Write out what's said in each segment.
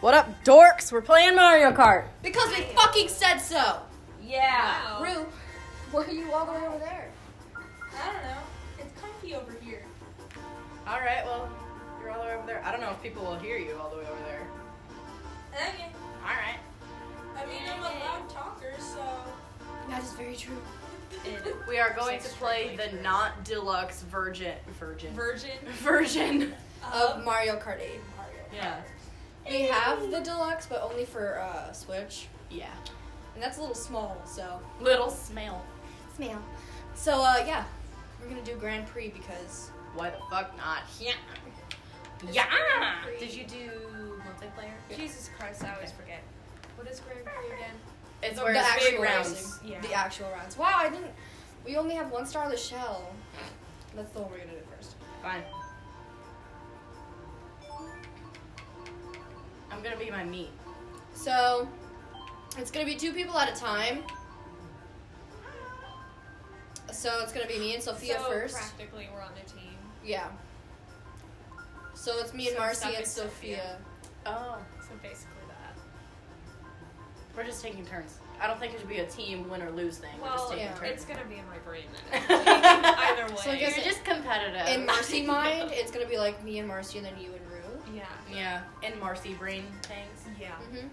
What up, dorks? We're playing Mario Kart. Because we fucking said so. Yeah. Oh. Rue, why are you all the way over there? I don't know. It's comfy over here. All right. Well, you're all the way over there. I don't know if people will hear you all the way over there. Okay. All right. I mean, I'm a loud talker, so. That is very true. We are going to play the not deluxe virgin virgin Virgin version. Of Mario Kart 8. Mario. Yeah. We have the deluxe, but only for uh, Switch. Yeah. And that's a little small, so. Little smell. Smell. So, uh, yeah. We're gonna do Grand Prix because. Why the fuck not? Yeah. Yeah. Did you do multiplayer? Jesus Christ, I always forget. What is Grand Prix again? It's the where it's actual big rounds. racing. Yeah. The actual rounds. Wow, I didn't. We only have one star of the shell. That's the one we're gonna do first. Fine. I'm gonna be my meat. So, it's gonna be two people at a time. So it's gonna be me and Sophia so first. practically, we're on a team. Yeah. So it's me and So Marcy Sophie and and Sophia. Sophia. Oh. So basically that. We're just taking turns. I don't think it should be a team win or lose thing. We're just Well, taking yeah. turns. it's gonna be in my brain then. Either way. So I guess- You're just competitive. In Marcy mind, it's gonna be like me and Marcy and then you and Rue. yeah. Yeah. In Marcy brain things. Yeah. Mm-hmm.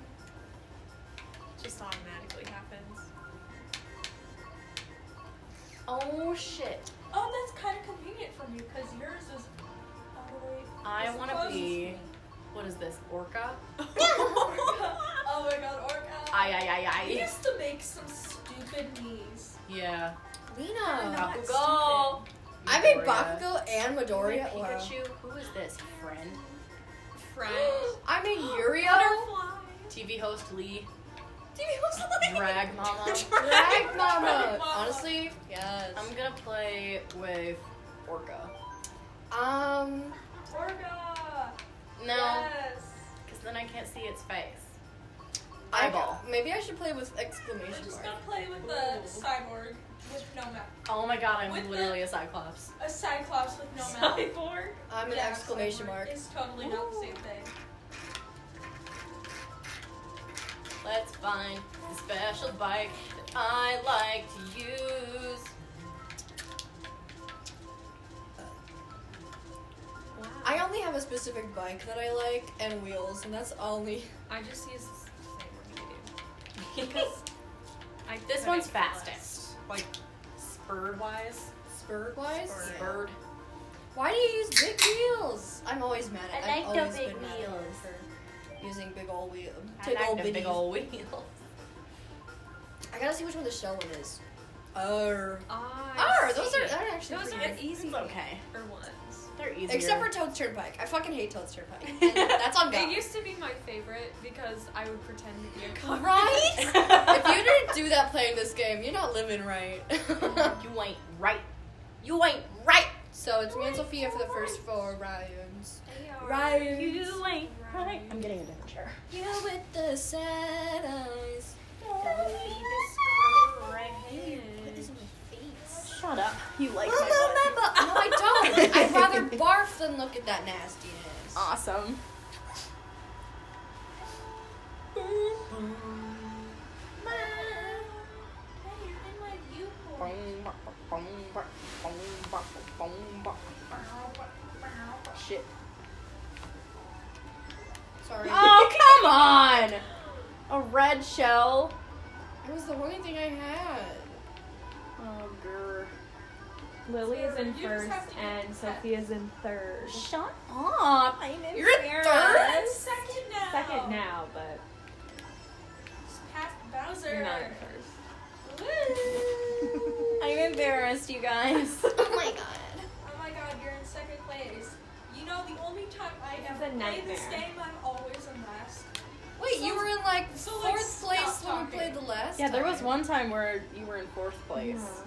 Just automatically happens. Oh shit. Oh, that's kind of convenient for you because yours is all the way. I it's want to closest be. me. What is this? Orca? oh my god, Orca. Aye, aye, aye, I aye. used to make some stupid knees. Yeah. Lena. Not Bakugo. I made Midoriya. Bakugo and Midoriya. Wait, Wow. Pikachu. Who is this friend? stupid. Friend. I made Uriel. Butterfly. TV host Lee. Drag Drag mama. Drag Mama. Drag Mama. Honestly, yes. I'm gonna play with Orca. Um, Orga. No, Yes. because then I can't see its face. I- Eyeball. maybe I should play with We're exclamation just mark. gonna play with Ooh. a cyborg with no mouth. Oh my god, I'm With the- literally a cyclops. A cyclops with no mouth. Cyborg? I'm an Yeah, exclamation cyborg mark. is totally not the same thing. Let's find the special bike that I like to use. Wow. I only have a specific bike that I like and wheels, and that's only. I just use the same one you Because do. I this couldn't one's less. fastest. Like, spurred wise. Spur wise? Spur. Yeah. Spurred. Why do you use big wheels? I'm always mad at I like I've the always big been mad at her wheels. for using big old wheels. I like the big bitties. old wheels. I gotta see which one the shell one is. Arr. Ah, I Arr, those see. are, that are actually Those pretty are good. easy. It's okay. for ones. They're easier. Except for Toad's Turnpike. I fucking hate Toad's Turnpike. And that's on It God. used to be my favorite because I would pretend to be a car. Right? if you didn't do that playing this game, you're not living right. You ain't right. You ain't right. so it's me and Sophia for the first four rounds. Right. Rounds. ain't right. I'm getting a different chair. You with the sad eyes. Shut up. You like No, no, no, no. No, I don't. I'd rather barf than look at that nastiness. Awesome. Shit. Sorry. Oh, come on! A red shell. It was the only thing I had. Oh, grr. Lily is in You just first have to and get that. Sophia's in third. Shut up. I'm in You're in third? I'm second now. Second now, but Just Past you're not Bowser. in first. Woo! I'm embarrassed, you guys. Oh my god. Oh my god, you're in second place. You know, the only time I This is ever a play this nightmare. game, I'm always in last. Wait, you were in like So, like, fourth stop place when we talking. played the last. Yeah, there time. was one time where you were in fourth place. Uh-huh.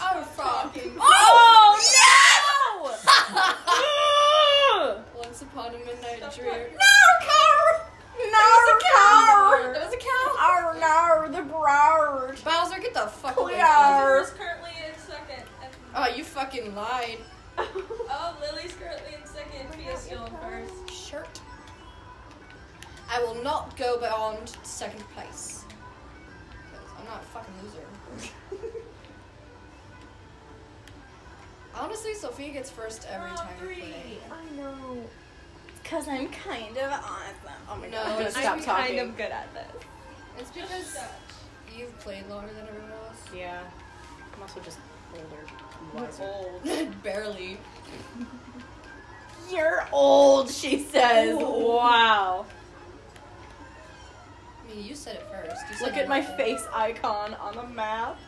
Oh fuck. Oh, no! Once upon a midnight Stop dream. talking. no, cow! There was a cow. Oh no, the broward. Bowser, get the fuck away. We from are- me. Lily's currently in second. And- Oh, you fucking lied. Oh, Lily's currently in second. Fia's still in first. Sure. I will not go beyond second place. Because I'm not a fucking loser. Honestly, Sophia gets first Oh, every Round time we three. play. I know. Because I'm kind of awesome. Oh my No, god, I'm gonna it's- stop I'm talking. kind of good at this. It's Just because you've played longer than everyone else. Yeah. I'm also just older. What's old? Barely. You're old, she says. Wow. I mean, you said it first. You said Look you at my liked it. face icon on the map.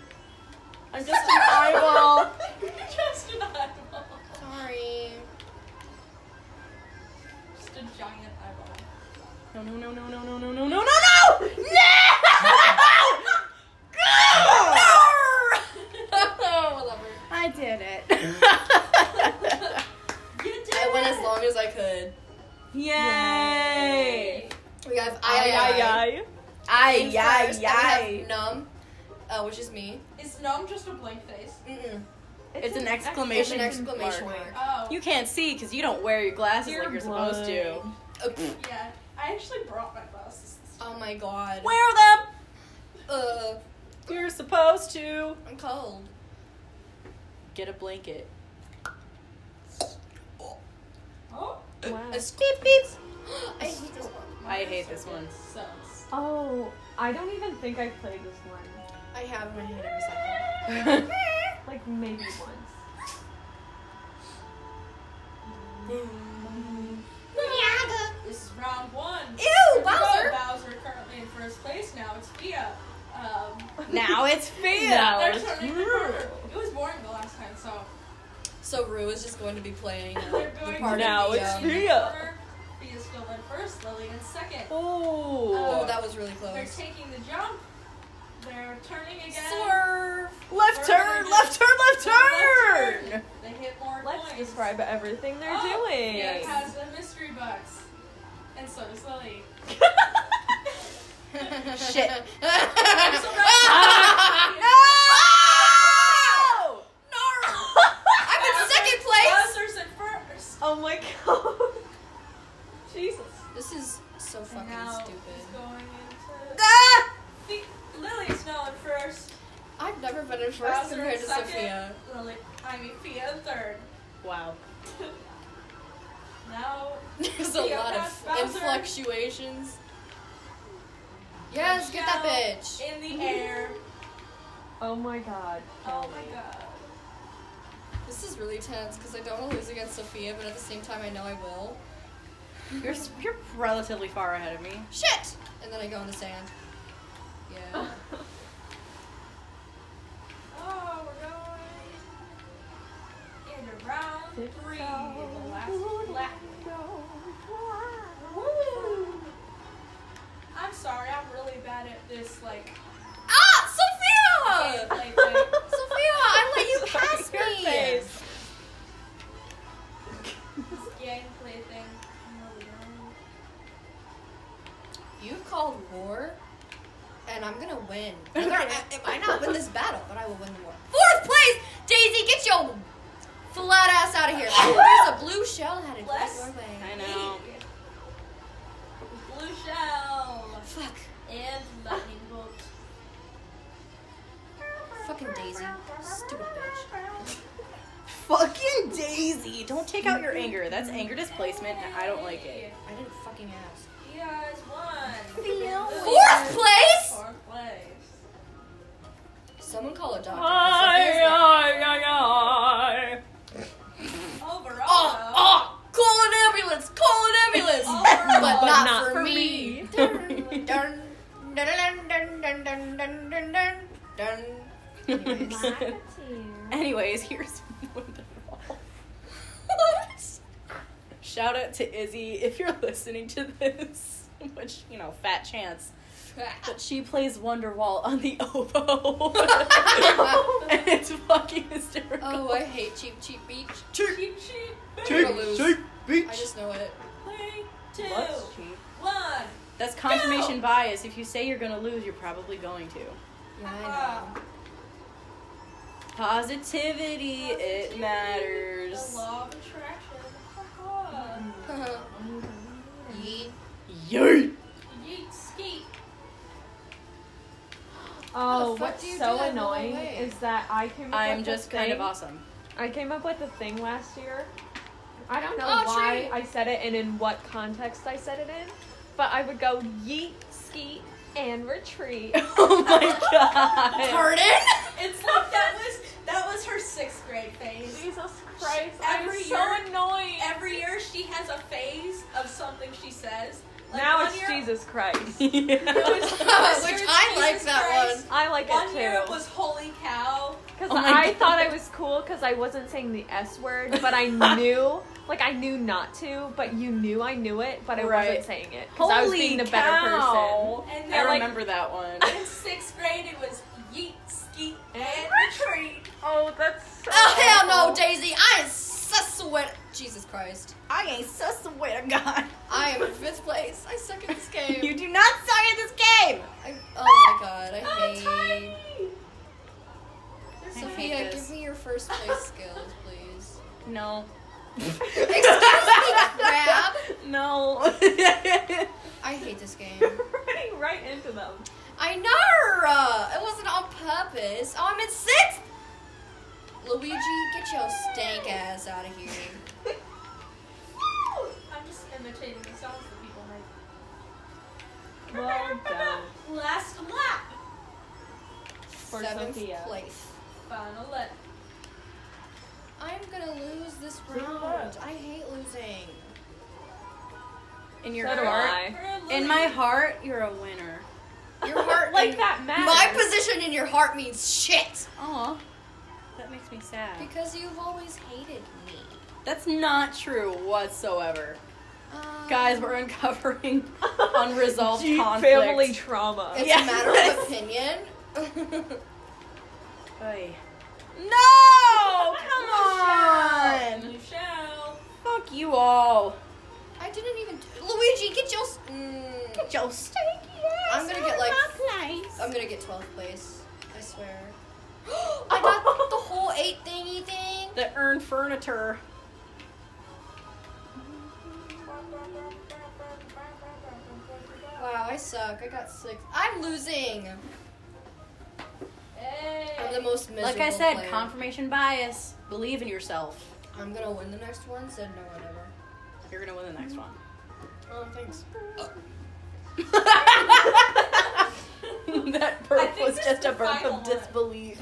I'm just an eyeball. that. Just an eyeball. Sorry. Just a giant eyeball. No, no, no, no, no, no, no, no, no, no, no! No! I love her. I did it. You did I went it! as long as I could. Yay! We have Ay, ay, I ay. I Ay, ay, first, then we ay. have numb, uh, which is me. Is numb just a blank face? Mm-mm. It's an It's exclamation, an exclamation mark. mark. Oh. You can't see because you don't wear your glasses Dear like you're supposed to. blood. Uh, pff. Yeah. I actually brought my glasses. Oh my god. Wear them! Uh, You're supposed to. I'm cold. Get a blanket. Oh. Wow. A beep beep. I hate this one. I hate this one. Sucks. Oh, I don't even think I've played this one. I have my hand every second. Like maybe once. This is round one. Ew, Although Bowser. Bowser currently in first place now. It's Fia. Um, now it's Fia. Now they're turning the corner. It was boring the last time, so So Rue is just going to be playing uh, they're the going part Now of the, it's um, me. Fia. Fia's still in first. Lily in second. Oh, Oh. that was really They're close. taking the jump. They're turning again. Swerve. left turn, left turn, left Left turn. They hit more Let's coins. describe everything they're Oh, doing. Fia has the mystery box, and so does Lily. Shit. I'm so proud of Fia. No! I'm in Bowser- second place. Bowser's in first. Oh my god. Jesus. This is so fucking and now He's stupid. going into. Ah! Fe- Lily's now in first. I've never been in first Bowser compared in to second. Sophia. Lily, I mean Fia in third. Wow. now There's a Sophia lot passed of Bowser. influctuations. Yes, get that Michelle bitch. in the air. Oh my god. Oh Kelly. my god. This is really tense because I don't want to lose against Sophia, but at the same time I know I will. You're s- you're relatively far ahead of me. Shit! And then I go in the sand. Yeah. Oh, we're going into round Six three. hours. The last lap. Woo! I'm sorry, I'm really bad at this like ah, Sophia! gameplay thing. Sophia, I let you Sorry, pass your me. face. This gameplay thing. I'm really bad. You called war, and I'm gonna win. Whether I, I might not win this battle, but I will win the war. Fourth place, Daisy, get your flat ass out of here. There's a blue shell headed right Bless. your way. I know. Blue shell Fuck, and lightning bolt. fucking Daisy, stupid bitch. Fucking Daisy! Don't take out your anger. That's anger displacement, and I don't like it. I didn't fucking ask. You guys won. Feel- Lily Fourth place. Fourth place. Someone call a doctor. Ay, Sophia's not- ay, ay, ay. Overall. Oh, oh, call an ambulance. Call an ambulance. Overall, but not, for, for me. me. Dun, dun, dun, dun, dun, dun, dun, dun, dun, dun. Anyways, here's wonderful. Shout out to Izzy if you're listening to this, which you know, fat chance. But she plays Wonderwall on the oboe, and it's fucking hysterical. Oh, I hate Cheap Cheap Beach. Cheap, cheap. Cheap, cheap Beach. I just know it. Three, two, What's cheap? one. That's confirmation bias. If you say you're gonna lose, you're probably going to. Yeah, Uh, I know. Positivity, it The matters. law of attraction. Haha. Yeet. Yay! Oh, so do that in the wrong annoying way. is that I came up I'm with a just kind of thing- awesome. I came up with a thing last year. I don't know Oh, why tree. I said it and in what context I said it in, but I would go yeet, skeet, and retreat. Oh my god. Pardon? It's like that was that was her sixth grade phase. Jesus Christ! Every I'm so year- annoying. Every year she has a phase of something she says. Like now one it's year- Jesus Christ. Yeah. This year Which it's I like Jesus that Christ. I like One it year it too. was holy cow. Because Oh my I thought I God. was cool because I wasn't saying the S word, but I knew, like, I knew not to, but you knew I knew it, but I Right. wasn't saying it. Because I was being the better person. cow. And I then, like- remember that one. In sixth grade it was yeet, skeet, and retreat. Oh, that's so. Oh hell no, awful. Daisy! I am so sweat. Jesus Christ! I ain't so swear to God. I am in fifth place. I suck at this game. do not suck at this game. I, oh my god, I Oh, hate. tiny. Sophia, this. give me your first place skills, please. No. Excuse me, crab. No. I hate this game. You're running right into them. I know! uh, It wasn't on purpose. Oh, I'm in sixth! Luigi, get your stank ass out of here. I'm just imitating the songs that people make. Well done. Last lap. For Seventh Sophia. place. Final lap. I'm gonna lose this Yeah. round. I hate losing. In your So do heart. I. For Lily. In my heart, you're a winner. Your heart. like in- that matters. My position in your heart means shit. Aw. That makes me sad. Because you've always hated me. That's not true whatsoever. Um, Guys, we're uncovering unresolved Deep conflict. family trauma. It's Yeah. a matter of opinion. Oy. No! Come on! Michelle. Fuck you all. I didn't even. Luigi, get your. s- Mm. Joe Stanky I'm gonna get, like, place. I'm gonna get 12th place. I swear. I got the whole eight thingy thing. The urn furniture. Wow, I suck. I got six. I'm losing. I'm the Hey. most miserable. Like I said, player. confirmation bias. Believe in yourself. I'm gonna win the next one. Said no one ever. You're gonna win the next one. Oh, thanks. that I burp think was this just is a the burp final of one. disbelief.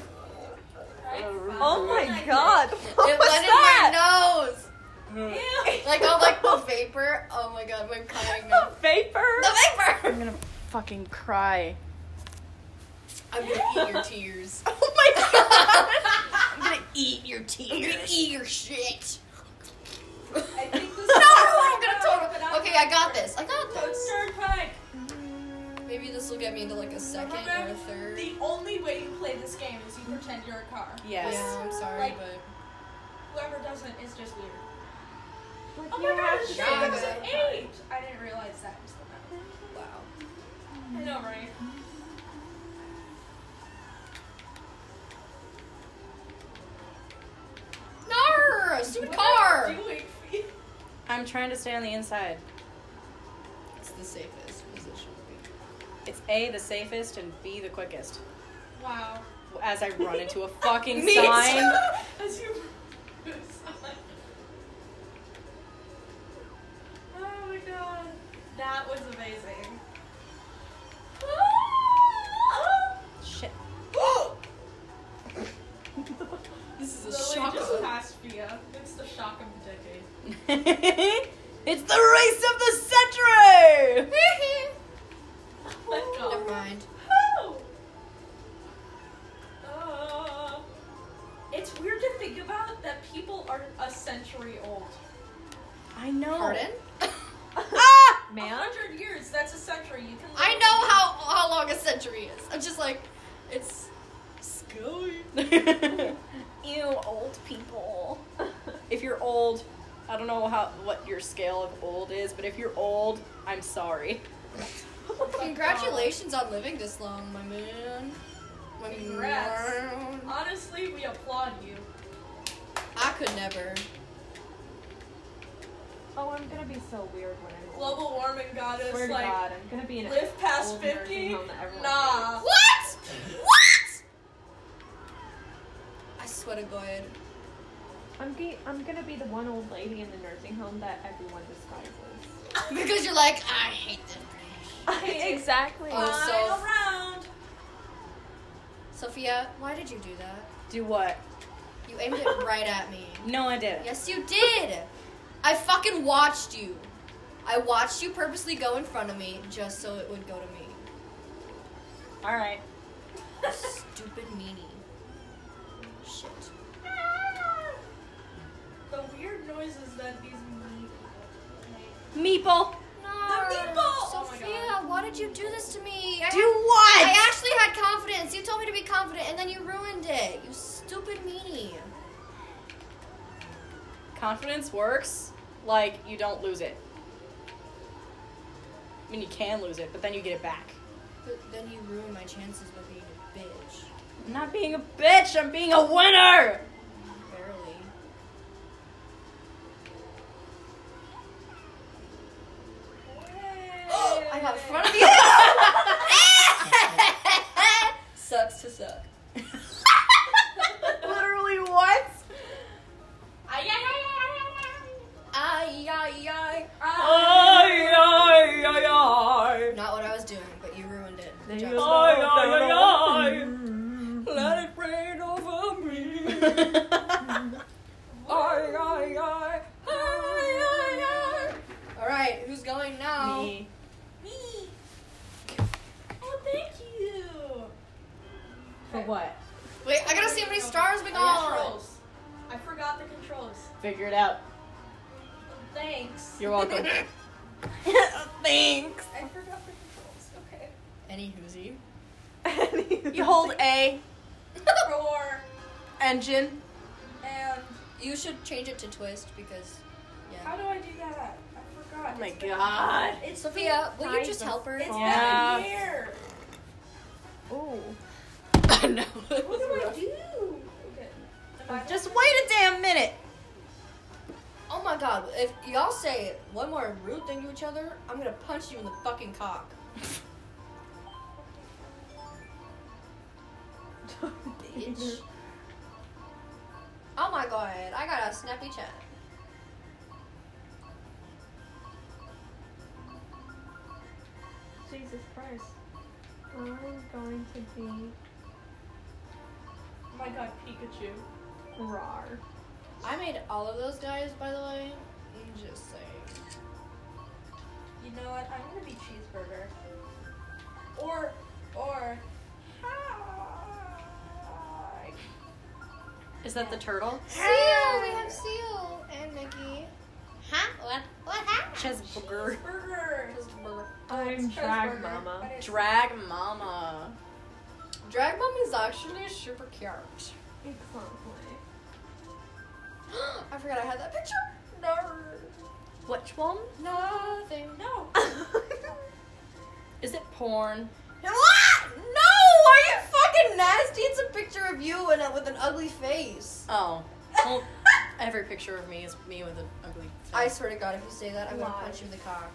Right? Oh my Final god. What it was went that? in my nose. lap. I'm Ew. Like all like the vapor. Oh my god, my crying The nose. vapor. The vapor. gonna fucking cry. I'm gonna eat your tears. Oh my I'm I'm gonna eat your gonna tears. eat your shit. I think this No, is I'm the gonna final round, total. but I'm Okay, gonna- I got this. I got Toad this. Sternpike. Maybe this will get me into like a second or a Remember, third. the only way you play this game is you pretend you're a car. Yes. Yeah, I'm sorry, Like- but Whoever doesn't is just weird. Like, Oh you my have gosh, to- shit, Yeah. that was an eight! I didn't realize that was the wow. number. I know, right? No, stupid What car. are you doing, Fee? I'm trying to stay on the inside. It's the safest position. to be. It's A, the safest, and B, the quickest. Wow. As I run into a fucking Me sign. As you. Oh my god. That was amazing. Shit. this Lily is a shock. just passed Fia. It's the shock of the decade. it's the race of the century! Oh Let go. Never mind. Uh, it's weird to think about that people are a century old. I know. Pardon? Ah! A Man. hundred years, that's a century. You can. I know how how long a century is. I'm just like, it's scary. Ew, old people. If you're old, I don't know how what your scale of old is, but if you're old, I'm sorry. Congratulations on living this long, my man. My Congrats. man. Honestly, we applaud you. I could never. Oh, I'm gonna be so weird when I'm old. Global warming got us Swear to like God, I'm gonna be in a live past old nursing fifty. home that everyone Nah. What? What? would have good. I'm, ge- I'm gonna be the one old lady in the nursing home that everyone disguises. Because you're like, I hate them. exactly. Uh, Oh, so- Flying around. Sophia, why did you do that? Do what? You aimed it right at me. No, I didn't. Yes, you did. I fucking watched you. I watched you purposely go in front of me just so it would go to me. All right. Stupid meanie. Shit. The weird noises that these meat make. Meeple. No. meatball! Oh my Sophia, God. why did you do this to me? I Do had- what? I actually had confidence. You told me to be confident, and then you ruined it. You stupid meanie. Confidence works. Like you don't lose it. I mean, you can lose it, but then you get it back. But then you ruined my chances by being a bitch. I'm not being a bitch. I'm being a winner. Barely. I got in front of you. Sucks to suck. Literally what? Ay, ay, ay, ay, ay, Ay, ay, ay. ay. ay, ay, ay. Not what I was doing, but you ruined it. Good job. Ay, ay, ay, Let it rain over me. All right, who's going now? Me. Me. Oh, thank you. For what? Wait, I gotta see how many stars we got. Oh, Controls. I forgot the controls. Figure it out. Thanks. You're welcome. Thanks. I forgot the controls. Okay. Any hoozy. You hold A, Roar engine. and You should change it to twist because, yeah. how do I do that? I forgot. Oh my It's been- god. It's Sophia, Been will you nice just to help her? Been, it's Yeah. been a year. Ooh. no. What do I do? Okay. Am I- Just wait a damn minute. Oh my god, if y'all say one more rude thing to each other, I'm gonna punch you in the fucking cock. Bitch. Oh my god, I got a snappy chat. Jesus Christ. I'm going to be oh my god, Pikachu. rar. I made all of those guys, by the way. I'm just saying. You know what? I'm gonna be cheeseburger. Or, or. Hi. Is that the turtle? Seal, we have Seal and Mickey. Huh? What? What happened? Cheeseburger. Burger. I'm It's drag cheeseburger, mama. but it's- Drag mama. Drag Mom is actually super cute. Exactly. I forgot I had that picture. No. Which one? Nothing. No. Is it porn? What? No! Are you fucking nasty? It's a picture of you and uh, with an ugly face. Oh. Well, every picture of me is me with an ugly I face. swear to God, if you say that, I'm gonna Lie. punch you in the cock.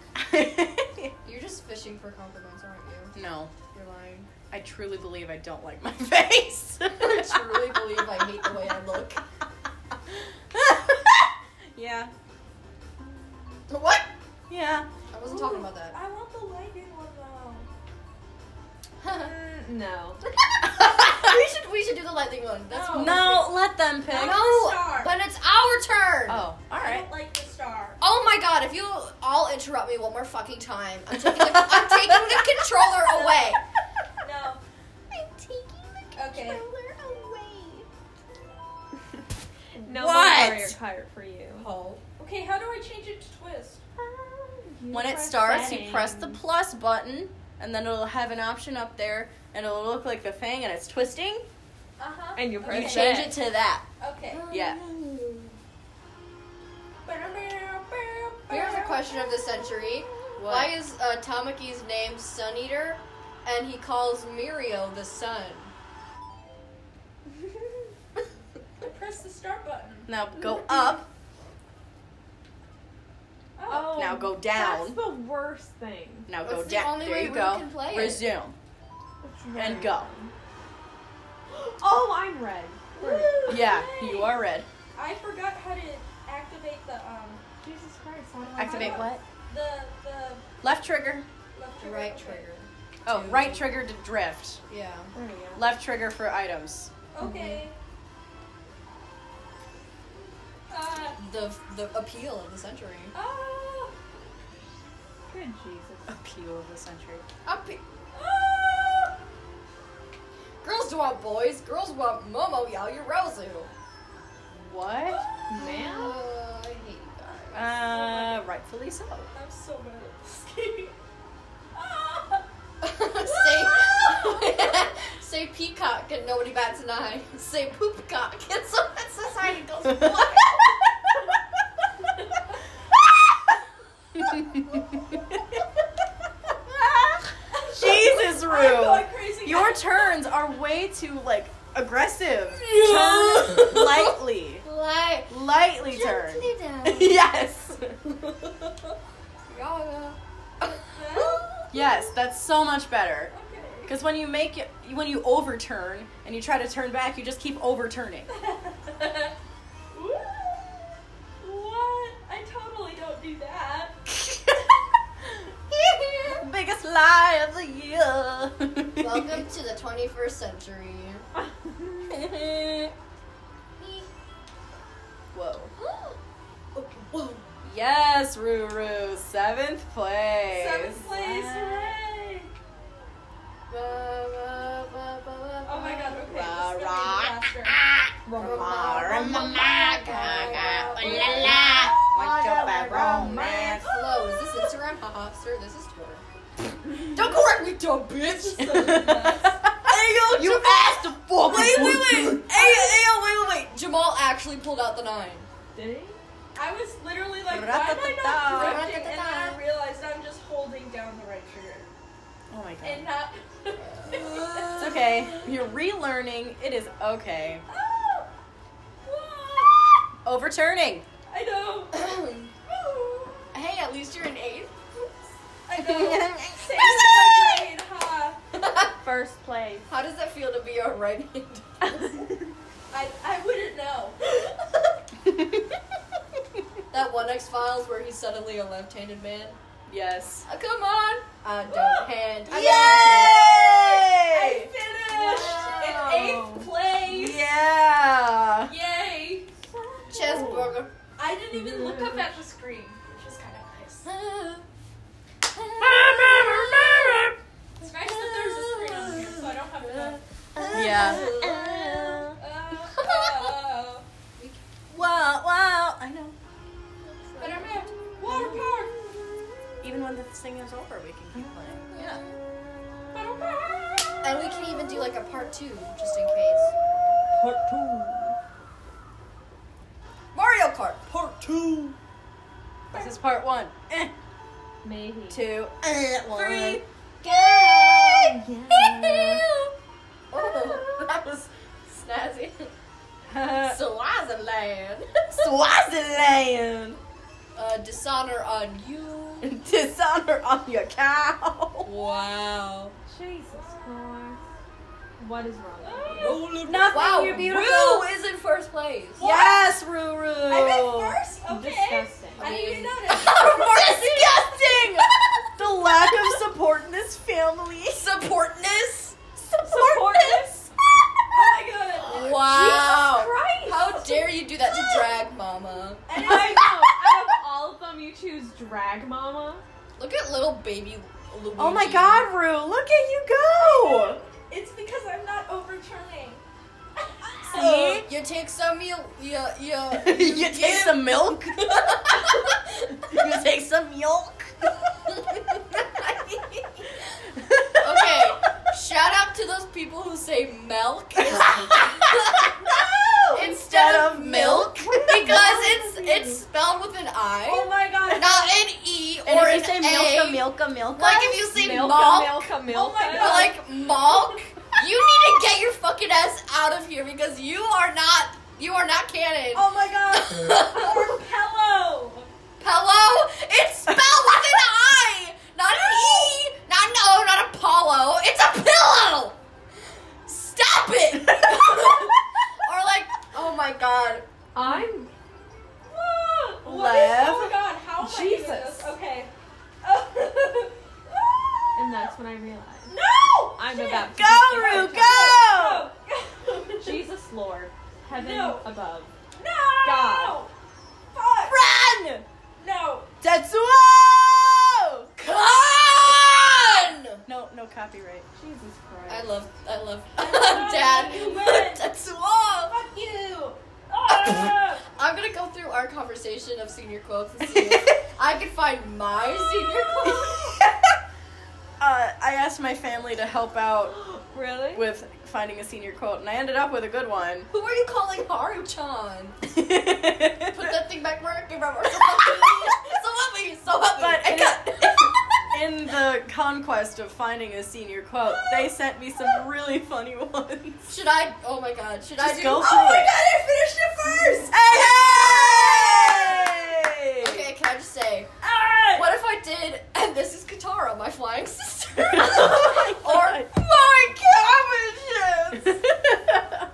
You're just fishing for compliments, aren't you? no. You're lying. I truly believe I don't like my face. I truly believe I hate the way I look. yeah. What? Yeah. I wasn't talking about I want the lightning one though. that. no. we should we should do the lightning one. That's No. No, let them pick. I no, like the star. but it's our turn. Oh, I alright. don't like the star. Oh my god, if you all interrupt me one more fucking time, I'm taking the, I'm taking the controller away. No. I'm taking the Okay. away. No What? more warrior card for you. Oh. Okay, how do I change it to twist? You When it press starts, you press the settings. plus button, and then it'll have an option up there, and it'll look like the thing, and it's twisting. Uh huh. And you You press okay. change it to that. Okay. Yeah. Here's a question of the century. What? Why is uh, Tamaki's name Sun Eater, and he calls Mirio the Sun? I press the start button. Now go up. Oh. Now go That's down. the worst thing. Now That's go the down. only There way you we go. can play it. Resume. That's And very go. dumb. Oh, I'm red. Woo! Yeah, Yay! you are red. I forgot how to activate the um Jesus Christ. Activate what? the the Left trigger. left The trigger. right okay. trigger. Oh, Two. right trigger to drift. Yeah. There we go. Left trigger for items. Okay. Uh, The the appeal of the century. oh, Good Jesus. Appeal of the century. Appe- oh. Girls don't want boys. Girls want Momo Yaoyurozu. What? Man? Uh, Oh, I hate you guys. Uh, rightfully so. I'm so good at this game. Ah. say, say peacock and nobody bats an eye. Say poopcock and so that society goes black. Jesus, I'm going Rue. crazy. Your turns are way too like aggressive. Turn lightly. Like, Lightly turn. gently down. Yes. Yaga. Yes, that's so much better. Okay. Because when you make it, when you overturn and you try to turn back, you just keep overturning. Ooh. What? I totally don't do that. Biggest lie of the year. Welcome to the 21st century. Whoa. Whoa. Yes, Ruru, seventh place. Seventh place, hooray! Oh my god, okay. Rah, this is gonna be a rah. disaster. Hello, is this Instagram? Haha, sir, this is Twitter. Don't correct me, dumb bitch! Ayo, you Jamal- asked the fuck. Wait, wait, wait! Ayo, ayo, wait, wait, wait! Jamal actually pulled out the nine. Did he? I was literally like, why am I Ra-ta-ta-ta. not correcting? And then I realized I'm just holding down the right trigger. Oh my And god. not. It's okay. You're relearning. It is okay. Oh! Whoa! Overturning. I know! Woo! hey, at least you're an eighth. I know! Saved my grade, huh? First place. How does that feel to be a right hand? I, I wouldn't know. That one X Files where he's suddenly a left handed man. yes. Uh, come on! I don't Woo! hand. I I finished in Yay! eighth place! Yeah. Yay! don't chess burger. I didn't even look up at the screen, which is kind of nice. It's nice that there's a screen on here, so I don't have to. know. Yeah. Uh, uh, Wow, wow. I know. but I'm at water park. Even when this thing is over, we can keep playing. Yeah. Water park. And we can even do like a part two, just in case. Part two. Mario Kart. Part two. This is part one. Eh, Maybe. two. Eh, one. Three. Yeah. Oh, that was snazzy. Swaziland. Swaziland. uh, dishonor on you. Dishonor on your cow. Wow. Jesus Christ. What is wrong? with you? Nothing, Wow. you're beautiful. Rue is in first place. Yes, Ruru. I'm at first. Okay. Disgusting. I didn't even notice. Disgusting. the lack of support in this family. Supportness. Supportness. Oh my god. Wow. Christ. How dare you do that to drag mama? And I, I know. Out of all of them, you choose drag mama. Look at little baby Luigi. Oh my God, Rue! Look at you go. it's because I'm not overturning. See? You take some you you you, you take some milk. you take some milk. Okay. Shout out to those people who say milk instead of milk because it's it's spelled with an Oh I, my god. not an E And or if you an say A. milk, milk, milk, Like if you say Milka, milk, Milka, Milka. Oh my But like, Malk, you need to get your fucking ass out of here because you are not you are not canon. Oh my god. Or pillow. Pello, it's spelled with an I, not an E, not an O, not Apollo. It's a pillow. Stop it. or oh Oh, that's when I realized. No! I'm Shit! about to Gauru, be- go! Jesus Lord, heaven No. above. No! God. Fuck! Run! No! Tetsuo! Con! No, no copyright. Jesus Christ. I love, I love, I love you, Dad. Lynn. That's all. Fuck you! Ah! I'm gonna go through our conversation of senior quotes and see if I can find my senior quote. Uh, I asked my family to help out Really? with finding a senior quote, and I ended up with a good one. Who are you calling Haru-chan? Put that thing back where it came from. Or so what me? So what me? But I it- got. In the conquest of finding a senior quote, they sent me some really funny ones. Should I? Oh my god. Should I Just do? oh go for my it. god! I finished it first. Hey! Okay, can I just say, Ah! what if I did? And this is Katara, my flying sister. Oh my or my cabbages. I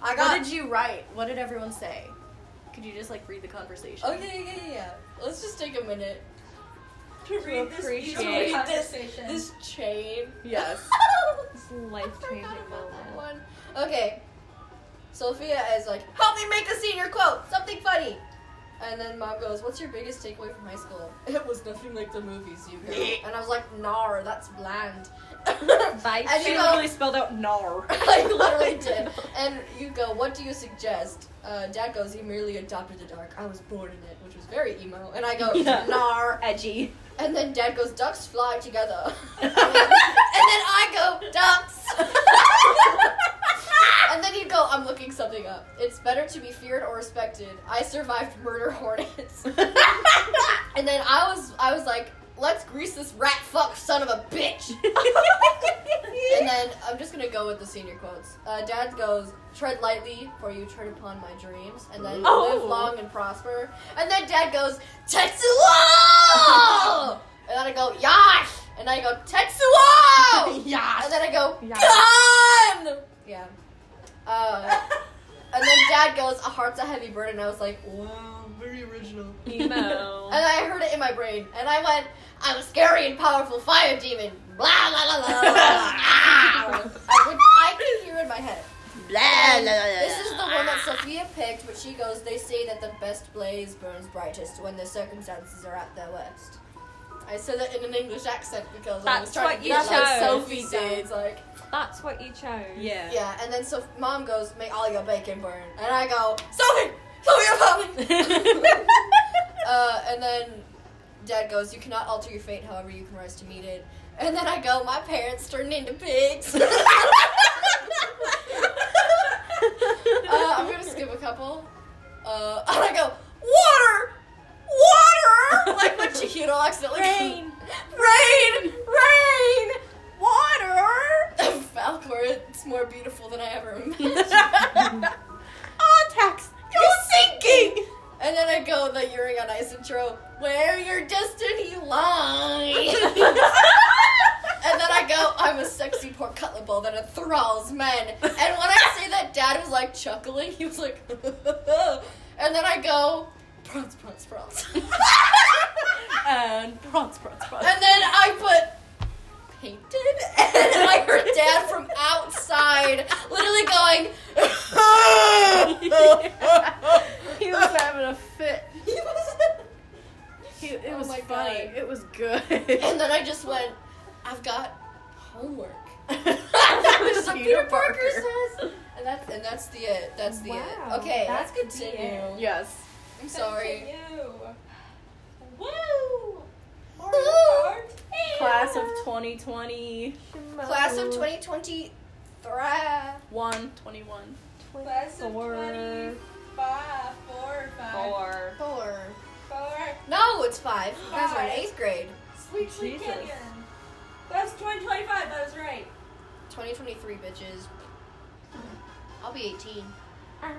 what got. did you write? What did everyone say? Could you just like read the conversation? Oh yeah, yeah, yeah, yeah. Let's just take a minute. To read this appreciate beautiful it. conversation. This chain. Yes. This I life changing forgot about that moment. one. Okay. Sophia is like, help me make a senior quote, something funny. And then mom goes, what's your biggest takeaway from high school? It was nothing like the movies, you girl. and I was like, nar, that's bland. Bye, and She you literally go, spelled out NAR. I literally did. And you go, what do you suggest? Uh, Dad goes, you merely adopted the dark. I was born in it, which was very emo. And I go, Yeah. nar. Edgy. And then Dad goes, ducks fly together. and then I go, ducks. and then you go, I'm looking something up. It's better to be feared or respected. I survived murder hornets. and then I was, I was like, let's grease this rat fuck son of a bitch. and then I'm just gonna go with the senior quotes. Uh, Dad goes, tread lightly, for you tread upon my dreams. And then Oh. live long and prosper. And then Dad goes, Tetsuo! and then I go, Yash! And I go, Tetsuo! Yes. And then I go, Yash. Gun! Yeah. Uh, and then Dad goes, A heart's a heavy burden. And I was like, wow, very original. Emo. Um, And I heard it in my brain, and I went, I'm a scary and powerful fire demon. Blah, blah, blah, blah, blah, blah. Ow. Which I can hear in my head. Blah, la, la, la, This is the la. one that Sophia picked, but she goes, They say that the best blaze burns brightest when the circumstances are at their worst. I said that in an English accent because I was That's trying what to you get like chose. Sophie Sophie did. sounds like. That's what you chose. Yeah. Yeah, and then so mom goes, May all your bacon burn. And I go, Sophie! Sophie, you're coming! Uh, and then dad goes, You cannot alter your fate, however, you can rise to meet it. And then I go, My parents turned into pigs. uh, I'm gonna skip a couple. Uh, and I go, Water! Water! Like when Chihiro accidentally. Rain. Rain! Rain! Water! Falcor, it's more beautiful than I ever imagined. Oh, Tex, you're sinking. And then I go the Yuri on Ice intro, where your destiny lies. and then I go, I'm a sexy pork cutlet bowl that enthralls men. And when I say that, Dad was like chuckling. He was like, and then I go, prawns, prawns, prawns. and then And bronze, bronze, bronze. I put painted, and then I heard Dad from outside, literally going. he was having a fit. He was. He, it Oh was my funny. God. It was good. And then I just went, I've got homework. that was just a Peter, Parker says. And that's and that's the it. That's the Wow, it. Okay, that's let's the continue. Yes. I'm sorry. Continue. Woo! Ooh. Hard. Class of 2021. Class Oh. of 2023. 21. Class of Four. 25, four, five, Four. Four. four. No, it's five. You guys are in Five. eighth grade. Sweet, sweet Jesus. Canyon. That's 2025, I was right. 2023, bitches. I'll be 18. Ew.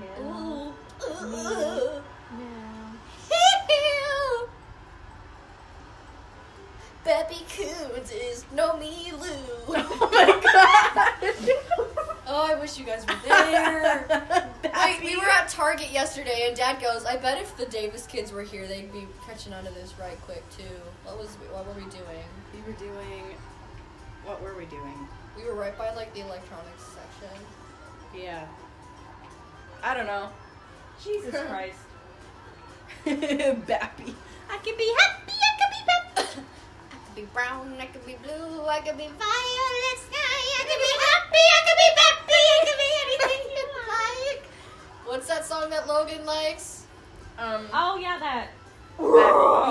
Yeah. Ooh. Yeah. Beppy Coons is no me Lou. Oh my god. Oh, Oh, I wish you guys were there. Wait, we Happy? were at Target yesterday, and Dad goes, "I bet if the Davis kids were here, they'd be catching on to this right quick too." What was what were we doing? We were doing. What were we doing? We were right by like the electronics section. Yeah. I don't know. Jesus Christ. Bappy. I could be happy, I could be I could be brown, I could be blue, I could be violet sky, I could be happy, I could be happy, I could be anything you like. What's that song that Logan likes? Um. Oh yeah, that.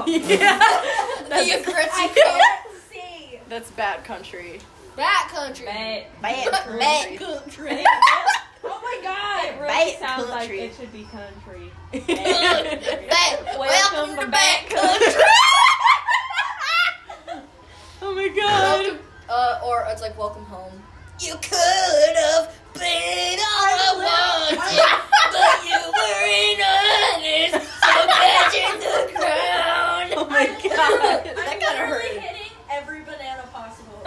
yeah. the aggressive I- coat. See. That's bat country. Bat country. It Bat country. Oh my god. really Right sounds country. like it should be country. Bat. Welcome to bat country. oh my god. Welcome, uh, or it's like welcome home. You could have been all I wanted, but you were in honest, so catching the ground. Oh my god. I'm that kind of literally hurt. hitting every banana possible.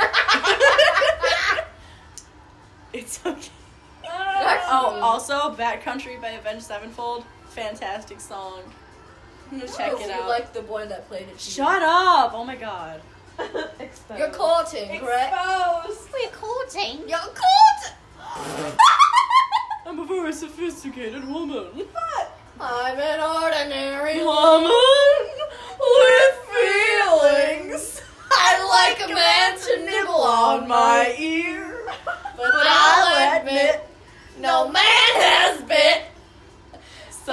It's okay. oh. Oh, also Bat Country by Avenged Sevenfold. Fantastic song. Check it Hmm, you out. like the boy that played it. Shut up! Oh my god. Exposed. You're courting, correct? Exposed. We're courting. You're courting. I'm a very sophisticated woman. I'm an ordinary woman Woman with feelings. I like a man to nibble on my ear. But I'll admit, no man has bit. So,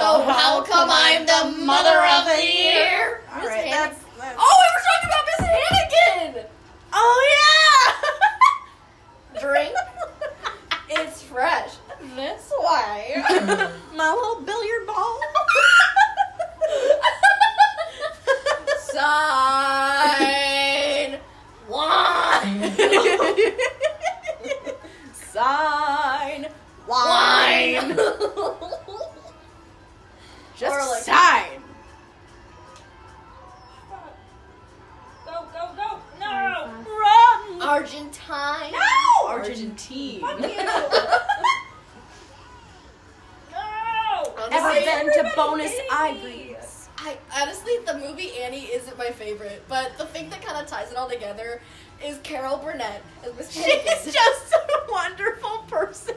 So how come I'm the mother of the year? All right, that's, that's- Oh, we were talking about Miss Hannigan. Oh Drink. it's fresh. This way. yeah! my little billiard ball. Sign. Wine. sign. Wine. Just Or like- sign. Go, go, go. No. Run. Argentine. Argentine. Fuck you. No. Honestly, Ever been to Everybody Bonus hates me. Ivories? I honestly, the movie Annie isn't my favorite, but the thing that kind of ties it all together is Carol Burnett as Miss Hannigan. She's just a wonderful person.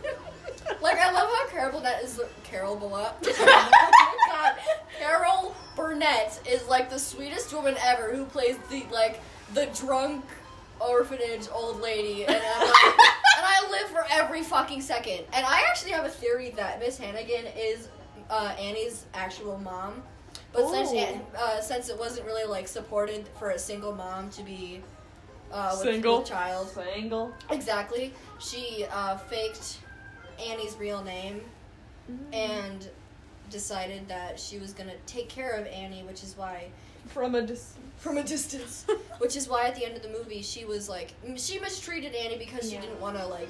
Like I love how Carol Burnett is Carol Burnett. oh my God, Carol Burnett is like the sweetest woman ever who plays the like the drunk orphanage old lady, and I'm like, and I live for every fucking second. And I actually have a theory that Miss Hannigan is uh, Annie's actual mom. But since, Ooh. An- uh, since it wasn't really like supported for a single mom to be uh, with, Single. with child, Single. Exactly. She uh, faked Annie's real name and decided that she was gonna take care of Annie, which is why From a dis- from a distance, which is why at the end of the movie she was like m- she mistreated Annie because she Yeah. didn't want to like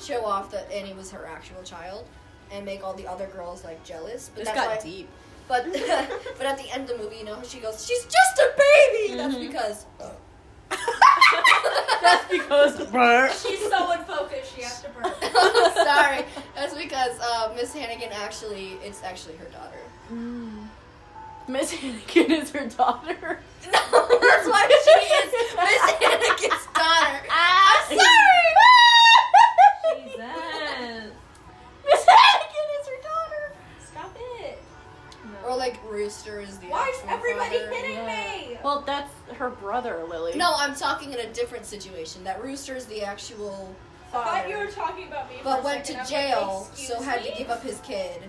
show off that Annie was her actual child and make all the other girls like jealous. But This that's got why- deep. But but at the end of the movie, you know, she goes, "She's just a baby." That's Mhm. because That's because She's so in focus, she has to burn. Sorry, that's because uh, Miss Hannigan actually, it's actually her daughter. Miss Hannigan is her daughter. No, that's why she is Miss Hannigan's daughter. I'm sorry. Jesus. Miss Hannigan is her daughter. Stop it. No. Or like Rooster is the. Why is actual everybody father. hitting me? Well, that's her brother, Lily. No, I'm talking in a different situation. That Rooster is the actual I thought you father, were talking about me. for but a went second. to I'm jail, like, excuse so had me? to give up his kid.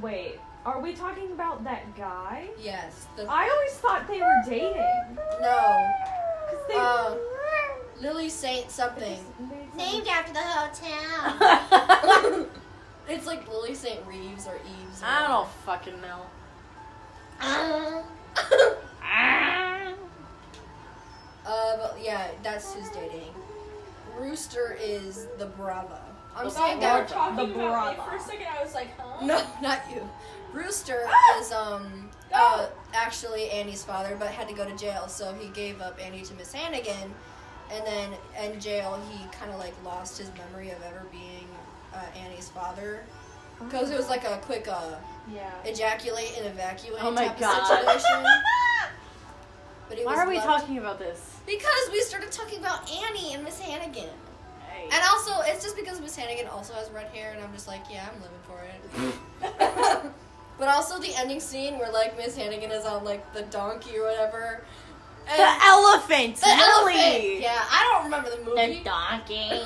Wait, are we talking about that guy? Yes. The, I always thought they were dating. no. 'Cause they Uh, Lily Saint something. made some- after the hotel. I it's like Lily St. Reeves or Eves. Or don't fucking know. uh, but yeah, that's who's dating. Rooster is the Brava. I'm The Thought saying you that. were talking The about me brother. for a second. I was like, huh? No, not you. Rooster is um uh, Go. actually Annie's father, but had to go to jail, so he gave up Annie to Miss Hannigan, and then in jail he kind of like lost his memory of ever being uh, Annie's father because it was like a quick uh, yeah. ejaculate and evacuate Oh my type God. of situation. But it Why was are we left- talking about this? Because we started talking about Annie and Miss Hannigan. And I, also, it's just because Miss Hannigan also has red hair, and I'm just like, yeah, I'm living for it. but also the ending scene where like Miss Hannigan is on like the donkey or whatever. And the elephant, the Lily. elephant! Yeah, I don't remember the The movie. donkey.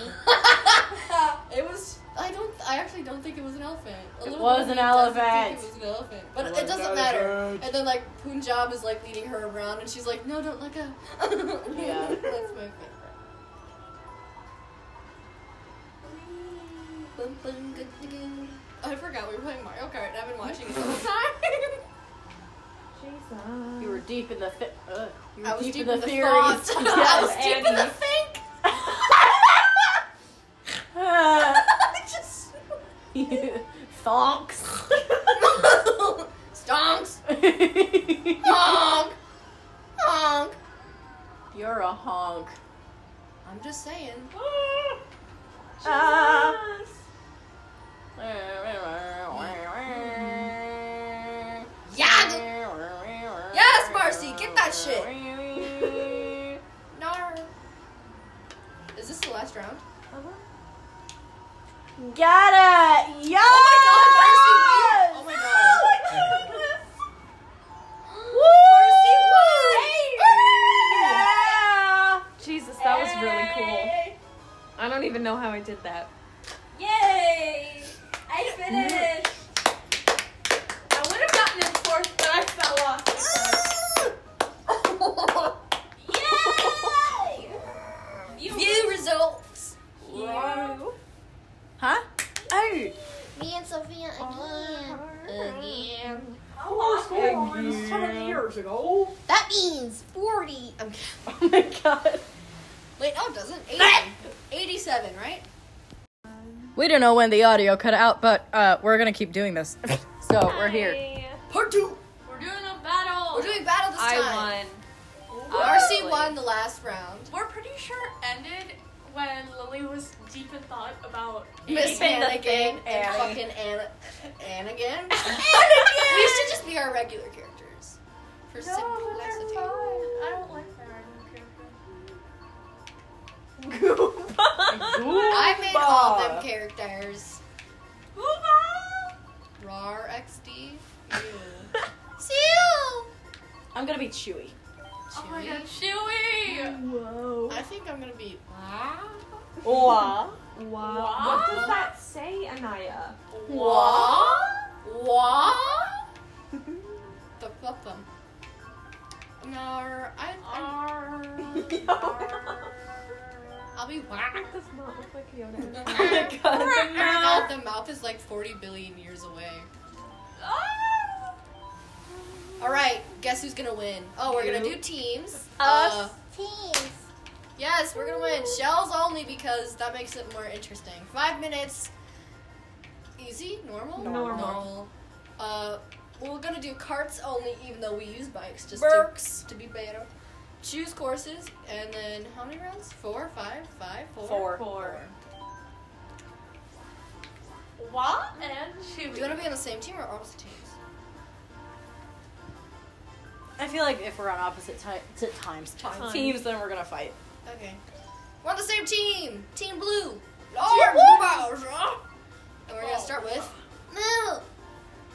it was. I don't. I actually don't think it was an elephant. A It little was woman an doesn't elephant. Think it was an elephant, but It it, was an doesn't matter. elephant. And then like Punjab is like leading her around, and she's like, "No, don't let go." Yeah. that's my favorite. Bum, bum, good, good, good. I forgot we were playing Mario Kart. and I've been watching it the whole time. Jesus. You were deep in the fi- uh, you were I was deep, deep in the theories. thought. I was Yes. deep in the Annie. think. Uh, Just Thonks. stonks. Honk! Honk! You're a honk. I'm just saying. Ah. Jesus. Yag! Yes, Marcy, get that shit. Nar! Is this the last round? Got it! Yes! Oh my God, Marcy, we- oh my God. Oh my goodness. Yeah. Jesus, that was really cool. I don't even know how I did that. Yay! I finished. I would have gotten in fourth, but I fell Ah. off. Yay! You View results! Wow. Huh? Oh! Me and Sophia again. Again. I lost Thank horns you. ten years ago. That means 40. I'm kidding. Oh my god. Wait, no, it doesn't. 80. 87, right? We don't know when the audio cut out, but uh, we're gonna keep doing this. so we're here. Part 2. We're doing a battle. We're doing battle this time. I won. Marcy Obviously. won the last round. We're pretty sure it ended when Lily was deep in thought about Miss Keeping the Hannigan thing and Annie. fucking Anna, Annigan. Annigan. We should just be our regular characters for No, but they're simplicity. fun. I don't like their character. I made all them characters. Rar XD. Ew. Seal. I'm gonna be Chewy. Oh my Chewy? god, Chewy! Whoa. I think I'm gonna be. Wah. Wow. What does that say, Anaya? Wah. Wah. Fuck, fuck them. No, I, I'm, Arr. I'll be wah. That does not look like Yoda. Oh my I god. forgot the mouth is like 40 billion years away. Ah. All right, guess who's gonna win? Oh, we're gonna do You. teams. Us. teams. Yes, we're gonna win. Shells only because that makes it more interesting. Five minutes. Easy, normal, Normal. Uh, we're gonna do carts only, even though we use bikes just Berks. to, to be better. Choose courses, and then how many rounds? Four, five, five, four. Four. Four. Wah and Chewy. Mm-hmm. Do you want to be on the same team or opposite teams? I feel like if we're on opposite ti- t- times, Times. teams, then we're gonna fight. Okay. We're on the same team! Team Blue! Team Our Blue. balls, huh? And we're gonna start with Moo!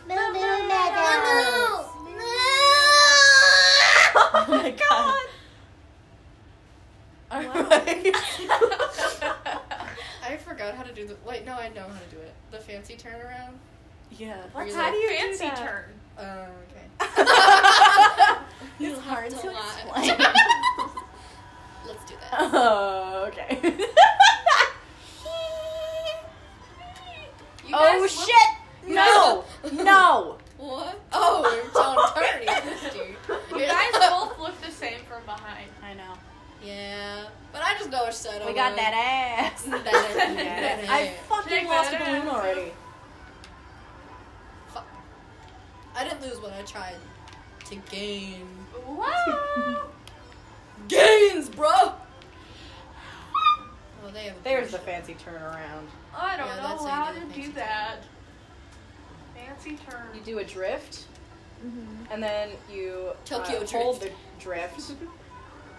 Moo Moo Meadows. Moo Moo! Oh my god. Alright. I forgot how to do the. Wait, no, I know how to do it. The fancy turnaround? yeah. Where How do you do Fancy that? turn. Oh, okay. It's hard That's to a lot. explain. Let's do that. Oh, okay. You oh guys look- shit! No! No! What? Oh, we're John Tony, dude. You guys both look the same from behind. I know. Yeah, but I just know what said. We got that eh? ass. That, Yeah. I fucking Check lost a that balloon ass. already. Fuck. I didn't lose when I tried to gain. Wah! Gains, bro. Well, they have. There's a fancy turnaround. I don't Yeah, that's know how you how do to a fancy do that. Fancy turn. You do a drift, Mhm. and then you uh, Tokyo hold the drift,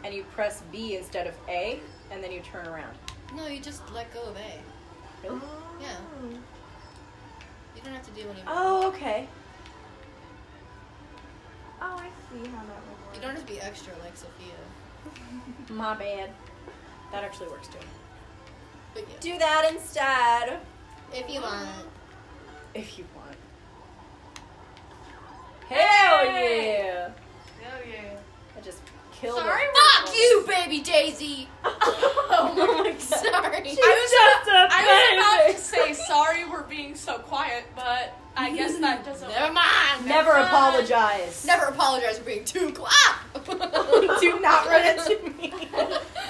and you press B instead of A, and then you turn around. No, you just let go of A. Really? Yeah. You don't have to do any. Oh, okay. Oh, I see how that would work. You don't have to be extra like Sophia. My bad. That actually works too. But yeah, Do that instead, if you want. if you want. Hell Hey! yeah! Hell yeah. I just killed. Sorry, it. Fuck you, baby Daisy. oh my god. Sorry. I was, just I was about to say sorry we're being so quiet, but I guess that doesn't. Never mind. Never Never apologize. Never apologize for being too quiet. Do not run into me.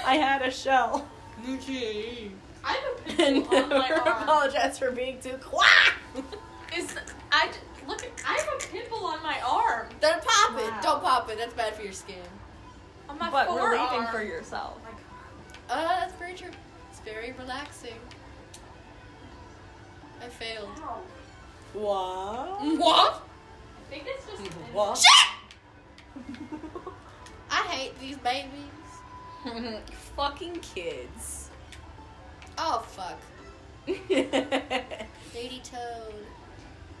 I had a shell. Okay. I have a And pimple on my never arm. apologize for being too quack. Is I j- look? I have a pimple on my arm. Don't pop it. Wow. Don't pop it. That's bad for your skin. On my But forearm. relieving for yourself. Uh, that's very true. It's very relaxing. I failed. Ow. What? What? I think it's just. What? I hate these babies. Fucking kids. Oh fuck. Lady Lady Toad.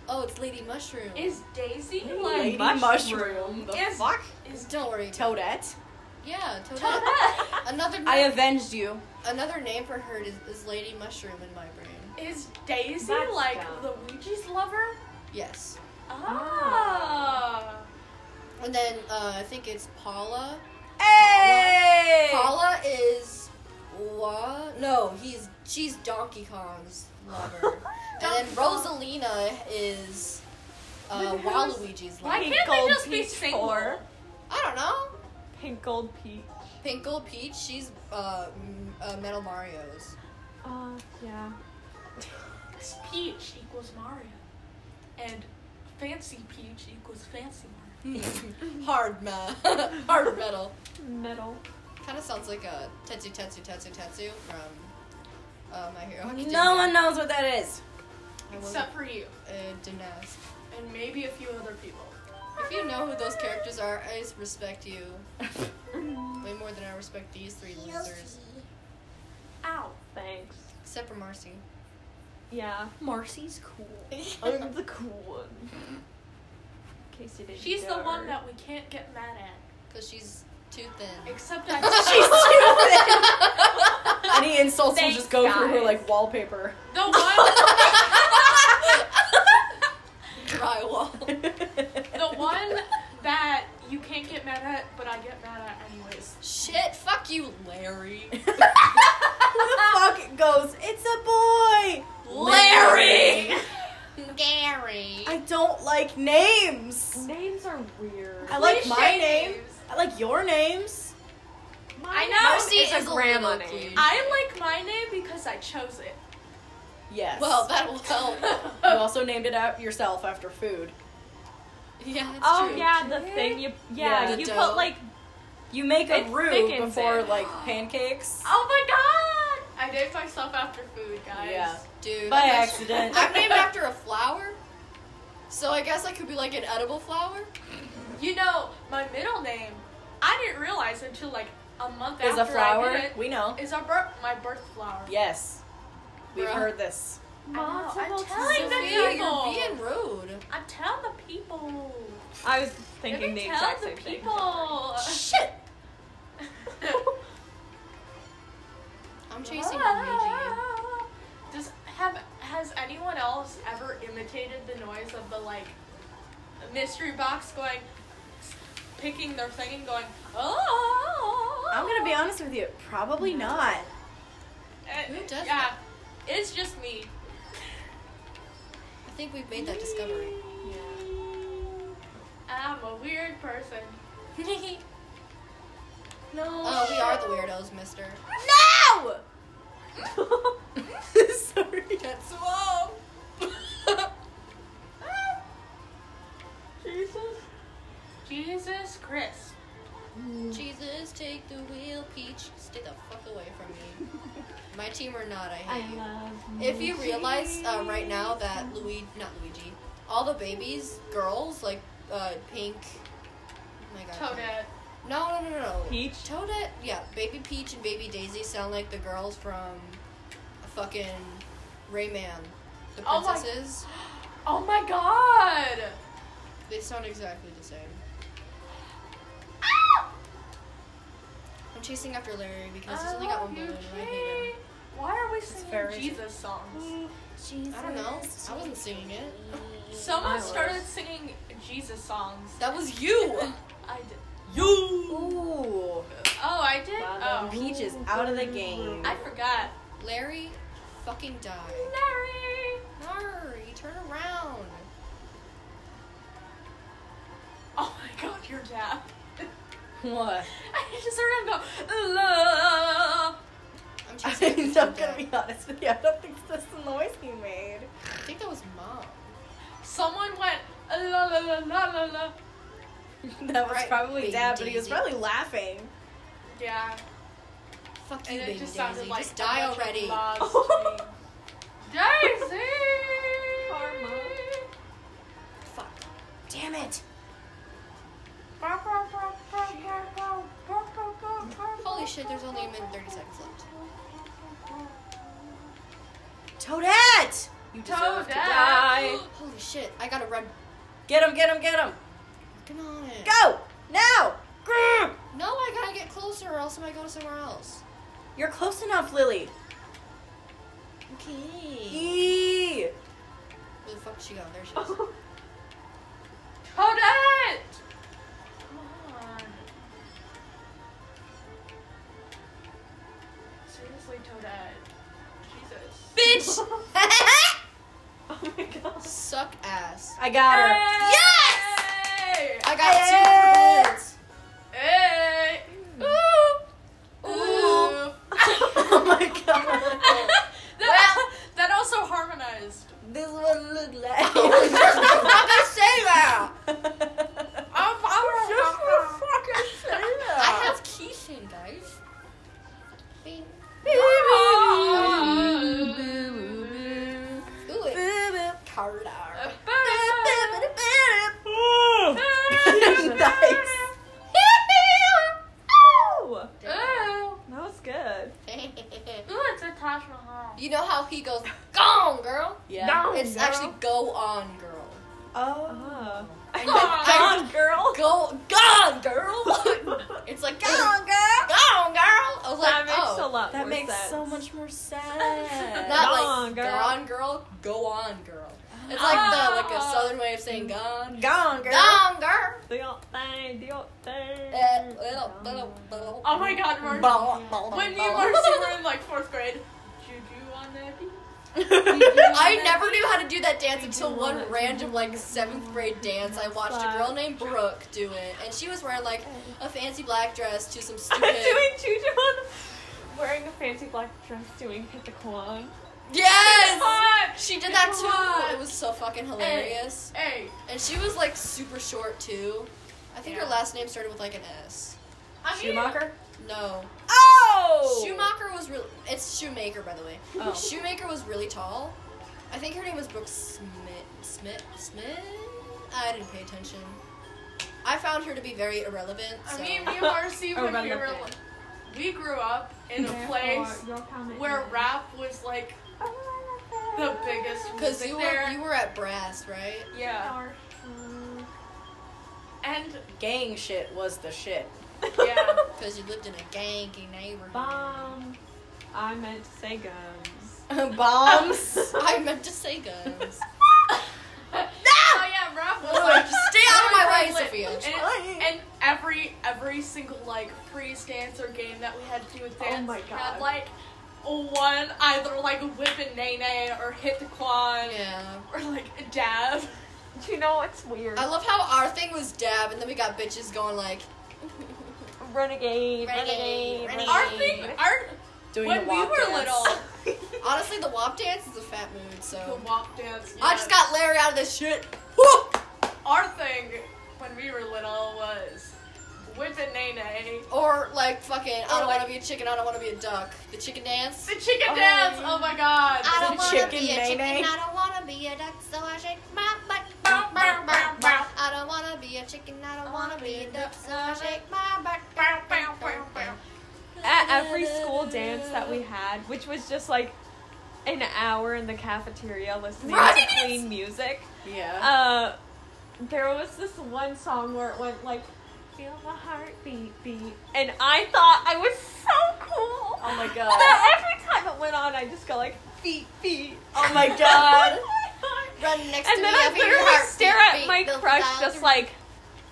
Oh, it's Lady Mushroom. Is Daisy like? mushroom. The Yes. fuck? Don't worry. Toadette. yeah, Toad. Toadette. Another I name, avenged you. another name for her is, is Lady Mushroom in my brain. Is Daisy That's like dumb. Luigi's lover? Yes. Ah. And then uh, I think it's Paula. Hey! Paula is what? No, he's she's Donkey Kong's lover. and then Donkey Kong. Rosalina is uh, But who's- Waluigi's Why lover. Pink can't they gold just be peach single? four. I don't know. Pink gold peach. Pinkle Peach, she's uh, m- uh, Metal Mario's. Oh, yeah. Peach equals Mario, and fancy peach equals fancy Mario. Hard ma- hard metal. Metal. Kind of sounds like a Tetsu Tetsu Tetsu Tetsu from uh, My Hero Academia. No one knows what that is. I wasn't- Except for you, uh, didn't ask. and maybe a few other people. If you know who those characters are, I just respect you way more than I respect these three losers. Ow. Thanks. Except for Marcy. Yeah. Marcy's cool. I'm the cool one. In case you didn't She's the know. one that we can't get mad at. Because she's too thin. Except I. She's too thin. Any insults will Thanks, just go through her guys. like wallpaper. The one, Drywall. the one that you can't get mad at, but I get mad at anyways. Shit, fuck you, Larry. Who the fuck goes, it's a boy! Larry! Gary. I don't like names! Names are weird. I like Cliche my name. I like your names. My know mom she is is a a grandma little name. cute. I like my name because I chose it. Yes. Well, that'll help. you also named it out yourself after food. Yeah, that's Oh true. yeah, the thing you Yeah, yeah, the you dough. put like You make a It roux thickens before it. like pancakes. Oh my Oh god! I named myself after food, guys. Yeah. Dude. By I'm not- accident. I'm named after a flower. So I guess I could be like an edible flower. You know, my middle name, I didn't realize until like a month Is after a flower. I did it, We know. is our birth, my birth flower. Yes. We've Bruh. heard this. know, I'm multiple telling times. them Sophia, you're people. being rude. I'm telling the people. I was Let thinking me the tell exact the same thing. people. Shit. I'm chasing Ah. Luigi. Does have has anyone else ever imitated the noise of the like mystery box going, picking their thing and going, oh? I'm gonna be honest with you. Probably not. Uh, Who does yeah, that? it's just me. I think we've made that discovery. I'm a weird person. No. Oh, we are the weirdos, mister. No! Sorry. That's whoa. Jesus. Jesus Christ. Jesus take the wheel, Peach. Stay the fuck away from me. My team or not, I hate you. love If you realize uh, right now that Luigi, not Luigi, all the babies, girls, like uh, Pink. Oh my god. Toadette. No, no, no, no, no. Peach? Toadette, yeah. Baby Peach and Baby Daisy sound like the girls from fucking Rayman. The Oh my- princesses. Oh my god! They sound exactly the same. I'm chasing after Larry because he's I only got love one you, balloon and I hate him. Jay. Why are we singing very- Jesus songs? Mm, I don't know. I wasn't singing it. Someone I started was. singing Jesus songs. mm, That was you! I did. You! Ooh, Oh, I did. Wow, Oh, that- Peach is out of the game. I forgot. Larry fucking died. Larry. Larry, turn around. Oh my god, your dad. What? I just heard him go. "La." I'm chasing after I'm not gonna Toadette. be honest with you. I don't think that's the noise he made. I think that was mom. Someone went. La la la la la la. That was Right, probably Big Dad, but he was Daisy. probably laughing. Yeah. Fuck you, baby And it Daisy. just sounded like just die a bunch of already. loves to me. Daisy. Karma. Fuck. Damn it! Holy shit, there's only a minute and 30 seconds left. Toadette! You deserve to die. Toadette. Holy shit, I gotta run. Get him, get him, get him! Working on it. Go! Now! Grr! No, I gotta get closer or else I might go somewhere else. You're close enough, Lily. Okay. Eee! Where the fuck did she go? There she is. Oh Toadette. Come on. Seriously, Toadette. Jesus. Bitch! Oh my god. Suck ass. I got her. Yes! I got two for balloons. Hey! Ooh! Ooh. oh my god. that, well, that also harmonized. This one look like. I say that. I'm, I'm Just for I fucking saying have Keishan, guys. Bing. Ooh, it's Carla. uh, nice. Ooh, uh. that was good. Ooh, it's a Taj Mahal. you know how he goes, gone, girl? Yeah. It's actually go on, girl. Oh. Oh. I- Gone, girl. Go, gone, girl. it's like, gone, girl. gone, girl. I was like, that makes oh. a lot That more makes sense. so much more sense. Not Gone, like girl. gone girl, go on girl. It's like the like a Oh. southern way of saying gone. Gone, girl. Gone girl. The old thing, the old thing. Eh, little, little, little. Oh my god, Marcy. Blah, blah, When me blah. and Marcy were in like fourth grade, Juju on that beat. I never knew how to do that dance until do one it. random like seventh grade dance. I watched a girl named Brooke do it, and she was wearing like a fancy black dress to some I'm stupid. doing Juju on wearing a fancy black dress doing hit the Kwan. Yes, Hot! she did that too. It was so fucking hilarious, Hey, and she was like super short too. I think her Yeah. last name started with like an S. I mean, Schumacher? No, Oh! Schumacher was really. It's Shoemaker, by the way. Oh. Shoemaker was really tall. I think her name was Brooke Smith. Smith. Smith. I didn't pay attention. I found her to be very irrelevant. I so- mean, me and Marcy, Oh, when about we your were, fan. li- we grew up in a place where rap was like Oh, the biggest Cause music you there. were you were at Brass, right? yeah, and Gang shit was the shit. yeah, Cause you lived in a ganky neighborhood. Bomb. I meant to say gums. Bombs. I meant to say guns. Ah! oh yeah, rap was like Stay out of my way, lit. Sophia. And, it- and every every single like freeze dance or game that we had to do with Oh dance my had God. like one either like whip and nay nay or hit the quan Yeah. or like dab. Do you know it's weird? I love how our thing was dab, and then we got bitches going like, Renegade, renegade, renegade, renegade. Our thing, our Doing when the we walk were dance. little, honestly, the WAP dance is a fat mood. the So walk dance. I yeah. just got Larry out of this shit. Woo! Our thing when we were little was with a nay nay. Or like fucking, I Or, don't like- want to be a chicken. I don't want to be a duck. The chicken dance. The chicken dance. Oh my god. I don't The want to chicken be a nay-nay. chicken. I don't want to be a duck, so I shake my butt. Bow, bow, bow, bow. I don't want to be a chicken. I don't want to be a duck, so I shake my butt. Bow, bow, bow, bow. At every school dance that we had, which was just like an hour in the cafeteria listening Right! to clean music, Yeah. uh, there was this one song where it went like, "Feel the heartbeat beat," and I thought I was so cool. Oh my God. That every time it went on, I just go like, "Beat, beat." oh my god. Run next to and then me. I have your literally heart stare beat, at beat, my build a crush, thousand- just like,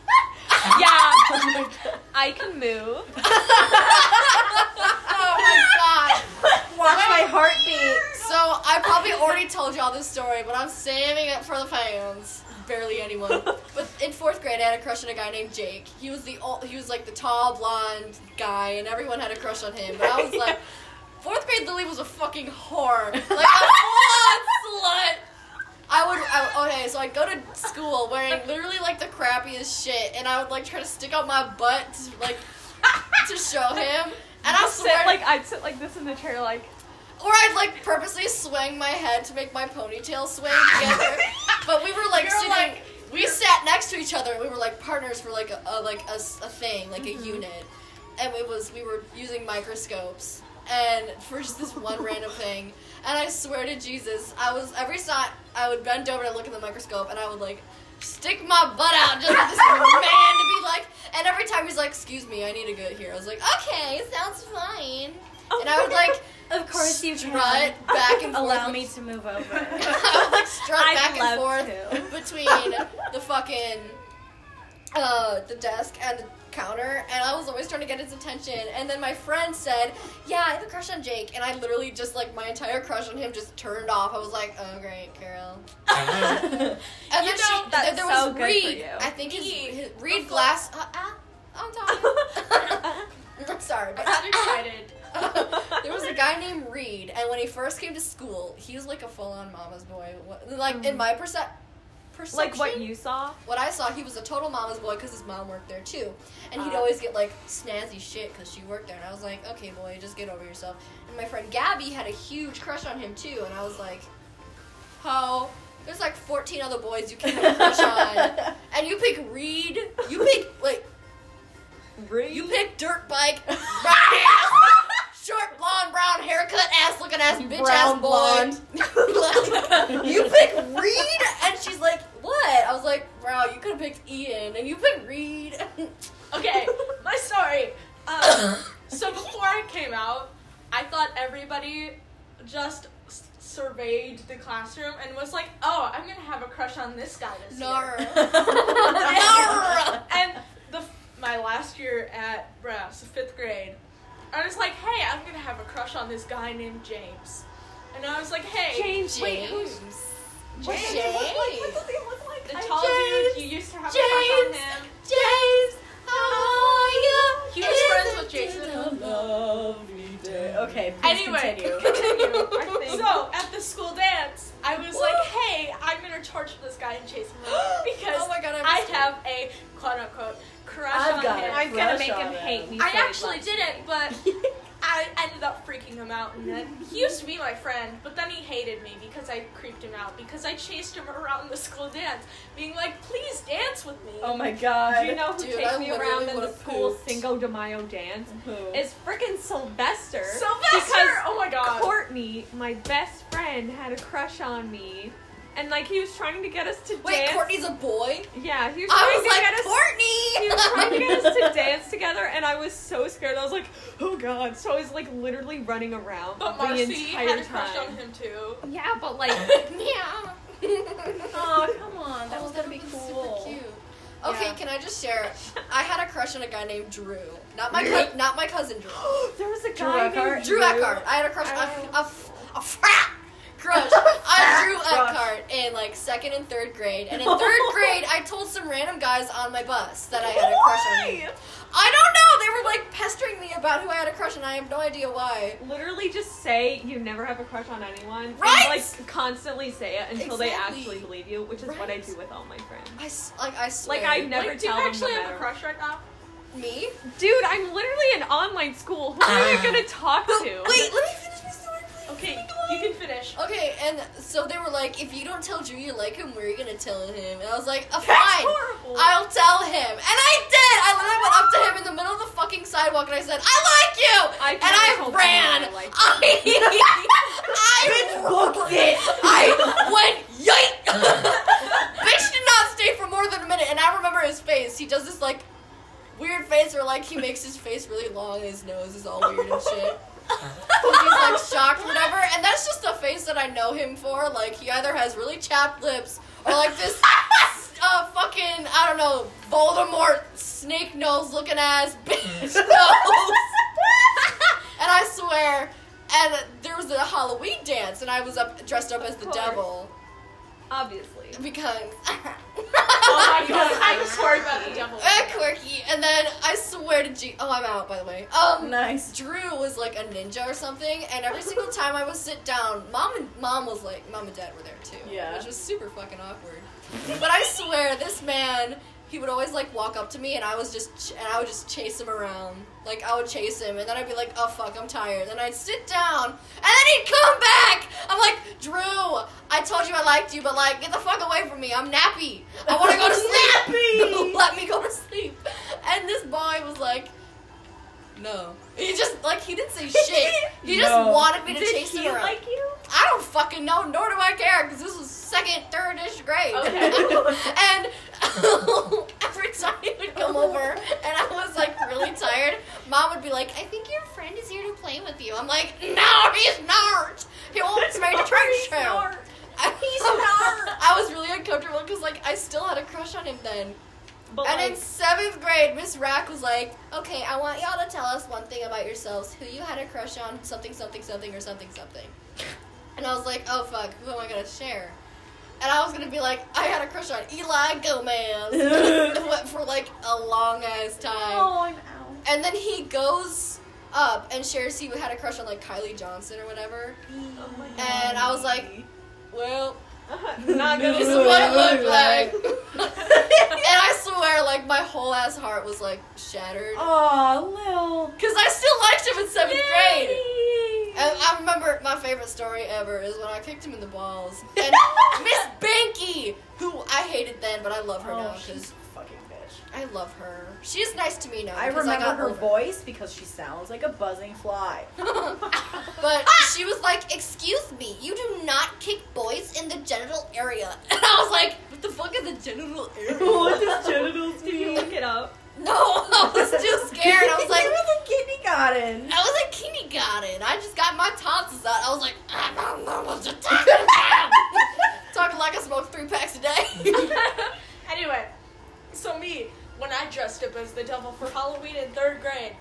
oh "Yeah, my god. I can move." Oh my god. Watch my heartbeat. So I probably already told y'all this story, but I'm saving it for the fans. Barely anyone. But in fourth grade, I had a crush on a guy named Jake. He was the old, he was like the tall blonde guy, and everyone had a crush on him. But I was like, fourth grade Lily was a fucking whore, like a full on slut. I would, I, okay, so I'd go to school wearing literally like the crappiest shit, and I would like try to stick out my butt to like to show him. And I I'd sit swear, like I'd sit like this in the chair, like or I'd like purposely swing my head to make my ponytail swing together. but we were like You're sitting, like- we sat next to each other. and We were like partners for like a, a like a, s- a thing, like Mm-hmm. a unit. And it was we were using microscopes and for just this one random thing. And I swear to Jesus, I was every time I would bend over to look in the microscope, and I would like stick my butt out just for this man to be like. And every time he's like, "Excuse me, I need to go here." I was like, "Okay, sounds fine." Oh And I would like Of course you strut can. back and forth. Allow me to move over. I would like strut I'd back and love forth between the fucking uh the desk and the counter and I was always trying to get his attention and then my friend said, Yeah, I have a crush on Jake and I literally just like my entire crush on him just turned off. I was like, Oh great, Carol. And You then know, she that's there, there was so good for Reed. you. I think his, Reed. his Reed Glass uh, uh, I'm talking. I'm sorry, but I'm excited. there was a guy named Reed, and when he first came to school, he was like a full-on mama's boy. What- Like in my perce- perception, Mm. like what you saw. what I saw, he was a total mama's boy because his mom worked there too, and Uh. he'd always get like snazzy shit because she worked there. And I was like, okay, boy, just get over yourself. And my friend Gabby had a huge crush on him too, and I was like, ho, there's like 14 other boys you can have a crush on, and you pick Reed, you pick like you pick dirt bike, brown ass, short blonde, brown haircut, ass looking ass, bitch ass Brown boy. blonde. Like, you pick Reed, and she's like, "What?" I was like, "Bro, you could have picked Ian, and you picked Reed." Okay, my story. Um, so before I came out, I thought everybody just s- surveyed the classroom and was like, "Oh, I'm gonna have a crush on this guy this year." Nar. and and the my last year at Brass, fifth grade, I was like, "Hey, I'm gonna have a crush on this guy named James," and I was like, "Hey, James, wait, who's James. what does he look like? What does he look like? the I- tall James, dude you used to have James, a crush on him." James, how are you? He was friends with Jason. Lovely day. Okay, please Anyway, continue. I think- So at the school dance, I was like, "Hey, I'm gonna torture this guy and chase him around because Oh my God, I I missed it. have a quote unquote crush I've on got him." it. I'm gonna Crush make him on him. hate me. I so he actually loves me. didn't, but I ended up freaking him out, and then he used to be my friend, but then he hated me because I creeped him out because I chased him around the school dance, being like, "Please dance with me." oh my god. Do you know who Dude, takes I literally me Mm-hmm. around in the would've school pooped. Cinco de Mayo dance? Who? Is frickin' Sylvester. Sylvester! Because Oh my god. Courtney, my best friend, had a crush on me, and like he was trying to get us to Wait, dance. Courtney's a boy. Yeah, he was trying I was to like, get us. He was trying to Courtney. get us to dance together, and I was so scared. I was like, "Oh God!" So I was like literally running around But the Marcy entire had a time. crush on him too. Yeah, but like, Yeah. Oh, come on. That Oh, was that gonna be would've been cool. Super cute. Okay, Yeah. can I just share? I had a crush on a guy named Drew. Not my co- not my cousin Drew. there was a guy Eckhart? named Drew Eckhart. I had a crush on a, f- a frat crush on Drew Crush. Eckhart in like second and third grade. And in third grade, I told some random guys on my bus that I had a crush on him. Why? I don't know. They were like pestering me about who I had a crush on. I have no idea why. Literally, just say you never have a crush on anyone. and, Right? like constantly say it until they Exactly. actually believe you, which is what I Right. do with all my friends. I s- like I swear. Like I never like, do you tell them. actually no have a matter- crush right now? Me? Dude, I'm literally in online school. Who are you gonna talk to? Wait, let me finish my story, please. Okay, you can finish. Okay, and so they were like, if you don't tell Drew you like him, we're gonna tell him. And I was like, "Uh, That's fine, horrible. I'll tell him. And I did! I literally went up to him in the middle of the fucking sidewalk and I said, I like you! I and I told him ran. I like I, I, I went, yike! Bitch did not stay for more than a minute. And I remember his face. He does this like weird face where like he makes his face really long and his nose is all weird and shit. he's like shocked, whatever. And that's just the face that I know him for. Like he either has really chapped lips or like this uh, fucking I don't know Voldemort snake nose looking ass bitch nose. and I swear, and there was a Halloween dance, and I was up dressed up as the course. devil Obviously. because. Oh my god, I'm sorry about the devil. Eh, quirky, and then I swear to G. Oh, I'm out by the way. Um, Nice. Drew was like a ninja or something, and every single time I would sit down, mom and mom was like, mom and dad were there too, Yeah. which was super fucking awkward. but I swear, this man, he would always like walk up to me, and I was just ch- and I would just chase him around, like I would chase him, and then I'd be like, oh fuck, I'm tired. Then I'd sit down, and then he'd come back. I'm like, Drew, I told you I liked you, but like, get the fuck away from me. I'm nappy. I want to go to sleep. Nappy. Let me go to sleep. And this boy was like. No. He just like he didn't say shit. He just No. wanted me to Did chase he him around. like you? I don't fucking know, nor do I care, because this was second, third-ish grade. Okay. and every time he would come over, and I was like really tired, mom would be like, "I think your friend is here to play with you." I'm like, "No, he's not. He wants me to trash him." I- I was really uncomfortable because like I still had a crush on him then. But And like, in seventh grade, Miss Rack was like, "Okay, I want y'all to tell us one thing about yourselves: who you had a crush on, something, something, something, or something, something." And I was like, "Oh fuck, who am I gonna share?" And I was gonna be like, "I had a crush on Eli Gomez for like a long ass time." oh, I'm out. And then he goes up and shares he had a crush on like Kylie Johnson or whatever. Oh my god. And I was like, "Well, Not This gonna this is do what it. it looked like." and I swear, like my whole ass heart was like shattered. Oh, Because I still liked him in seventh grade. Lil. And I remember my favorite story ever is when I kicked him in the balls. And Miss Banky, who I hated then, but I love her now Oh, she's because a fucking bitch. I love her. She's nice to me now. I 'cause remember got her older. voice because she sounds like a buzzing fly. but Ah! she was like, "Excuse me, you do not kick boys in the genital area." And I was like, "What the fuck is the genital area?" what does genitals Did you mean? look it up? No, I was too scared. I was like, you was a kindergarten. I was in kindergarten. I just got my tonsils out. I was like, "Ah, I don't know what you're talking about. talking like I smoked three packs a day. anyway, so me, when I dressed up as the devil for Halloween in third grade,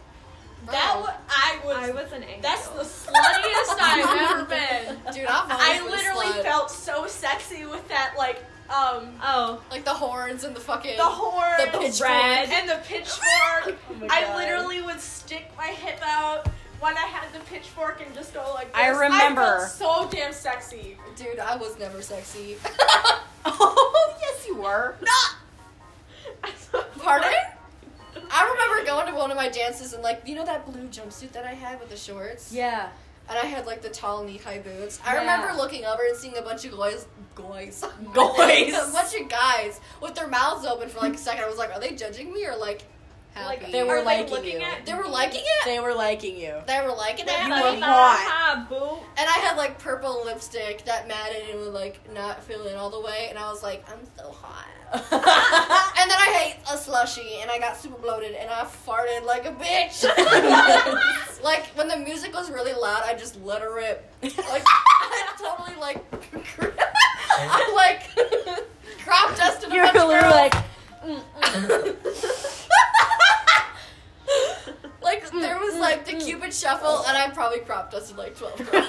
that wa- I was. I was an angel. that's the sluttiest I've ever been. Dude, I've always I been a literally slut. felt so sexy with that, like, um, Oh. like the horns and the fucking. the horn, The pitchfork. Red. and the pitchfork. Oh my I God. literally would stick my hip out when I had the pitchfork and just go like. This. I remember. I felt so damn sexy. Dude, I was never sexy. Oh yes, you were. Pardon? I remember going to one of my dances and like you know that blue jumpsuit that I had with the shorts. Yeah. And I had like the tall knee high boots. I Yeah. remember looking over and seeing a bunch of guys, guys, Guys. a bunch of guys with their mouths open for like a second. I was like, are they judging me or like happy? Like, They are were they liking looking you. At They were liking it. They were liking you. They were liking You it. were Like, hot. hot, boo. and I had like purple lipstick that matted and would like not fill in all the way. And I was like, I'm so hot. and then I ate a slushie and I got super bloated and I farted like a bitch. like when the music was really loud, I just let her rip. Like I totally like I like crop dusted a You're bunch of literally girls. like, Like there was like the Cupid shuffle, and I probably crop dusted like twelve. girls.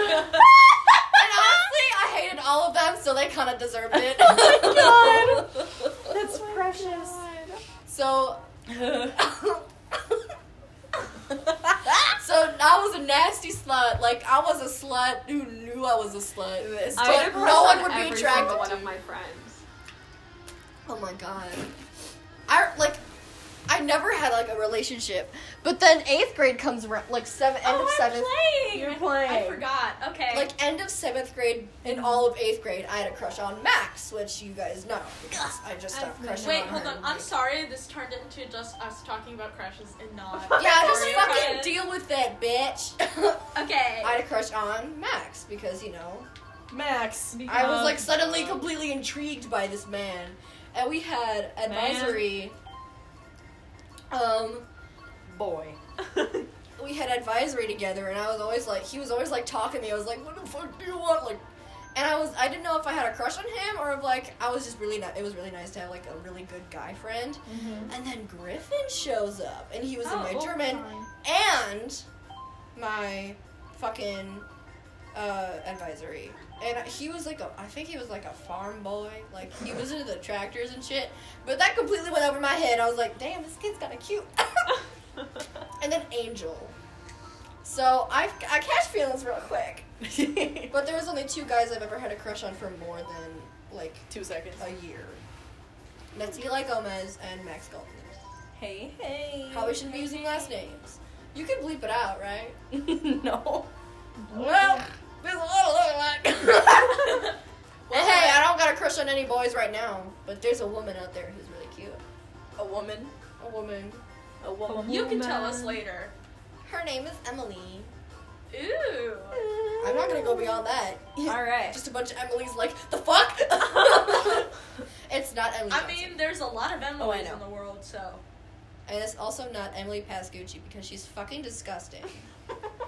And honestly, I hated all of them, so they kind of deserved it. Oh that's precious. so, so I was a nasty slut. Like I was a slut who knew I was a slut. This I But would have no no one on would be every attracted single to one of you. my friends. Oh my god. I like I never had like a relationship. But then 8th grade comes around like 7th end oh, of I'm 7th playing. You're playing. I forgot. Okay. like end of 7th grade and all of 8th grade I had a crush on Max, which you guys know. Because I just stopped crushing Wait, on hold her. on. I'm sorry. This turned into just us talking about crushes and not. Yeah, just Sorry, fucking Ryan. deal with that, bitch. Okay. I had a crush on Max because you know Max. I was like because- suddenly completely intrigued by this man, and we had advisory. Um, boy. we had advisory together, and I was always like, he was always like talking to me. I was like, what the fuck do you want? Like, and I was, I didn't know if I had a crush on him or if like I was just really, ni- it was really nice to have like a really good guy friend. And then Griffin shows up, and he was in my German and my fucking uh, advisory. And he was like a, I think he was like a farm boy. Like he was into the tractors and shit. But that completely went over my head. I was like, damn, this kid's kind of cute. and then Angel. So I, I catch feelings real quick. But there was only two guys I've ever had a crush on for more than like Two seconds. a year. And That's Eli Gomez and Max Galton. Hey, hey. Probably shouldn't be using last names. You can bleep it out, right? no. Well, there's a lot of look alike. well, hey, I don't got a crush on any boys right now, but there's a woman out there who's really cute. A woman. A woman. A woman. you can tell us later. Her name is Emily. Ooh. I'm not gonna go beyond that. All right. Just a bunch of Emily's like, the fuck? it's not Emily. I Johnson. mean, there's a lot of Emily's Oh, I know. in the world, so. and it's also not Emily Pascucci because she's fucking disgusting.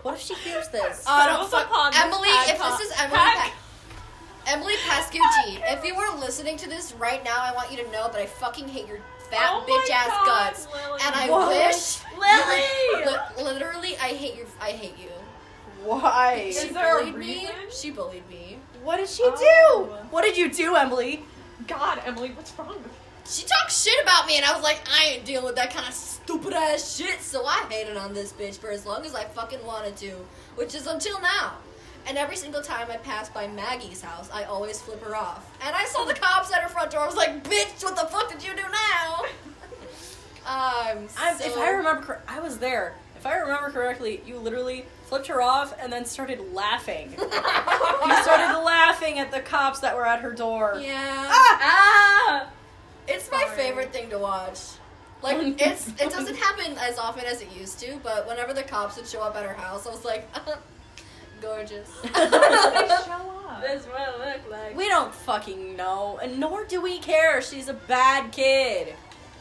What if she hears this? Oh, Stumbles don't fuck upon this Emily. pad If pa- this is Emily, pack. pa- Emily Pascucci, if you were listening to this right now, I want you to know that I fucking hate your fat Oh my bitch ass God, guts, Lily. and I What? wish Li- Lily! literally, I hate you. I hate you. Why? Is she there a bullied me. reason? She bullied me. What did she Oh. do? What did you do, Emily? God, Emily, what's wrong with you? She talked shit about me, and I was like, I ain't dealing with that kind of stupid ass shit. So I hated on this bitch for as long as I fucking wanted to, which is until now. And every single time I pass by Maggie's house, I always flip her off. And I saw the cops at her front door. I was like, bitch, what the fuck did you do now? I'm so. I, if I remember, cor- I was there. If I remember correctly, you literally flipped her off and then started laughing. you started laughing at the cops that were at her door. Yeah. Ah! It's my Sorry. favorite thing to watch. Like it's it doesn't happen as often as it used to, but whenever the cops would show up at her house, I was like, gorgeous. They show up. This is what it looked like. We don't fucking know, and nor do we care. She's a bad kid.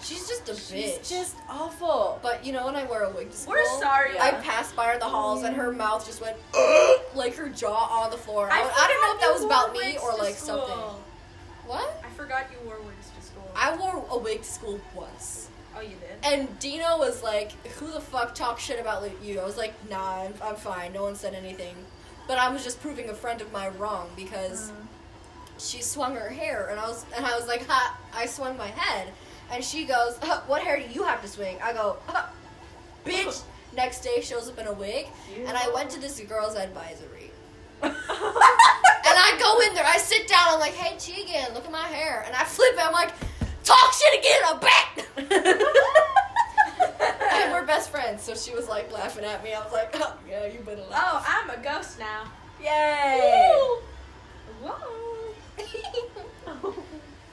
She's just a She's bitch. just awful. But you know when I wear a wig to school, We're sorry. Yeah. I passed by her in the halls, and her mouth just went like her jaw on the floor. I, I, don't know if forgot that you was about wore me wigs or to like school. something. What? I forgot you wore wigs to school. I wore a wig to school once. oh, you did? And Dino was like, "Who the fuck talks shit about you?" I was like, "Nah, I'm, I'm fine. No one said anything." But I was just proving a friend of mine wrong because she swung her hair, and I was and I was like, "Ha!" I swung my head, and she goes, "Huh, "What hair do you have to swing?" I go, "Huh, "Bitch!" Next day shows up in a wig, and I went to this girl's advisory. And I go in there, I sit down, I'm like, hey, Tegan, look at my hair. And I flip it, I'm like, talk shit again, I'm back. and we're best friends, so she was like laughing at me. I was like, oh, yeah, you better laugh. Oh, I'm a ghost now. Yay! Whoa.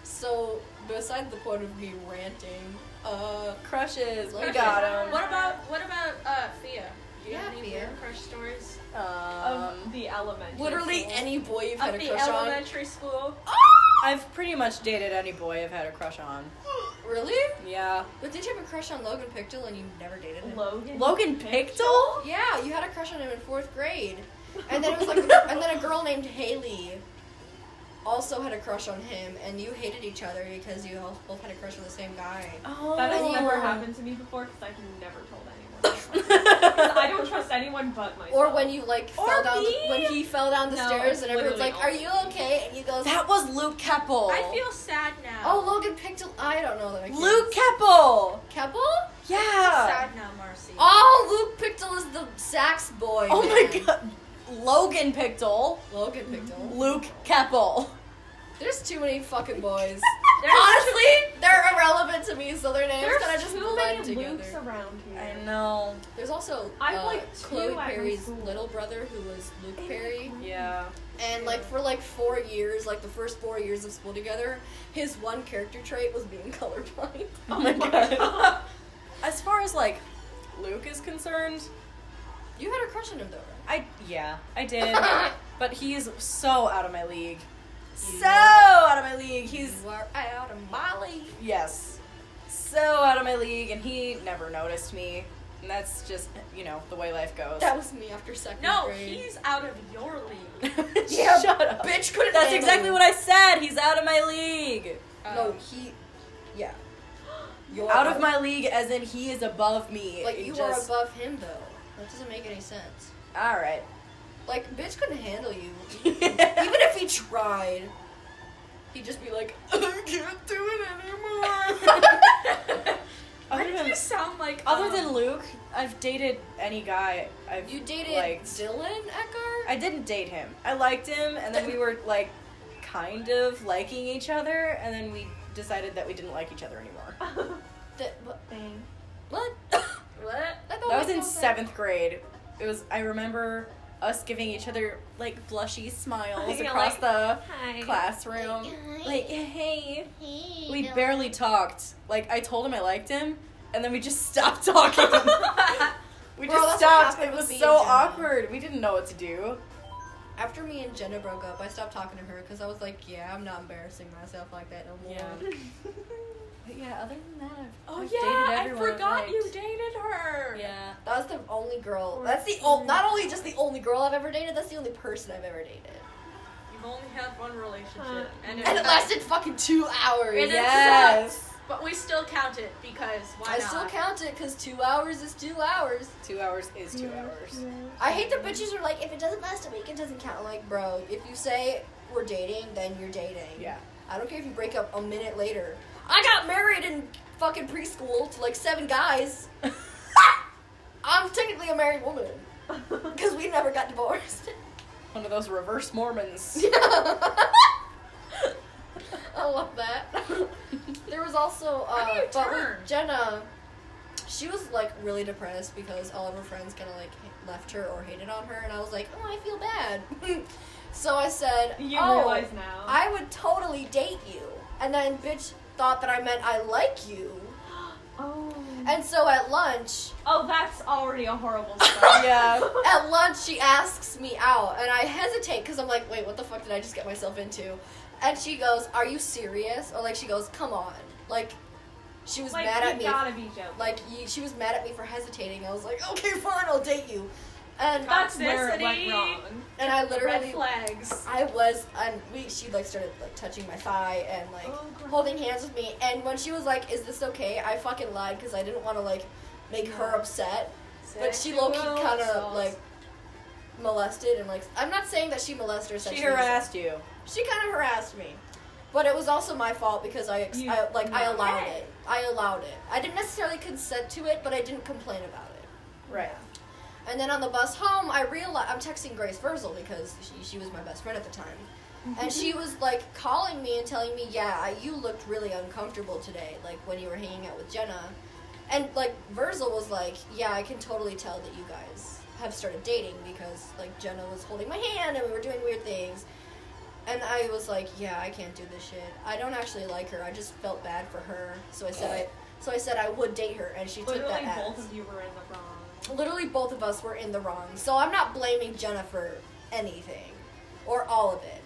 so, besides the point of me ranting, uh, Crushes, we Crushes. got him. What about what about uh Thea? Do you Yeah, have any Thea. weird crush stories? of Um, the elementary. literally school. any boy you've had Of a the crush on. elementary school. I've pretty much dated any boy I've had a crush on. Really? Yeah. But did you have a crush on Logan Pictel and you never dated him? Logan. Logan Pictel? yeah, you had a crush on him in fourth grade. And then it was like, and then a girl named Haley also had a crush on him, and you hated each other because you all- both had a crush on the same guy. Oh. That has Oh. never happened to me before because I've never told anyone. I don't trust anyone but myself. Or when you like Or fell down, me. when he fell down the No, stairs, it's and everyone's literally like, "Are all you me. okay?" And you goes, That was Luke Keppel. I feel sad now. "Oh, Logan picked. A- I don't know that. I can't- Luke Keppel. Keppel. Yeah. sad now, Marcy. Oh, Luke Pictel is the sax boy. Oh my man. god. Logan Pictel. Logan Pictel. Luke Keppel. There's too many fucking boys. Honestly, they're irrelevant to me, so their names There's kind of just too blend many together. loops around here. I know. There's also I have, uh, like, two Chloe at my Perry's school. little brother, who was Luke Perry, Yeah. and like for like four years, like the first four years of school together, his one character trait was being colorblind. Oh my god. as far as like Luke is concerned, You had a crush on him though, right? I yeah, I did. but he is so out of my league. So Yeah. out of my league. He's You are out of Molly. yes. So out of my league and he never noticed me. And that's just, you know, the way life goes. That was me after second No, grade. he's out of your league. Yeah, Shut up. bitch couldn't. That's handle exactly you. what I said. He's out of my league. No, Um, he. Yeah. You're Out of my league as in he is above me. Like It you are just, above him though. That doesn't make any sense. All right. Like bitch couldn't handle you. Even if he tried, he'd just be like, I can't do it anymore. Why Other did than, you sound like other um, than Luke, I've dated any guy I've you dated liked. Dylan Eckhart? I didn't date him. I liked him, and then we were like kind of liking each other, and then we decided that we didn't like each other anymore. Th- what? Thing. what? what? I thought we Oh, That was in told seventh grade. It was. I remember us giving each other like blushy smiles Yeah, across like, the Hi. classroom. Like, hey. We barely talked. Like, I told him I liked him, and then we just stopped talking. we Bro, that's what just stopped. happened It with was me in so general. awkward. We didn't know what to do. After me and Jenna broke up, I stopped talking to her because I was like, yeah, I'm not embarrassing myself like that no more. But yeah, other than that, I've, oh I've dated yeah, I everyone I've forgot you liked. dated her. Yeah. That's the only girl. That's the only. Not only just the only girl I've ever dated. That's the only person I've ever dated. You've only had one relationship, Huh. and, And it lasted fucking two hours. It is- Yes. But we still count it because why I not? still count it because two hours is two hours. Two hours is two hours. I hate that bitches are like, if it doesn't last a week, it doesn't count. I'm like, bro, if you say we're dating, then you're dating. Yeah. I don't care if you break up a minute later. I got married in fucking preschool to like seven guys. I'm technically a married woman because we never got divorced. One of those reverse Mormons. I love that. there was also, uh, How do you but turn? with Jenna, she was like really depressed because all of her friends kind of like left her or hated on her, and I was like, oh, I feel bad. so I said, You oh, realize now. I would totally date you, and then bitch thought that I meant I like you, oh. and so at lunch, oh, that's already a horrible start. yeah. at lunch she asks me out and i hesitate because i'm like wait what the fuck did i just get myself into and she goes are you serious or like she goes come on like she was like, mad you at me gotta be joking. like you, she was mad at me for hesitating i was like okay fine i'll date you and that's where it went Toxicity. wrong. and i Red literally flags. I was, and we, she like started like touching my thigh and like Oh, gross. holding hands with me. And when she was like, "Is this okay?" I fucking lied because I didn't want to like make her upset. But she low key Sexual kind of assault. like molested and like I'm not saying that she molested or She sexually harassed you. She kind of harassed me, but it was also my fault because I, ex- You- I like I no. allowed it. I allowed it. I didn't necessarily consent to it, but I didn't complain about it. Right. And then on the bus home, I realized I'm texting Grace Verzel because she, she was my best friend at the time. And she was like calling me and telling me, Yeah, I- you looked really uncomfortable today, like when you were hanging out with Jenna. And like Verzel was like, Yeah, I can totally tell that you guys have started dating because like Jenna was holding my hand and we were doing weird things. And I was like, Yeah, I can't do this shit. I don't actually like her. I just felt bad for her. So I said I so I said I would date her and she took Literally, that as both of you were in the wrong. literally both of us were in the wrong. So I'm not blaming Jenna for anything or all of it.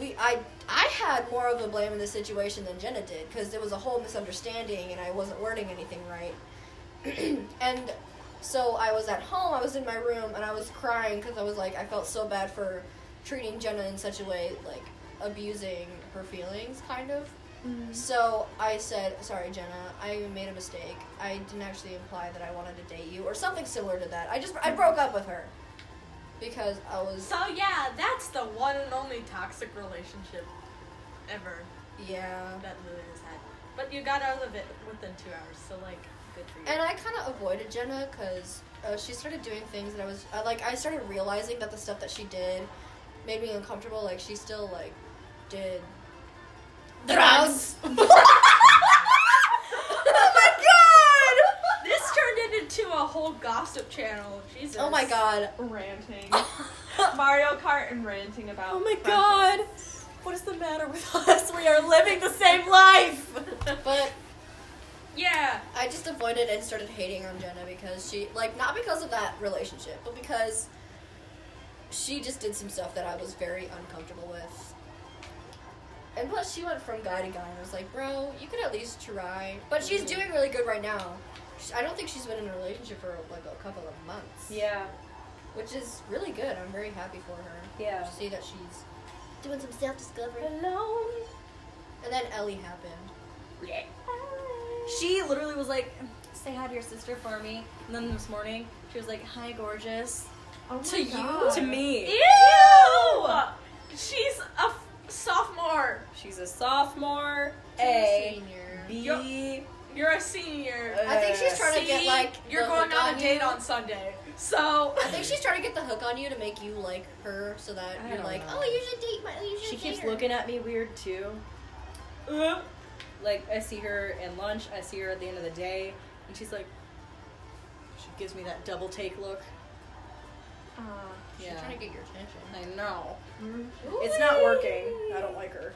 We I I had more of a blame in the situation than Jenna did because there was a whole misunderstanding and I wasn't wording anything right. and so I was at home, I was in my room and I was crying cuz I was like I felt so bad for treating Jenna in such a way like abusing her feelings kind of. So I said, "Sorry, Jenna, I made a mistake. I didn't actually imply that I wanted to date you, or something similar to that. I just I broke up with her because I was So yeah, that's the one and only toxic relationship ever yeah, that Lily has had. But you got out of it within two hours, so like, good for you. and I kind of avoided Jenna because uh, she started doing things that I was I, like I started realizing that the stuff that she did made me uncomfortable. Like she still like did Drugs. oh my god! This turned into a whole gossip channel. Jesus. Oh my god. ranting. Mario Kart and ranting about. Oh my friendships. god! What is the matter with us? We are living the same life! But Yeah. I just avoided and started hating on Jenna because she, like, not because of that relationship, but because she just did some stuff that I was very uncomfortable with. And plus, she went from guy to guy and I was like, bro, you could at least try. But she's Mm-hmm. doing really good right now. She- I don't think she's been in a relationship for, like, a couple of months. Yeah, Which is really good. I'm very happy for her. yeah. To see that she's doing some self discovery. Alone. And then Ellie happened. She literally was like, say hi to your sister for me. And then this morning, she was like, hi, gorgeous. Oh my to you? God. To me. Ew! She's a f- sophomore. She's a sophomore. She's A. senior. B. You're a senior. Uh, I think she's trying to See, get like you're the going hook on a date you. on Sunday. So I think she's trying to get the hook on you to make you like her, so that I you're don't like, know. oh, you should date my. You should Uh-huh. She date keeps her." looking at me weird too. Uh, Like I see her in lunch, I see her at the end of the day, and she's like, she gives me that double take look. Uh, She's trying to get Mm-hmm. your attention. I know. mm. It's not working. I don't like her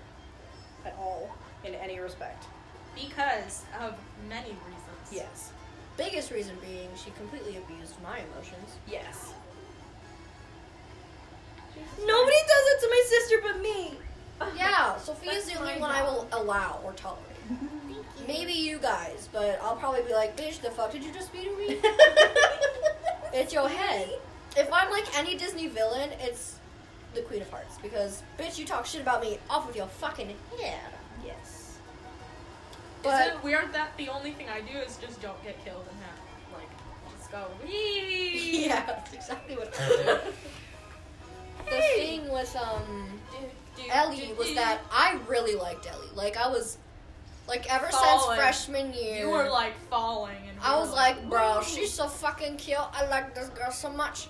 at all in any respect. because of many reasons. Yes. Biggest reason being she completely abused my emotions. Yes. Nobody does it to my sister but me. Yeah, Sophia's the That's only my one I will job. allow or tolerate. Maybe you guys, but I'll probably be like, bitch, the fuck did you just be to me? it's your head. If I'm like any Disney villain, it's the Queen of Hearts because bitch, you talk shit about me off with your fucking head. Yes. But- Is it weird that the only thing I do is just don't get killed and have like just go wee? yeah, that's exactly what I did. The thing with um Do- do- Ellie do- was do. that I really liked Ellie. Like I was like ever Falling. since freshman year. you were like falling and I we was were like, bro, "Woo." she's so fucking cute. I like this girl so much.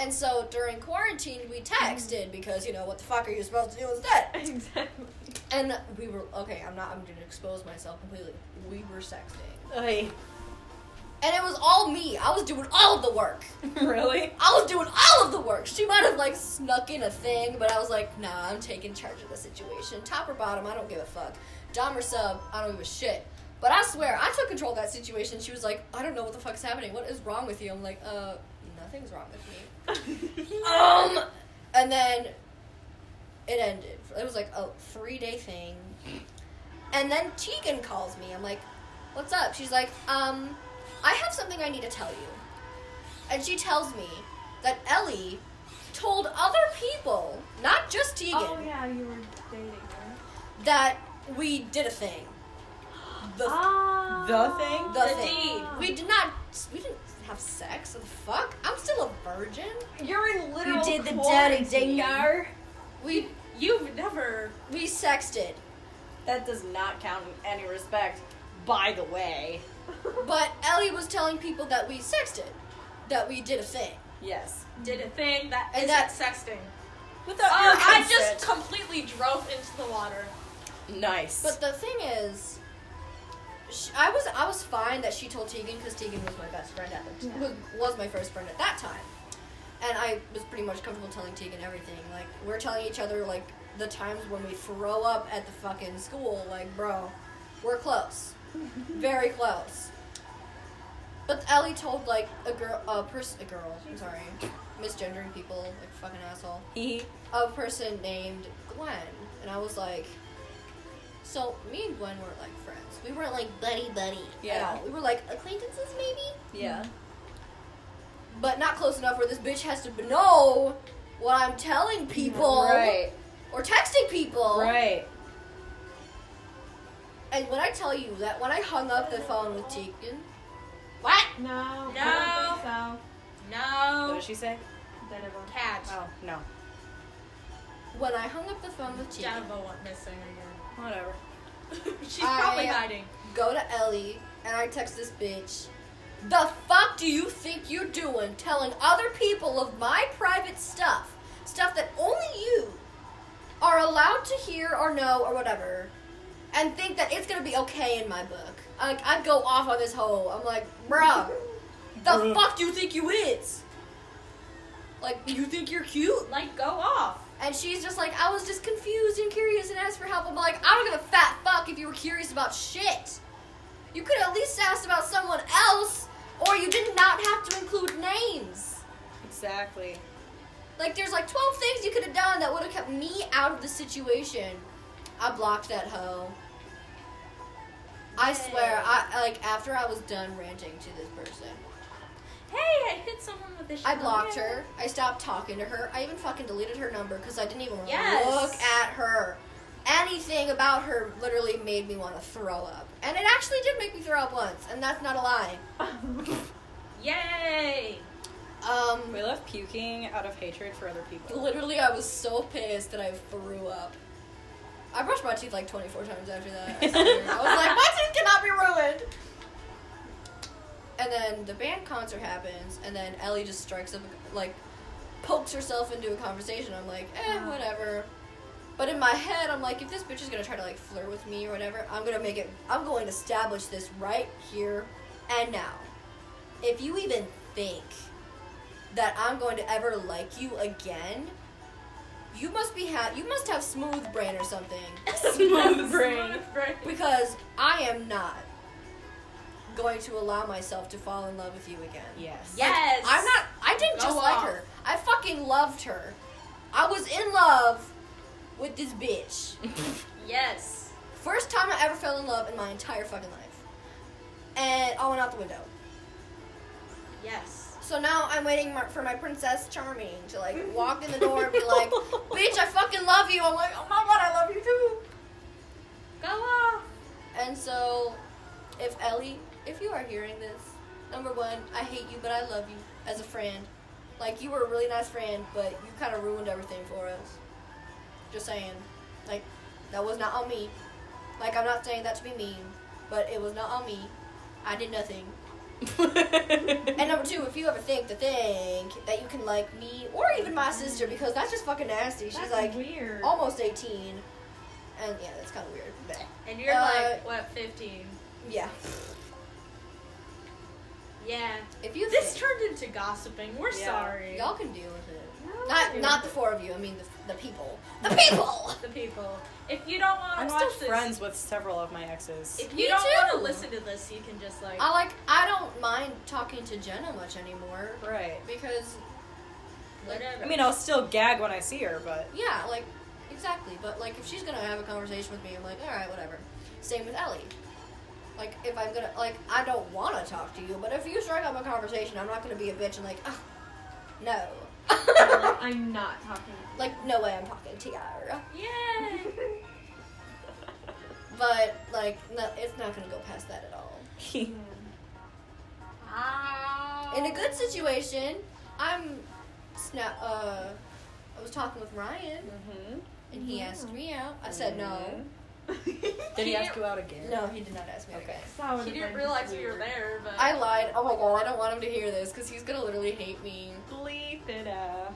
And so during quarantine, we texted because you know what the fuck are you supposed to do instead? Exactly. And we were okay. I'm not. I'm gonna expose myself completely. We were sexting, Hey, and it was all me. I was doing all of the work. really? I was doing all of the work. She might have like snuck in a thing, but I was like, nah, I'm taking charge of the situation. Top or bottom, I don't give a fuck. Dom or sub, I don't give a shit. But I swear, I took control of that situation. She was like, I don't know what the fuck's happening. What is wrong with you? I'm like, uh, nothing's wrong with me. Um, and then it ended. It was like a three day thing. And then Tegan calls me. I'm like, what's up? She's like, um, I have something I need to tell you and she tells me that Ellie told other people, not just Tegan, Oh yeah, you were dating her. that we did a thing. The, Ah. The thing? the the thing. deed. We did not. We didn't have sex. What the fuck? I'm still a virgin. You're in literal. quarantine. dingar. We You've never. we sexted, That does not count in any respect. By the way. but Ellie was telling people that we sexted, that we did a thing. Yes. Did a thing that And isn't that- sexting. Without Uh, I just completely drove into the water. nice. But the thing is, sh I was I was fine that she told Tegan because Tegan was my best friend at the t- Yeah. who was my first friend at that time, and I was pretty much comfortable telling Tegan everything. Like we're telling each other like the times when we throw up at the fucking school. Like bro, we're close, very close. But Ellie told like a girl, a person, a girl. I'm sorry, misgendering people like fucking asshole he a person named Gwen, and I was like, so me and Gwen weren't like friends. We weren't like buddy buddy Yeah. at all. We were like acquaintances maybe, yeah. but not close enough where this bitch has to know what I'm telling people Right. or texting people. Right. And when I tell you that when I hung up the phone with Tegan, what? No. No. I don't think What No. did she say? so. Then it won't- Catch. Oh no. When I hung up the phone with Tegan, Jennifer went missing again. Whatever. She's probably I- uh, hiding. go to Ellie and I text this bitch. The fuck do you think you're doing telling other people of my private stuff? Stuff that only you are allowed to hear or know or whatever. and think that it's gonna be okay in my book. Like I'd go off on this whole. I'm like, bruh, the Bruh. fuck do you think you is? Like you think you're cute? Like, go off. And she's just like, I was just confused and curious and asked for help. I'm like, I don't give a fat fuck if you were curious about shit. You could at least asked about someone else, or you did not have to include names. Exactly. Like, there's like 12 things you could have done that would have kept me out of the situation. I blocked that hoe. I swear, I like after I was done ranting to this person, Hey, I hit someone with this. I blocked her. I stopped talking to her. I even fucking deleted her number because I didn't even wanna Yes. look at her. Anything about her literally made me want to throw up, and it actually did make me throw up once, and that's not a lie. Yay! Um, We love puking out of hatred for other people. Literally, I was so pissed that I threw up. I brushed my teeth like 24 times after that. I, swear. I was like, my teeth cannot be ruined! And then the band concert happens, and then Ellie just strikes up, like, pokes herself into a conversation. I'm like, eh, whatever. But in my head, I'm like, if this bitch is gonna try to, like, flirt with me or whatever, I'm gonna make it, I'm going to establish this right here and now. If you even think that I'm going to ever like you again. You must be ha- you must have smooth brain or something Smooth brain. Smooth brain. because I am not going to allow myself to fall in love with you again. Yes. Yes. I'm not I didn't Go just like off. her. I fucking loved her. I was in love with this bitch. Yes. First time I ever fell in love in my entire fucking life. And I went out the window. Yes. So now I'm waiting mar- for my Princess Charming to like Mm-hmm. walk in the door and be like, "Bitch, I fucking love you." I'm like, "Oh my god, I love you too." Go off. And so, if Ellie, if you are hearing this, number one, I hate you, but I love you as a friend. Like you were a really nice friend, but you kind of ruined everything for us. Just saying, like that was not on me. Like I'm not saying that to be mean, but it was not on me. I did nothing. And number two, if you ever think to think that you can like me or even my sister, because that's just fucking nasty. She's That's like oh. weird. almost eighteen, and yeah, that's kind of weird. But And you're Uh, like what, 15? yeah, Yeah. if you This think, turned into gossiping. We're Yeah. sorry. y'all can deal with it. No, Not dude. not the four of you. I mean the, the people. The people. the people. If you don't want I'm to watch still this, friends with several of my exes. if Me you don't want too. to listen to this, you can just like I like. I don't mind talking to Jenna much anymore Right. because whatever. I mean, I'll still gag when I see her, but yeah, like exactly. But like if she's gonna have a conversation with me, I'm like, all right, whatever. Same with Ellie. Like if I'm gonna like I don't want to talk to you, but if you strike up a conversation, I'm not gonna be a bitch and like, ah, no, I'm not talking. like no way I'm talking to you. Yay! But like no, it's not gonna go past that at all. Ow. In a good situation, I'm snap. Uh, I was talking with Ryan Mhm. and he asked me out. I said no. Did he He- ask you out again? No, he did not ask me. out Okay. again. That would've He didn't been realize we weird. were there, but I lied. Oh my god, I don't want him to hear this because he's gonna literally hate me. Bleep it out.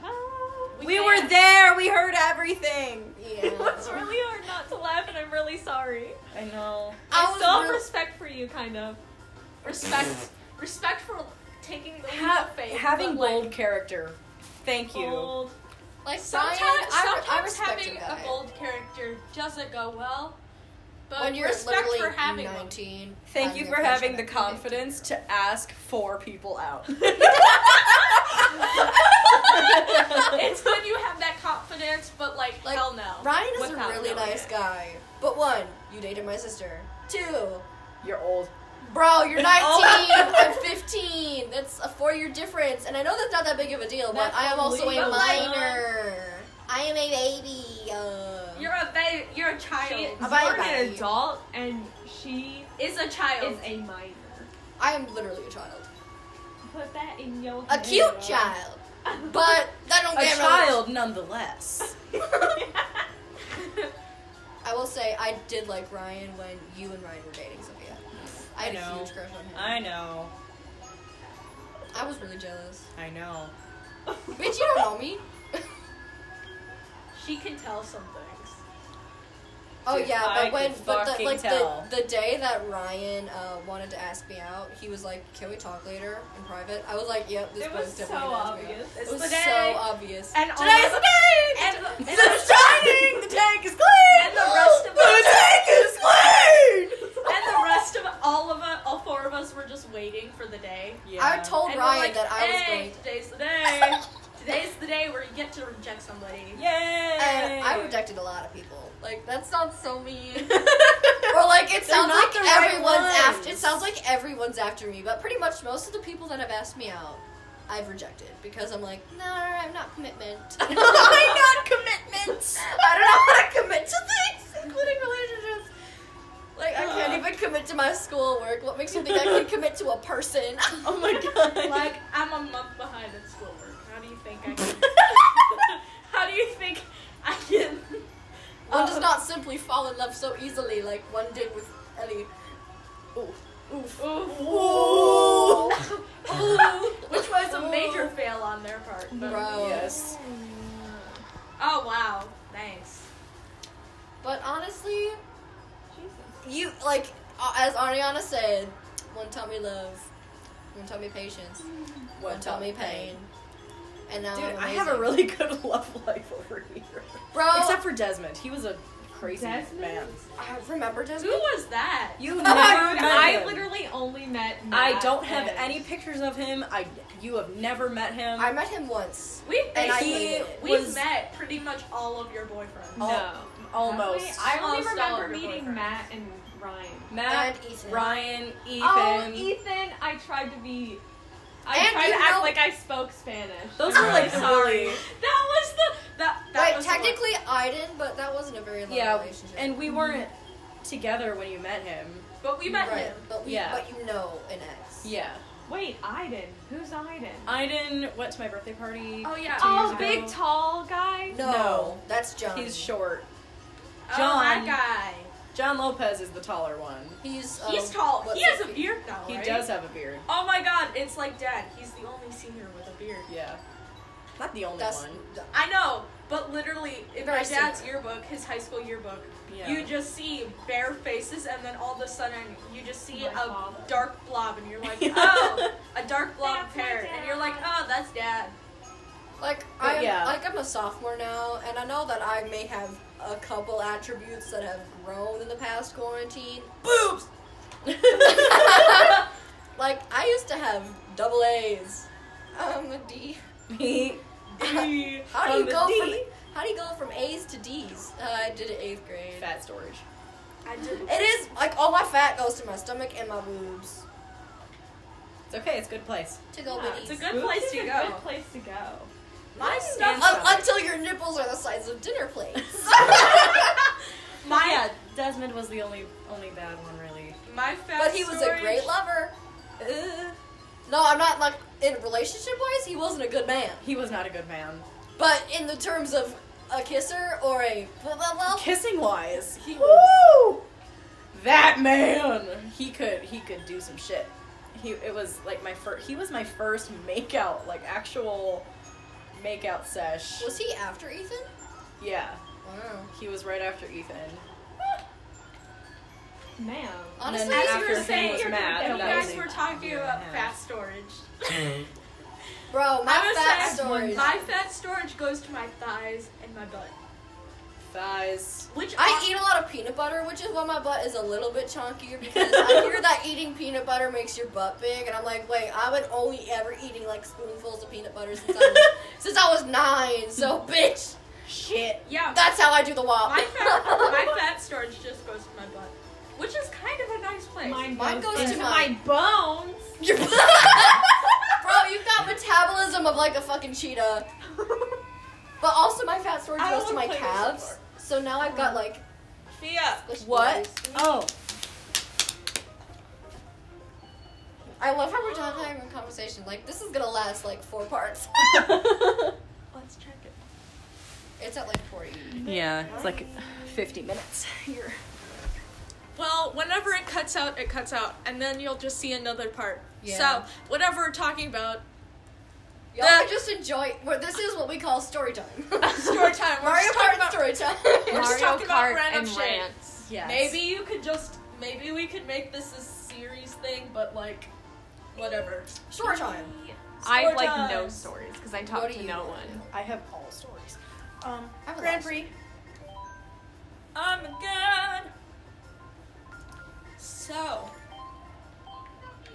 We, can't. were there. We heard everything. Yeah. It was really hard not to laugh, and I'm really sorry. I know. I I, was still have real- respect for you, kind of. respect respect for taking the leap Ha- of faith. having but, like, bold character. Thank you. Bold. Like Sometimes, Ryan, I, sometimes I respect having a guy. a bold character doesn't go well, but when you're respect literally for having one. 19. Thank I'm you gonna for crush having on the him. confidence to ask four people out. it's when you have that confidence, but like, Like, hell no. Ryan is a Without really knowing nice it. guy. But one, you dated my sister. Two, You're old. bro, you're 19. Oh. I'm 15. That's a four year difference. And I know that's not that big of a deal, but That's I am also a unbelievable. minor. I am a baby. Uh, You're a baby. You're a She, child. you're bye bye. an adult, and she is a child. is a minor. I am literally a child. Put that in your A head. cute child. But that don't A get child, nonetheless. I will say I did like Ryan when you and Ryan were dating Sophia. I had I a know. huge crush on him. I, I know. was really jealous. I know. Bitch, you don't know me. she can tell some things. Oh Dude, yeah, I but when could but the, fucking like tell. the, the day that Ryan uh, wanted to ask me out, he was like, "Can we talk later in private?" I was like, "Yep, this It boy's was so definitely gonna ask me out." obvious. It It's was the so day. obvious. And Today is all the day. and, and, The sun's shining. The tank is clean. And the rest of the us- tank is clean. and the rest of all of us, all four of us were just waiting for the day. Yeah. I told And we're Ryan like, that I was hey, going. To, Today's the day. Today's the day where you get to reject somebody. Yay. and I rejected a lot of people. Like that sounds so mean. or like it They're sounds not like the right everyone's ones. after. It sounds like everyone's after me, but pretty much most of the people that have asked me out, I've rejected because I'm like, no, I'm not commitment. I'm not commitment. I don't want to commit to things, including relationships. Like I can't even commit to my schoolwork. What makes you think I can commit to a person? oh my god. Like I'm a month behind in schoolwork. How do you think I can? how do you think I can? One Uh-huh. does Um, not simply fall in love so easily, like one did with Ellie. Oof. Ooh. Which was a major fail on their part. But, Bro. Yes. Oh wow. Thanks. But honestly, Jesus. you like uh, as Ariana said, one taught me love, one taught me patience, one taught me pain, and now Dude, I'm I have a Um, amazing. really good love life over here. bro. Except for Desmond. He was a crazy Desmond? man. I remember Who Desmond. was that? You never Never met met- I him. literally only met. I Matt don't have and- any pictures of him. I you have never met him. I met him once. We've And I basically- hated it. we've Was- met pretty much all of your boyfriends. Al- No. almost. Definitely- I only Almost all remember of your meeting boyfriends. Matt and Ryan. Matt, and Ethan. Ryan, Ethan. Oh, Ethan! I tried to be. I And tried you to act know- like I spoke Spanish. Those I'm were really like the sorry. really- That was the that. that Wait, was the one. technically I didn't, but that wasn't a very long Yeah, relationship. and we weren't together when you met him. but we met right, him. but we, Yeah. but you know an ex. Yeah. Wait, Iden. Who's Iden? Iden went to my birthday party. Oh yeah. Two years Oh, ago. big tall guy. No, No. that's John. He's short. Oh, John. that John Lopez is the taller one. He's guy. He's um, tall. what's He has his a name? beard now. He right? does have a beard. Oh my god, it's like dad. He's the only senior with a beard. Yeah. Not the only That's one. I know, but literally, in Very my dad's similar. yearbook, his high school yearbook, Yeah. you just see bare faces, and then all of a sudden, you just see My a father. dark blob, and you're like, oh, a dark blob That's my pair, and you're like, dad. oh, that's dad. Like But I'm yeah. like I'm a sophomore now, and I know that I may have a couple attributes that have grown in the past quarantine. Boobs. Like I used to have double A's. I'm Um, a D. Me. D. How do I'm you a go D. from How do you go from A's to D's? Uh, I did it eighth grade. Fat storage. I did. It is like all my fat goes to my stomach and my boobs It's okay. It's a good place. to go Yeah, with It's ease. a good place This to is go. A good place to go. My Un- stuff. until your nipples are the size of dinner plates. my yeah, Desmond was the only only bad one really. my fat. but he was a storage- great lover. Uh, No, I'm not like in relationship wise. He wasn't a good man. he was not a good man. But in the terms of a kisser or a blah blah blah, Kissing wise, He woo, that man. He could he could do some shit. He it was like my first. He was my first makeout, like actual makeout sesh. was he after Ethan? Yeah, Wow. he was right after Ethan. Man. Honestly, then As you after were he saying, was you mad, and that guys was were a talking year and a about half. fat storage. bro, my I was fat saying, stories. My fat storage goes to my thighs and my butt. Thighs. Which I eat a lot of peanut butter, which is why my butt is a little bit chunkier because I hear that eating peanut butter makes your butt big, and I'm like, wait, I've been only ever eating like spoonfuls of peanut butter since I was, since I was nine. So, bitch, Shit. Yeah, that's how I do the walk. my fat my fat storage just goes to my butt, which is kind of a nice place. Mine, Mine goes goes, to into my- my bones. Your- Bro, you've got metabolism of like a fucking cheetah. But also, my fat storage I goes to don't my wanna play this calves, so now I've got like Fia, squishy What? boys. Oh, I love how we're talking having a conversation. Like this is gonna last like four parts. let's check it. it's at like E. forty. yeah. It's like fifty minutes here. Well, whenever it cuts out, it cuts out, and then you'll just see another part. Yeah. So whatever we're talking about, Y'all The- could just enjoy. Well, this is what we call story time. Story time. We're Mario just talking Kart about- story time. We're just Mario talking about Kart random and shit. rants. Yes. Maybe you could just. Maybe we could make this a series thing, but like, whatever. story time. I have like Story no time. stories because I talk do to you no want? one. I have all stories. Um, I have a lot Grand of Prix. Oh my god. So, stories.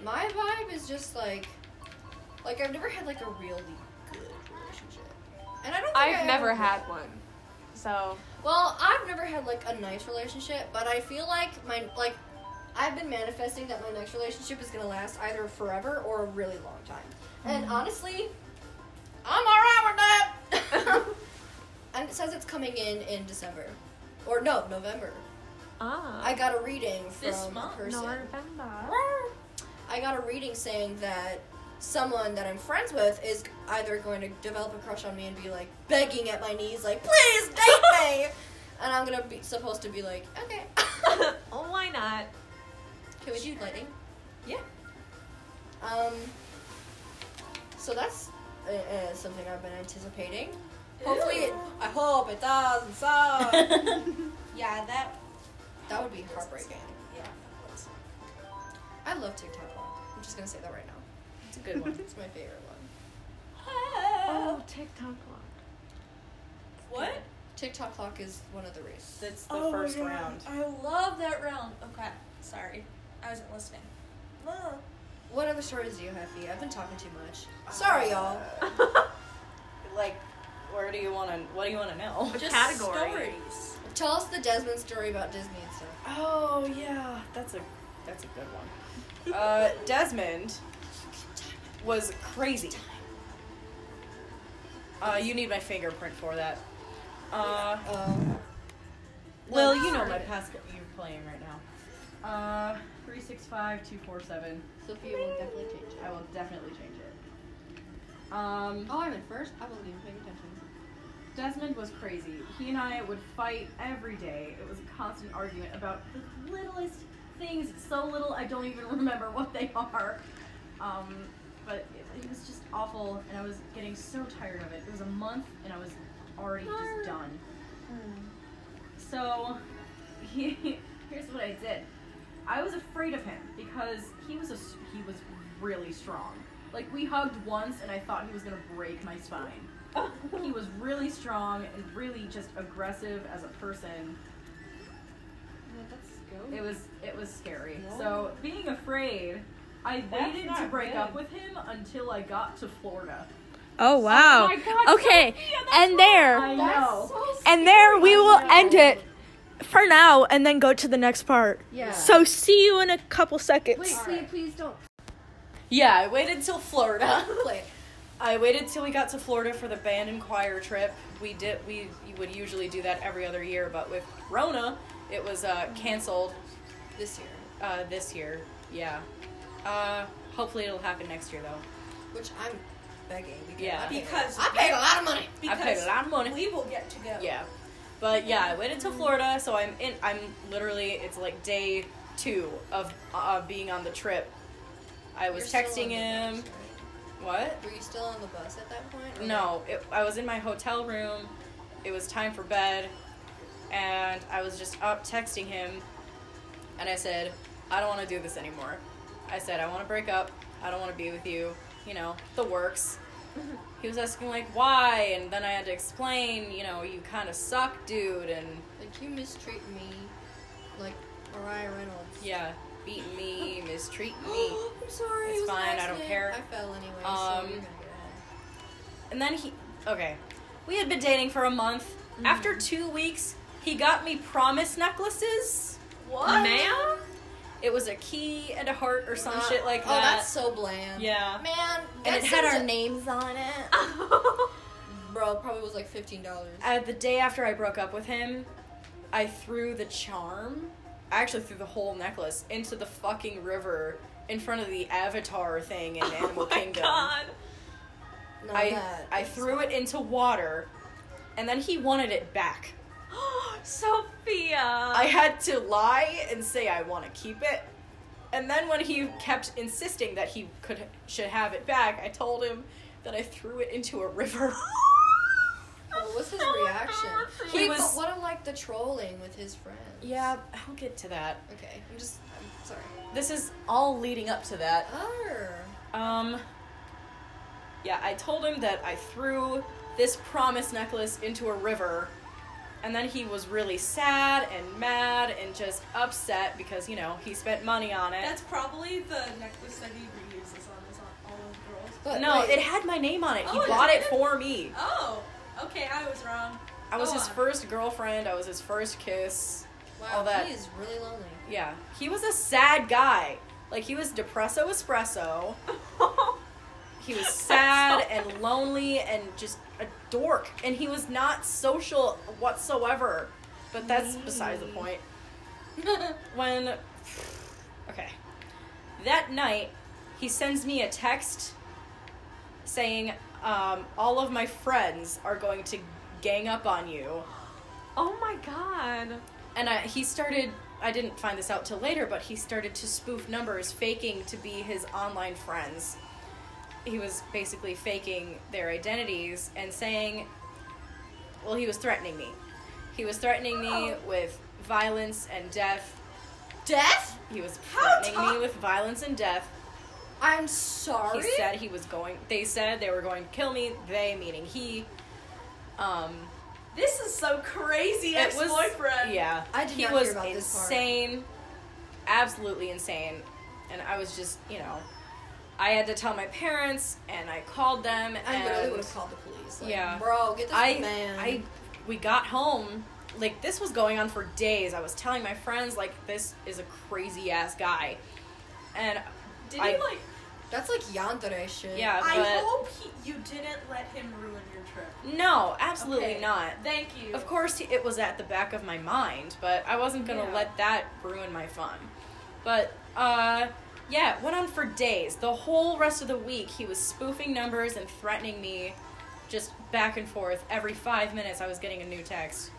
My vibe is just like, like I've never had like a really good relationship, and I don't. Think I I've ever never will. had one. So Well, I've never had like a nice relationship, but I feel like my like I've been manifesting that my next relationship is gonna last either forever or a really long time. Mm-hmm. And honestly, I'm alright with that. and it says it's coming in in December, or no, November. ah, I got a reading from This month? a person. November. I got a reading saying that someone that I'm friends with is either going to develop a crush on me and be like begging at my knees, like, please date me! and I'm gonna be supposed to be like, okay. oh, why not? Can we do lighting? yeah. Um, so that's uh, uh, something I've been anticipating. Hopefully, it, I hope it doesn't suck. Uh, Yeah, that. that would be heartbreaking. Yeah. I love TikTok one. I'm just gonna say that right now. it's a good one. It's my favorite one. Oh, TikTok one. What? TikTok clock is one of the races. That's the Oh my first God. round. I love that round. Okay, sorry, I wasn't listening. Ugh. What other stories do you have, Fee? I've been talking too much. Sorry, y'all. Uh, Like, where do you want to? What do you want to know? Just category? stories. Tell us the Desmond story about Disney and stuff. Oh yeah, that's a that's a good one. Uh, Desmond was crazy. Uh, you need my fingerprint for that. Uh, Um, well, you know my passport. You're playing right now. Uh, three six five two four seven. Sophia will definitely change I will definitely change it. Um. Oh, I'm in first. I wasn't even paying attention. Desmond was crazy. He and I would fight every day. It was a constant argument about the littlest things. It's so little, I don't even remember what they are. Um, but it, it was just awful, and I was getting so tired of it. It was a month, and I was already just done. So, he, here's what I did. I was afraid of him because he was a, s- he was really strong. Like we hugged once, and I thought he was gonna break my spine he was really strong and really just aggressive as a person. It was it was scary. So being afraid, I waited to break up with him until I got to Florida. Oh wow. my God, okay, and I there, know. and there we will end it for now, and then go to the next part. Yeah. So see you in a couple seconds. Wait, please, please don't yeah, I waited till Florida. play it. I waited till we got to Florida for the band and choir trip. We did we would usually do that every other year, but with Rona, it was uh, canceled this year, uh, this year. Yeah. Uh, hopefully it'll happen next year though. which I'm begging because Yeah. I paid a- Because- I paid a lot of money. I paid a lot of money. we will get to go. Yeah. Mm-hmm. But yeah, I waited till Florida, so I'm in. I'm literally it's like day two of uh, being on the trip. I was You're still texting on him. the bus, right? What? Were you still on the bus at that point? or- No, it, I was in my hotel room. It was time for bed, and I was just up texting him, and I said, "I don't want to do this anymore." I said, "I want to break up. I don't want to be with you." You know, the works. He was asking like, "Why?" And then I had to explain, you know, you kind of suck, dude, and Like you mistreat me, like Mariah Reynolds. Yeah, beat me, mistreat me. I'm sorry. It's it was an fine, I don't accident. care. I fell anyway. so Um, you're gonna get home. And then he, okay, we had been dating for a month. After two weeks, he got me promise necklaces. What? Ma'am? It was a key and a heart or some Uh, shit like Oh, that. that's so bland. yeah. Man, And that it had seems our a- names on it. Bro, it probably was like fifteen dollars. Uh, the day after I broke up with him, I threw the charm. I actually threw the whole necklace into the fucking river in front of the avatar thing in Animal oh my Kingdom. god. Not I that. I threw it into water, and then he wanted it back. Sophia. I had to lie and say I want to keep it. And then when he kept insisting that he could should have it back, I told him that I threw it into a river. What was his reaction? He Wait, was- but what a like the trolling with his friends. yeah, I'll get to that. Okay, I'm just. I'm sorry. This is all leading up to that. Arr. Um. Yeah, I told him that I threw this promise necklace into a river, and then he was really sad and mad and just upset because, you know, he spent money on it. That's probably the necklace that he reuses on his all those girls. But no, wait, it had my name on it. He Oh, it bought it did? for me. Oh, okay, I was wrong. I was Go his on. first girlfriend, I was his first kiss. wow, all that- He is really lonely. Yeah, he was a sad guy. Like, he was depresso espresso. He was sad and lonely and just a dork. And he was not social whatsoever. But that's besides the point. when. Okay. That night, he sends me a text saying, um, All of my friends are going to gang up on you. Oh my god. And I, he started. I didn't find this out till later, but he started to spoof numbers, faking to be his online friends. He was basically faking their identities and saying, well, he was threatening me. He was threatening me with violence and death. Death? He was How threatening ta- me with violence and death. I'm sorry. He said he was going. They said they were going to kill me. They, meaning he. Um, This is so crazy. it was Ex-boyfriend. yeah. I did he not was hear about this part. insane, absolutely insane, and I was just you know, I had to tell my parents, and I called them, I and literally would have called the police. Like, Yeah. Bro, get this I, man. I, we got home. Like this was going on for days. I was telling my friends like this is a crazy ass guy, and Did I- you like? That's like yandere shit. yeah, I but hope he, you didn't let him ruin your trip. no, absolutely Okay, not. Thank you. Of course, it was at the back of my mind, but I wasn't gonna Yeah. let that ruin my fun. But uh, yeah, it went on for days. The whole rest of the week, he was spoofing numbers and threatening me, just back and forth. Every five minutes, I was getting a new text,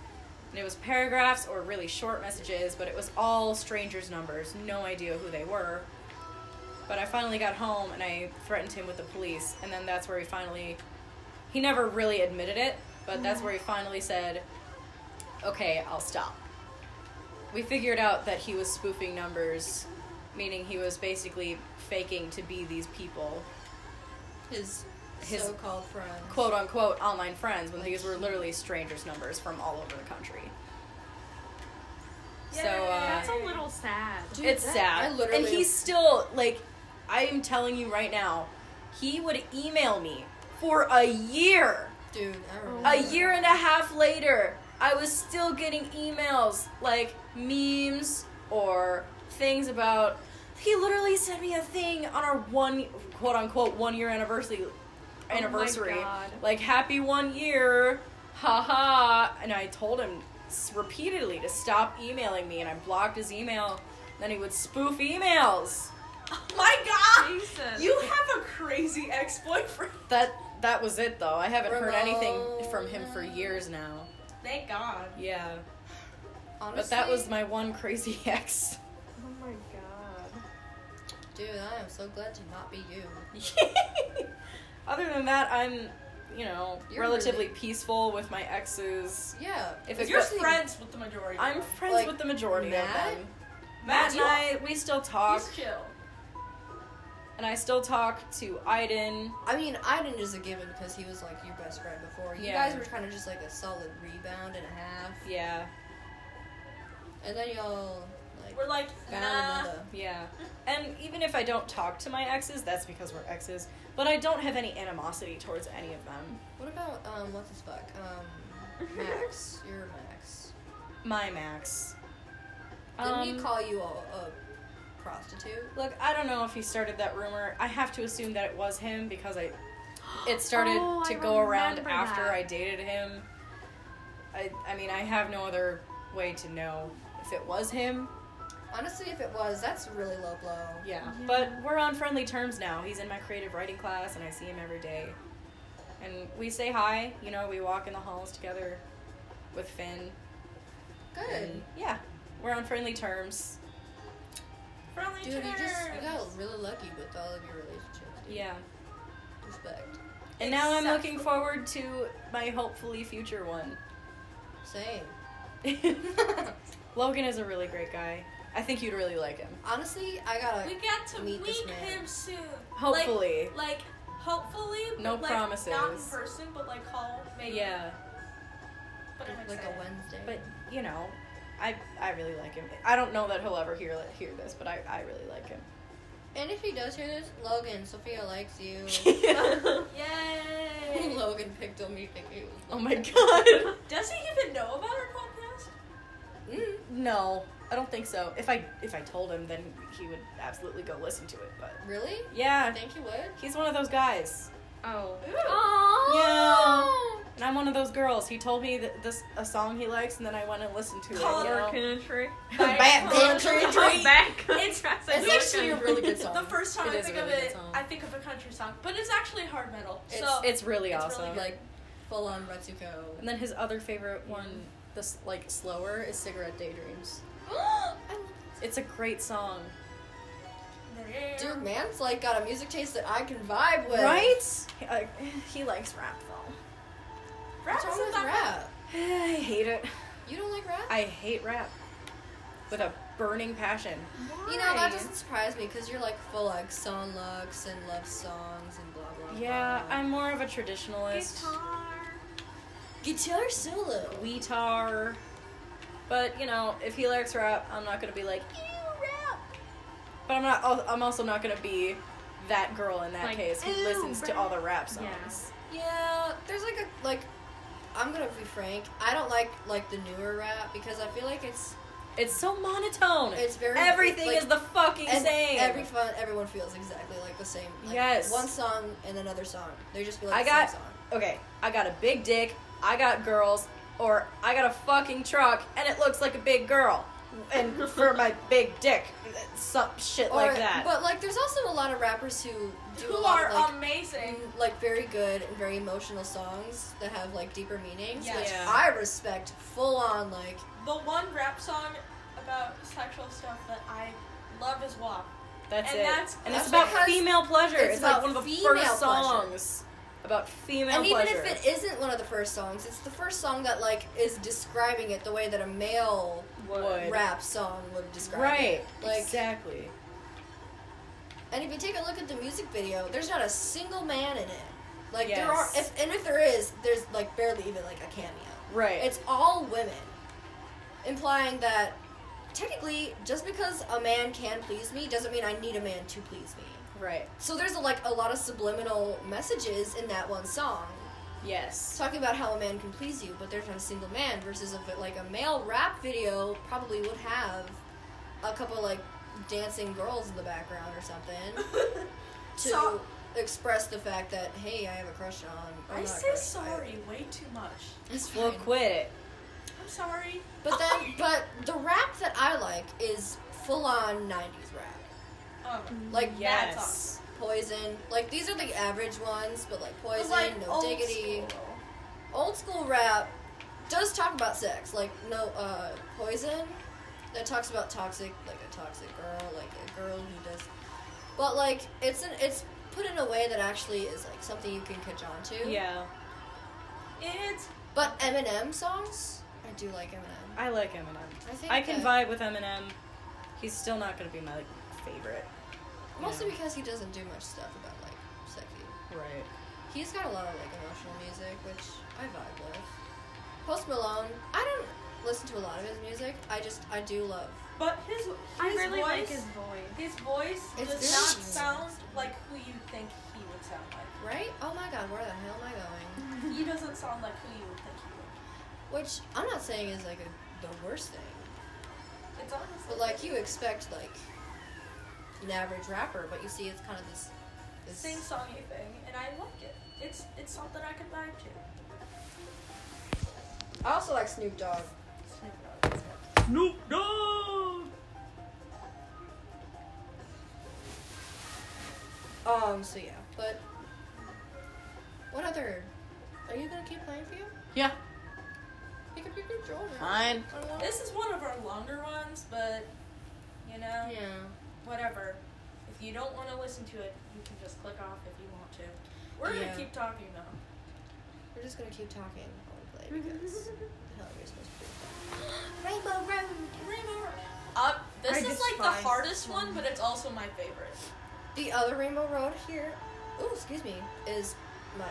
and it was paragraphs or really short messages, but it was all strangers' numbers. No idea who they were. But I finally got home and I threatened him with the police, and then that's where he finally. He never really admitted it, but that's where he finally said, okay, I'll stop. We figured out that he was spoofing numbers, meaning he was basically faking to be these people, His, His- so-called friend. quote unquote, online friends, when Like these were he- literally strangers' numbers from all over the country. Yeah, so, uh, That's a little sad. Dude, it's that- sad. I literally. and he's still, like, I am telling you right now, he would email me for a year. Dude, I remember. A year and a half later, I was still getting emails like memes or things about. He literally sent me a thing on our one quote unquote one year anniversary my anniversary God. like happy one year haha and i told him s- repeatedly to stop emailing me and i blocked his email then he would spoof emails Oh my God. Jesus. You have a crazy ex-boyfriend. that that was it though i haven't heard anything from him for Ramona. years now Thank God. yeah Honestly, But that was my one crazy ex. Oh my god. Dude, I am so glad to not be you. Other than that, I'm, you know, You're relatively peaceful with my exes. Yeah. If it's it's You're Especially- friends with the majority. of I'm them. friends Like, with the majority Matt? of them. Matt, Matt and I, we still you- talk, he's chill. and I still talk to Iden. I mean, Iden is a given because he was like your best friend before. You Yeah. guys were kind of just like a solid rebound and a half, Yeah, and then y'all like We're like, found nah. another. yeah. And even if I don't talk to my exes, that's because we're exes. But I don't have any animosity towards any of them. What about um, what's his fuck? Um, Max, you're Max. My Max. Didn't he Um, call you a, a prostitute? Look, I don't know if he started that rumor. I have to assume that it was him because I it started Oh, to I go around remember after that. I dated him. I I mean, I have no other way to know if it was him. Honestly, if it was, that's really low blow. Yeah. Yeah. But we're on friendly terms now. He's in my creative writing class and I see him every day. And we say hi, you know, we walk in the halls together with Finn. Good. And yeah, we're on friendly terms. Friendly Dude, you just you terms. got really lucky with all of your relationships. Dude. Yeah. Respect. And now I'm Except looking forward to my hopefully future one. Same. Logan is a really great guy. I think you'd really like him. Honestly, I gotta. We got to Meet meet, this man. him soon. Hopefully. Like, like hopefully. but, No like, Not in promises. person, but like call maybe. Yeah, But I'm like excited. a Wednesday. but you know, I I really like him. I don't know that he'll ever hear hear this, but I, I really like him. and if he does hear this, Logan, Sophia likes you. Yay! Logan picked on me thinking it was oh my god. Does he even know about our podcast? Mm. No, I don't think so. If I if I told him, then he would absolutely go listen to it. But Really? I yeah, think you would. he's one of those guys, Oh. Yeah. and I'm one of those girls. He told me that this a song he likes, and then I went and listened to Call it. You her know? Country. Back country I'm back. It's- It's actually a really good song. The first time It I is a think of really good it, song. I think of a country song, but it's actually hard metal. It's- so It's really It's awesome. really like full on Retsuko. and then his other favorite Mm. one, this like slower, is "Cigarette Daydreams." I It's a great song, love- Dude, man's like got a music taste that I can vibe with. right? He, uh, he likes rap though. What's Rap's wrong with not- rap? I hate it. You don't like rap? I hate rap with a burning passion. you know that doesn't surprise me because you're like full like song looks and love songs and blah blah. Yeah, blah. I'm more of a traditionalist. guitar solo. Guitar. But you know, if he likes rap, I'm not gonna be like, ew, rap. But I'm not. al- I'm also not gonna be that girl in that Like, case who "Ew, listens to rap." all the rap songs. Yeah. Yeah, there's like a like. I'm gonna be frank. I don't like like the newer rap because I feel like it's It's so monotone. It's very- everything like- is the fucking and same. every fun everyone feels exactly like the same. Like, Yes. one song and another song. They just feel I like the got same song. okay. I got a big dick. I got girls, or I got a fucking truck, and it looks like a big girl, and for my big dick, some shit Or- like that. But like, there's also a lot of rappers who do a Who lot are of, like, amazing. mm, like very good and very emotional songs that have like deeper meanings. Yeah. which Yeah. I respect full on like The one rap song about sexual stuff that I love is WAP. that's and it. that's- and it's that's about because female pleasure. it's It's, like about one of the female first pleasure. songs about female and even pleasure. if it isn't one of the first songs, it's the first song that like is describing it the way that a male Would. rap song would describe right, it. Like exactly. and if you take a look at the music video, there's not a single man in it. Like there are Yes. if and if there is, there's like barely even like a cameo. Right. It's all women. Implying that technically just because a man can please me doesn't mean I need a man to please me. right. So there's like a lot of subliminal messages in that one song, It's Yes. talking about how a man can please you, but there's not a single man. Versus if it, like a male rap video probably would have a couple like dancing girls in the background or something to So- express the fact that hey, I have a crush on. or I not a say crush, sorry way too much. It's fine. Well, quit it. I'm sorry. But then, but the rap that I like is full on '90s rap. Um, Like That's Yes. Poison. Like these are the average ones, but like but, Poison, like No old Diggity. school. Old school rap does talk about sex, like no uh Poison. That talks about toxic, like a toxic girl, like a girl who does. But like it's an it's put in a way that actually is like something you can catch on to. Yeah, It's But Eminem songs, I do like Eminem. I like Eminem. I think I can that- vibe with Eminem. He's still not gonna be my like, favorite. mostly because he doesn't do much stuff about like sexy. Right. He's got a lot of like emotional music, which I vibe with. Post Malone, I don't listen to a lot of his music. I just I do love. but his his I really voice, like his voice. his voice It's does very not smooth. sound like who you think he would sound like. Right? Oh my God, where the hell am I going? He doesn't sound like who you would think he would. Which I'm not saying is like a, the worst thing, It's honestly but like you expect like an average rapper, but you see it's kind of this. this sing songy thing, and I like it. It's it's something I could vibe to. I also like Snoop Dogg. Snoop Dogg. Um. So yeah, but what other? Are you gonna keep playing for you? Yeah. Pick up your controller. Fine. I don't know. This is one of our longer ones, but you know, Yeah. whatever. If you don't want to listen to it, you can just click off if you want to. We're Yeah. gonna keep talking though. We're just gonna keep talking while we play because the hell are we supposed to be? Rainbow Road. Rainbow. Uh, this I is like despise the hardest one, but it's also my favorite. The other Rainbow Road here, oh excuse me, is my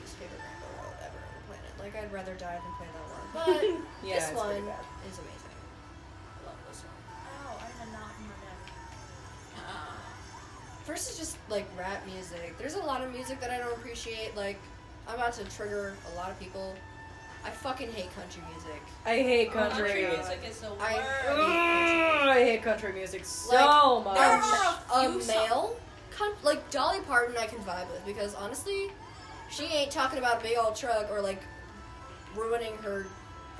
least favorite Rainbow Road ever on the planet. Like I'd rather die than play that one. But Yeah, this it's one pretty bad. is amazing. I love this one. Ow, I had not in my neck. Uh, First is just like rap music. There's a lot of music that I don't appreciate. Like I'm about to trigger a lot of people. I fucking hate country music. I hate Country Oh, country. music is the worst. I Mm, I hate country music so Like, much. there a, are a a few male, con- like Dolly Parton, I can vibe with because honestly, she ain't talking about a big old truck or like ruining her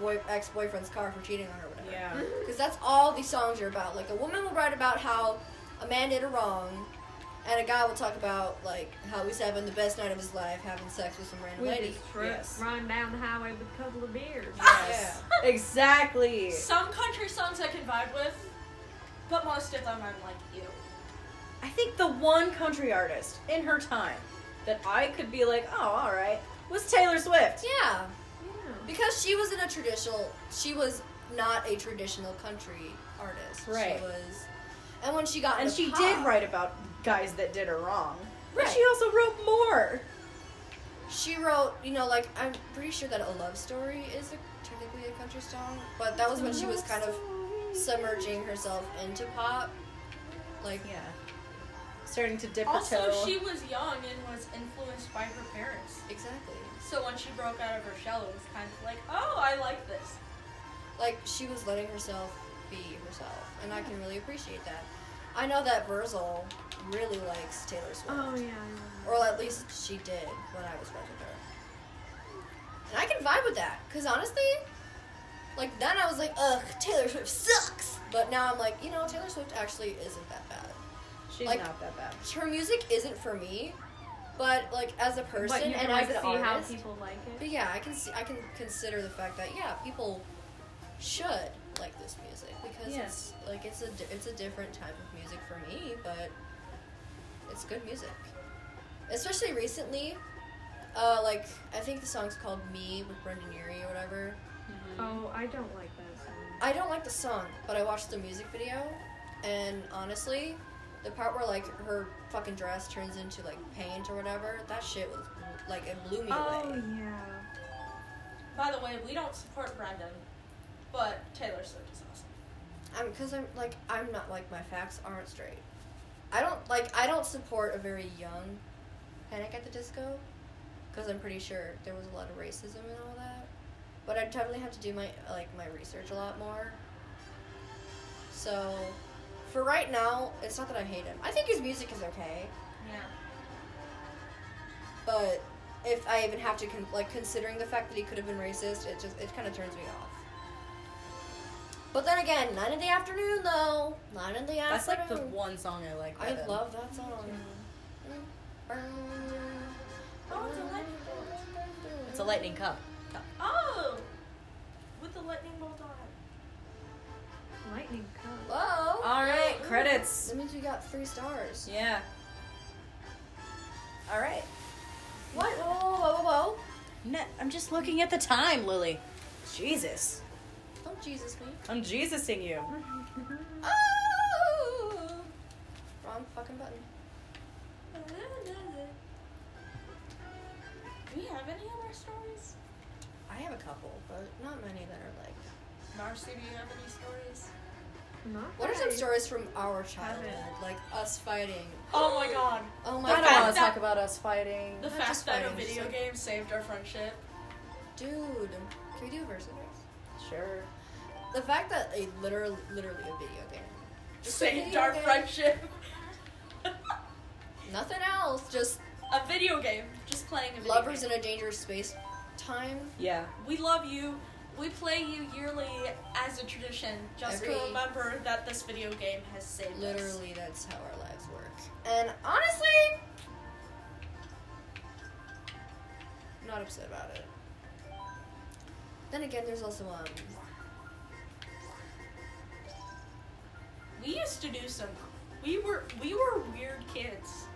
boy ex boyfriend's car for cheating on her, or whatever. Yeah. Because that's all these songs are about. Like a woman will write about how a man did her wrong, and a guy will talk about like how he's having the best night of his life, having sex with some random With lady. his truck, Yes. run down the highway with a couple of beers. Yeah. Exactly. Some country songs I can vibe with, but most of them I'm like, ew. I think the one country artist in her time that I could be like, oh, all right, was Taylor Swift. Yeah, Yeah. because she was in a traditional. She was not a traditional country artist. Right. She was, and when she got And into she pop- did write about guys that did her wrong. But Right. she also wrote more. She wrote, you know, like I'm pretty sure that a love story is a, technically a country song, but that was when she was kind of submerging herself into pop. Like, Yeah. Starting to dip her Also, toe. she was young and was influenced by her parents. exactly. So when she broke out of her shell, it was kind of like, oh, I like this. Like she was letting herself be herself, and I can really appreciate that. I know that Virgil really likes Taylor Swift, Oh yeah. or at least she did when I was friends with her. And I can vibe with that, cause honestly, like then I was like, ugh, Taylor Swift sucks. But now I'm like, you know, Taylor Swift actually isn't that bad. She's like- not that bad. her music isn't for me, but like as a person But you and can like as an see how artist. people like it. but yeah, I can see, I can consider the fact that yeah, people should like this music because Yeah. it's like it's a di- it's a different type of music for me, but it's good music. Especially recently, uh, like I think the song's called "Me" with Brendan Urie or whatever. Oh, I don't like that song. I don't like the song, but I watched the music video, and honestly, the part where like her fucking dress turns into like paint or whatever, that shit was like it blew me Oh away. yeah. By the way, we don't support Brendan, but Taylor Swift is awesome. I'm because I'm like I'm not like my facts aren't straight. I don't like I don't support a very young Panic at the Disco because I'm pretty sure there was a lot of racism and all that. But I definitely have to do my like my research a lot more. So, for right now, it's not that I hate him. I think his music is okay. Yeah. but if I even have to con- like considering the fact that he could have been racist, it just it kind of turns me off. But then again, nine in the afternoon though. Nine in the That's afternoon. like the one song I like. by I them. love that song. Mm-hmm. Oh, it's a lightning bolt. It's a lightning cup. Oh! With the lightning bolt on it. Lightning comes. Whoa! All right, credits. That means we got three stars. Yeah. All right. What? Whoa, whoa, whoa, whoa, whoa! Ne- I'm just looking at the time, Lily. Jesus. Don't Jesus me. I'm Jesusing you. Oh! Wrong fucking button. Do we have any other stories? I have a couple, but not many that are like. Marcy, do you have any stories? Not What are some right. stories from our childhood, like us fighting? Oh my god. Oh my I god, don't want fact to talk that- about us fighting. The Not fact just that a fighting, video just like- game saved our friendship. dude, can we do a versus? Sure. The fact that a literal, literally a video game, Just a saved video our game. friendship. nothing else, just a video game. Just playing a video lovers game. in a dangerous space time. Yeah. We love you. We play you yearly as a tradition, just to Every- remember that this video game has saved us. Literally, that's how our lives work. And honestly, I'm not upset about it. Then again, there's also um, We used to do some. We were we were weird kids.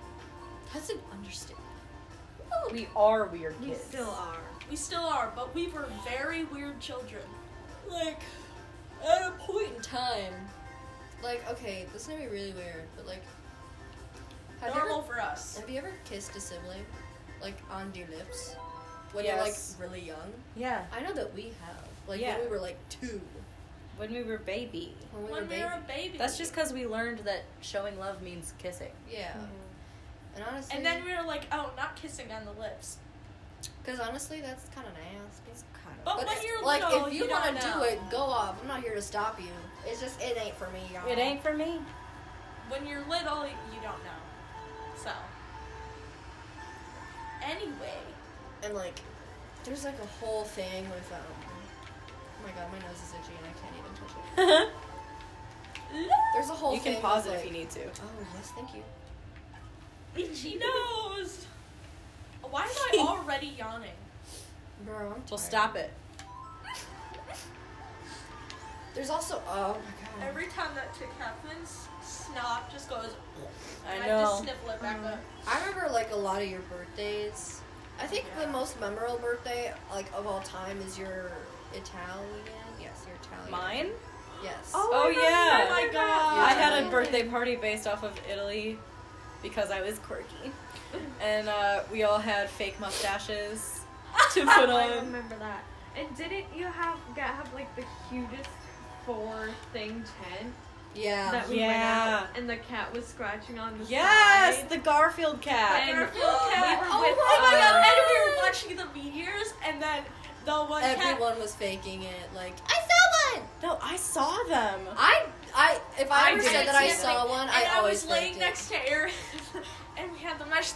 that's an understatement. We are weird You kids. still Oh, are. We still are, but we were very weird children. Like, at a point in time. Like, okay, this is gonna be really weird, but like, have you, normal ever, for us. have you ever kissed a sibling, like on your lips, when Yes. you're like really young? Yeah, I know that we have, like Yeah. when we were like two, when we were baby. when we were When we baby. were a baby. That's just because we learned that showing love means kissing. Yeah, and honestly, Mm-hmm. And then we were like, oh, not kissing on the lips. because honestly, that's kind of nasty. Kind But, But when it's- you're like, little, if you, you, wanna don't do know. it, go off. I'm not here to stop you. It's just it ain't for me, y'all. It ain't for me. When you're little, you don't know. So. Anyway. And like, there's like a whole thing with um. Oh my god, my nose is itchy and I can't even touch it. There's a whole. you thing can pause it with, if you like- need to. Oh yes, thank you. Itchy nose. Why am I already yawning? Bro, I'm tired. Well, stop it. There's also oh my god. Every time that tick happens, snot just goes. and I I just know. sniffle it back up. I remember like a lot of your birthdays. I think the most memorable birthday like of all time is your Italian. Yes, your Italian. Mine? Yes. Oh, I remember yeah. that. Oh, my God. I had a Italian. birthday party based off of Italy because I was quirky. And uh, we all had fake mustaches to put I on. remember that. And didn't you have get have like the cutest four thing tent Yeah. that we Yeah. went out and the cat was scratching on the Yes, side? the Garfield cat. And Garfield cat. We were Oh with, Oh my god, um, and we were watching the meteors, and then the one cat. Everyone was faking it. Like I saw one. No, I saw them. I I if I, I ever didn't said that see I it. saw one, And I, I, always was laying faked it. next to Aaron, and we had the mesh,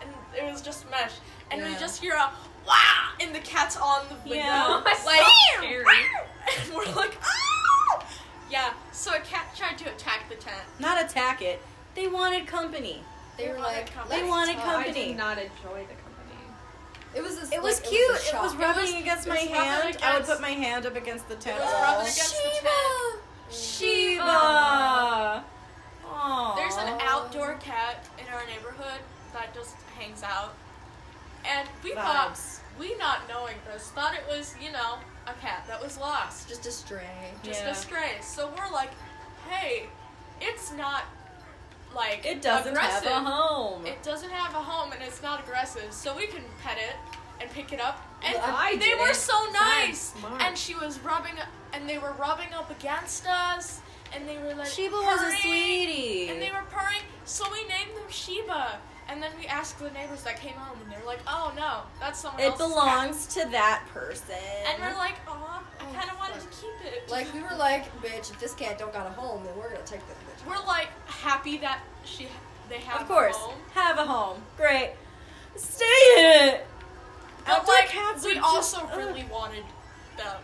and it was just mesh. And we Yeah. just hear a wah, and the cat's on the window. Yeah. That was like, so scary. and we're like, ah! Yeah, so a cat tried to attack the tent. Not attack it. They wanted company. They were like They "Let's wanted talk." I company. did not enjoy the company. It was this, It was like, cute. a It was shock. rubbing was- against it my was rubbing hand. I would against- put my hand up against the tent was wall. rubbing against- the Shiva. tent. Shiva. Aww. There's an outdoor cat in our neighborhood that just hangs out. And we thought, Vibes. we not knowing this, thought it was, you know, a cat that was lost. Just a stray. Just Yeah. a stray. So we're like, hey, it's not, like, It doesn't aggressive. have a home. It doesn't have a home and it's not aggressive, so we can pet it and pick it up. And Well, I they did were it. so nice. smart. And she was rubbing, and they were rubbing up against us, and they were like, Sheba was a purring, sweetie. And they were purring, so we named them Sheba. And then we asked the neighbors that came home, and they were like, "Oh no, that's someone it else's cat." belongs to that person. And we're like, "Aw, I Oh, kind of wanted to fuck. keep it." Like we were like, bitch, if this cat don't got a home, then we're gonna take this bitch. we're like happy that she, they have of course, a home. have a home. Great. Stay in it. But Outdoor like, cats we are also just- really wanted them.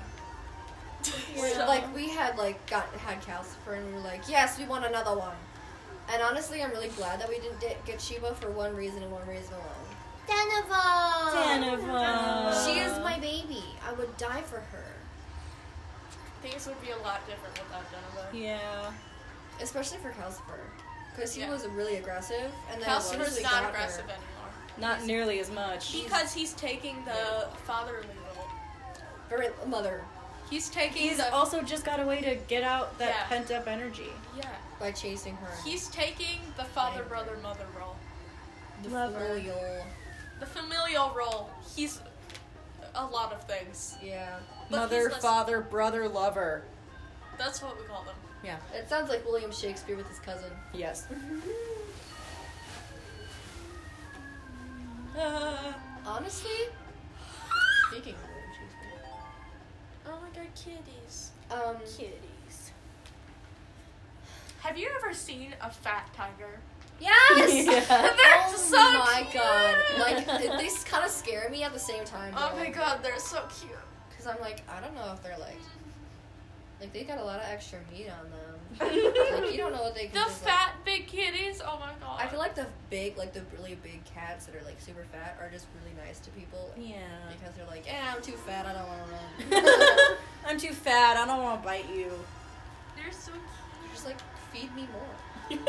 We're, So- Like we had like got had cows for, and we were like, yes, we want another one. And honestly, I'm really glad that we didn't di- get Sheba for one reason and one reason alone. Ugh. Danova. She is my baby. I would die for her. Things would be a lot different without Donovan. Yeah. Especially for Calcifer. Because he Yeah. was really aggressive. And then once Calcifer's we got not her- aggressive anymore Not nearly as much. because he's taking the fatherly role. Very mother He's taking He's the also just got a way to get out that Yeah. pent up energy. yeah. by chasing her. He's taking the father, brother, mother role, the Lover. familial. the familial role. He's a lot of things. Yeah. But Mother, he's less- father, brother, lover. That's what we call them. Yeah. It sounds like William Shakespeare with his cousin. Yes. Uh, Honestly, speaking of William Shakespeare, Oh my god, kitties. um, Kitties. Have you ever seen a fat tiger? yes. Yeah. They're oh so my cute! god! Like th- they kind of scare me at the same time. Oh my god, they're so cute. Because I'm like, I don't know if they're like, like they got a lot of extra meat on them. like you the don't know what they. Can just, like- fat big kitties. Oh my god. I feel like the big, like the really big cats that are like super fat are just really nice to people Yeah. because they're like, yeah, I'm too fat, I don't want to run. I'm too fat. I don't want to bite you. they're so cute. just like feed me more.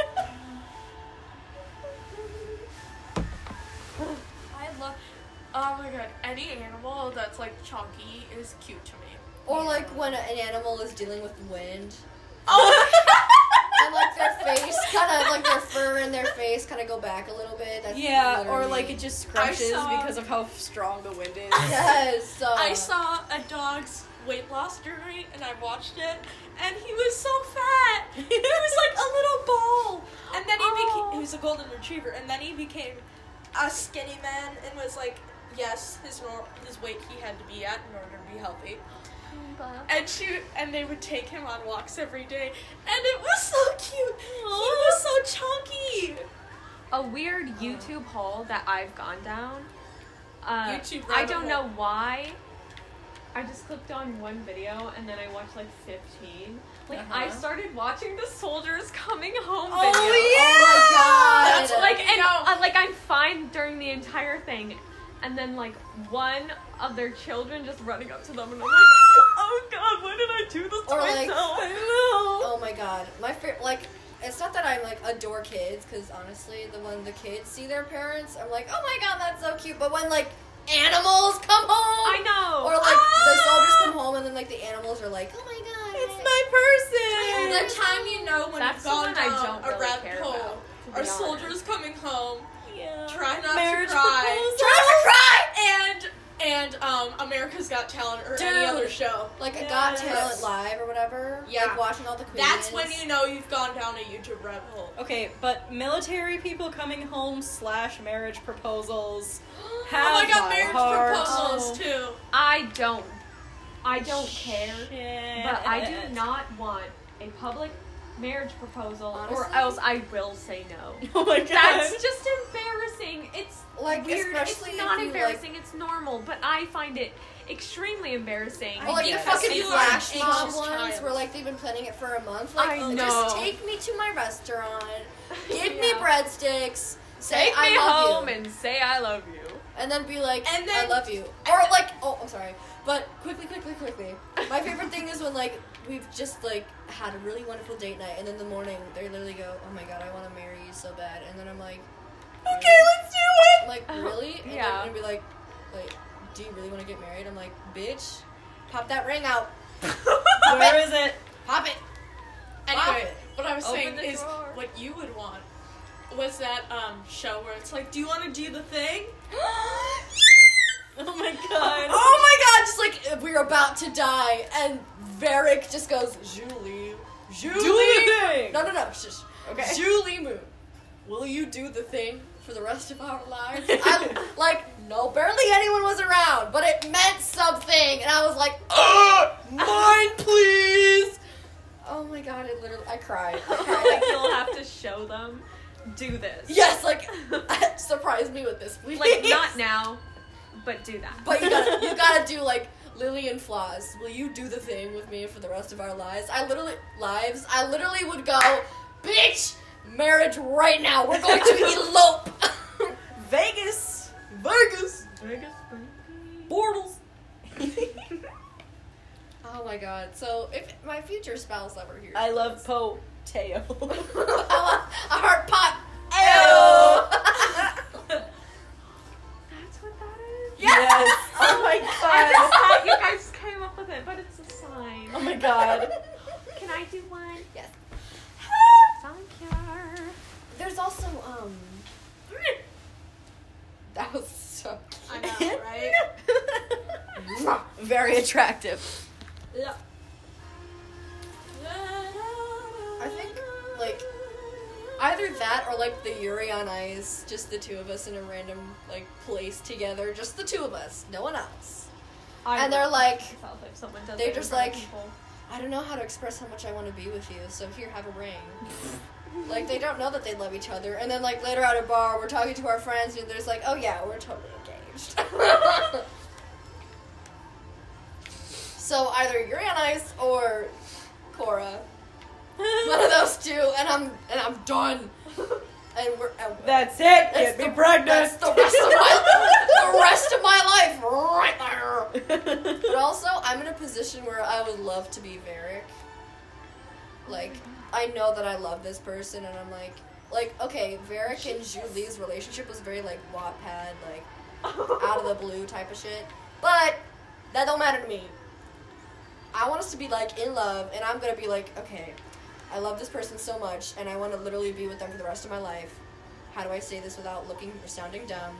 I love. Oh my god, any animal that's like chunky is cute to me. Or like when an animal is dealing with wind. Oh, And like their face, kind of like their fur and their face kind of go back a little bit. That's Yeah, or literally- like it just scrunches saw- because of how strong the wind is. Yes. So. I saw a dog's weight loss journey and I watched it, and he was so fat. He was like a little ball, Oh. and then he became he was a golden retriever, and then he became a skinny man and was like, yes, his nor- his weight he had to be at in order to be healthy. And she and they would take him on walks every day, and it was so cute. He was so chunky. a weird YouTube hole that I've gone down. Uh, YouTube I rabbit don't hole. know why. I just clicked on one video and then I watched like 15. Like I Uh-huh. started watching the soldiers coming home Oh, video. Oh my god. That's like and uh, like I'm fine during the entire thing, and then like one of their children just running up to them and I'm like, oh god, why did I do this to Or, like- myself? I know. Oh my god, my fa- like it's not that I like adore kids because honestly, the when the kids see their parents, I'm like, oh my god, that's so cute. But when like animals come home, I know. or like the soldiers come home and then like the animals are like, oh my god, It's my person. The time you know when That's you've gone the one I down don't really a rabbit care hole, about, to be or honest. soldiers coming home. Yeah. Try not Marriage to cry. proposal. Try not to cry. And and um, America's Got Talent or any Dude. other show. like a Got Yes. Talent live or whatever. Yeah. like watching all the queens. That's when you know you've gone down a YouTube rabbit hole. Okay, but military people coming home slash marriage proposals. oh my Have god, my marriage heart. proposals I don't. I don't care. Shit. But I do not want a public marriage proposal, or Honestly? else I will say no. Oh my god. That's just embarrassing. It's Like, weird. especially It's not if you, embarrassing. it's normal, but I find it extremely embarrassing. Or like the Yes. fucking You are flash an mob anxious ones child. where like they've been planning it for a month. I Like, know. just take me to my restaurant, give me Yeah. breadsticks, say Take I me love home you. and say I love you. and then be like, And then- I love you. Or like, oh, I'm sorry. But quickly, quickly, quickly. My favorite thing is when like we've just like had a really wonderful date night, and then the morning they literally go, "Oh my god, I want to marry you so bad," and then I'm like, Okay, let's do it. like really? And Yeah. they're gonna be like, like, do you really want to get married? I'm like, bitch, pop that ring out, Where is it? pop it. too. Anyway, what I was Open saying the is drawer. what you would want was that um, show where it's like, do you want to do the thing? Oh my god. Oh my god! Just like we're about to die, and Varric just goes, Julie, Julie. do the thing. No, no, no. Shush. Okay. Julie Moon, will you do the thing for the rest of our lives? I, like, no, barely anyone was around, but it meant something, and I was like, Uh, mine, please. oh my god, I literally, I cried. I like cried. you'll have to show them. Do this. yes, like, surprise me with this, please. Like not now, but do that. But you gotta, you gotta do like Lily and Floss. Will you do the thing with me for the rest of our lives? I literally lives. I literally would go, bitch, marriage right now. We're going to elope. Vegas. Vegas. Bortles. Oh my god. So if my future spouse ever hears, I love potato. I want a heart pop. Ew. That's what that is. Yes. Oh my I just god. thought you guys came up with it, but it's a sign. Oh my god. Can I do one? Yes. Sign cure. There's also um. That was so. I know, right? Mm-hmm. Very attractive. I think like either that or like the Yuri on Ice, just the two of us in a random like place together, just the two of us, no one else. I And they're would like- kill myself if someone does they're that in just front of like- people. I don't know how to express how much I want to be with you, so here, have a ring. like they don't know that they love each other, and then like later at a bar, we're talking to our friends, and there's like, oh yeah, we're totally engaged. so either Yuri on Ice or Cora, one of those two, and I'm and I'm done. And we're and we're- That's it. Get That's me the- pregnant. That's the rest of my the rest of my life right there. But also, I'm in a position where I would love to be Varric. Like, I know that I love this person, and I'm like, like okay, Varric and Julie's relationship was very like Wattpad, like out of the blue type of shit. But that don't matter to me. I want us to be like in love, and I'm gonna be like, okay, I love this person so much, and I want to literally be with them for the rest of my life. How do I say this without looking or sounding dumb?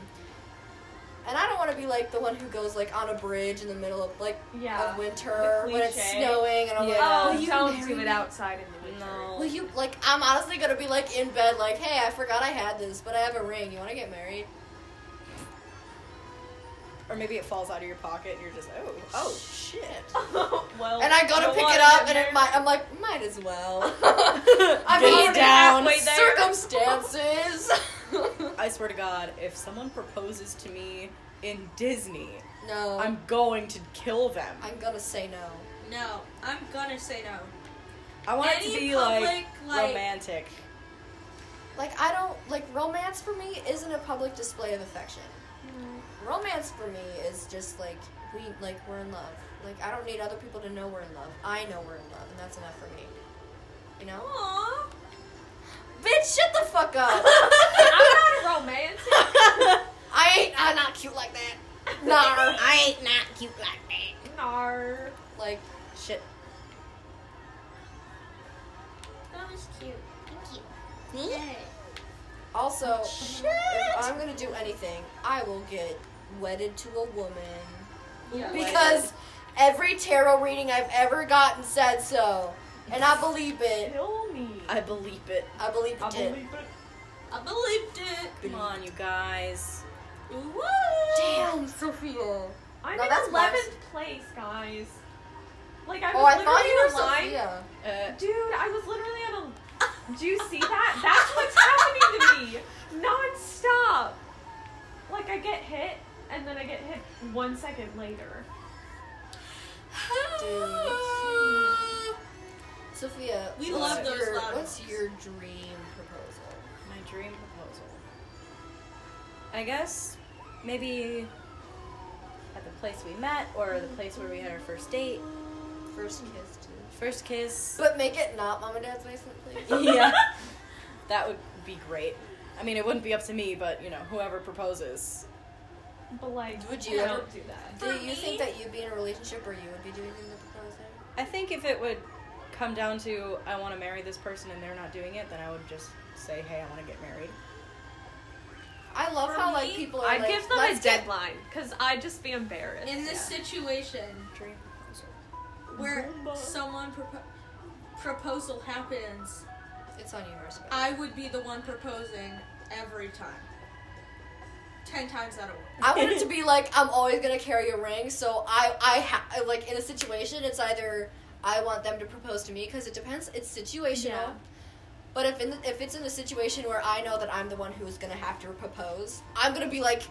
And I don't want to be like the one who goes like on a bridge in the middle of like Yeah. of winter The when it's cliche. snowing, and I'm like, Yeah. Oh, will you don't marry do it me? outside in the winter. No. Will you like? I'm honestly gonna be like in bed, like, hey, I forgot I had this, but I have a ring. You want to get married? Or maybe it falls out of your pocket and you're just, oh, oh, shit. well, And I go to you'll pick want it up, and get it might. I'm like, might as well. I I mean, mean, Get down. halfway there. circumstances. I swear to God, if someone proposes to me in Disney, no, I'm. I'm going to kill them. I'm gonna say no. No, I'm gonna say no. I want it to Any be public, like like- romantic. Like I don't like romance for me isn't a public display of affection. Romance for me is just like we like we're in love. Like I don't need other people to know we're in love. I know we're in love, and that's enough for me. You know? Bitch, shut the fuck up. married. I'm not a romance. I ain't. I'm not cute like that. Nah. I ain't not cute like that. Nar. like Shit. That was cute. Thank you. also, if I'm gonna do anything, I will get wedded to a woman because every tarot reading I've ever gotten said so, and I believe it. Kill me. I believe it. I believe it. I did. believe it. I believed it. Come on, you guys. Woo! Damn, Sophia. I'm No, in that's my- 11th place, guys. Like, I was Oh, I thought literally you were online. Sophia. Uh, Dude, I was literally on a. Do you see that? That's what's happening to me non stop. Like, I get hit, and then I get hit one second later. Dude. Sophia, We what's love those your, loud What's ones. your dream proposal? my dream proposal. I guess maybe at the place we met or the place where we had our first date, First kiss, too. first kiss. But make it not mom and dad's basement, please. yeah. That would be great. I mean, it wouldn't be up to me, but you know, whoever proposes. But, like, Would you don't ever- do that. Do For you think me- that you'd be in a relationship where you would be doing the proposing? I think if it would come down to I want to marry this person and they're not doing it, then I would just say, hey, I want to get married. I love For how like me, people are I'd like, give them a "Let's get-" deadline, because I'd just be embarrassed. In this situation Dream proposal. where Zumba. someone propo- proposal happens, It's on Universal. I, I would be the one proposing every time. Ten times out of one. want it to be like I'm always gonna carry a ring, so I I ha- like in a situation it's either I want them to propose to me because it depends. It's situational. Yeah. But if in the, if it's in a situation where I know that I'm the one who's gonna have to propose, I'm gonna be like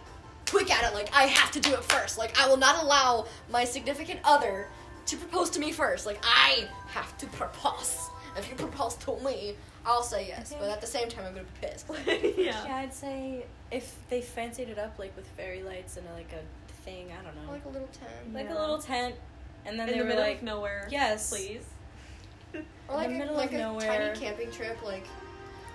quick at it. Like I have to do it first. Like I will not allow my significant other to propose to me first. Like I have to propose. If you propose to me, I'll say yes. But at the same time, I'm gonna be pissed. yeah. Yeah, I'd say if they fancied it up like with fairy lights and like a thing, I don't know, Like a little ten. like Yeah. a little tent, and then In they the were middle like, of nowhere. yes, Please. Or like In the a, middle like of a nowhere. tiny camping trip, like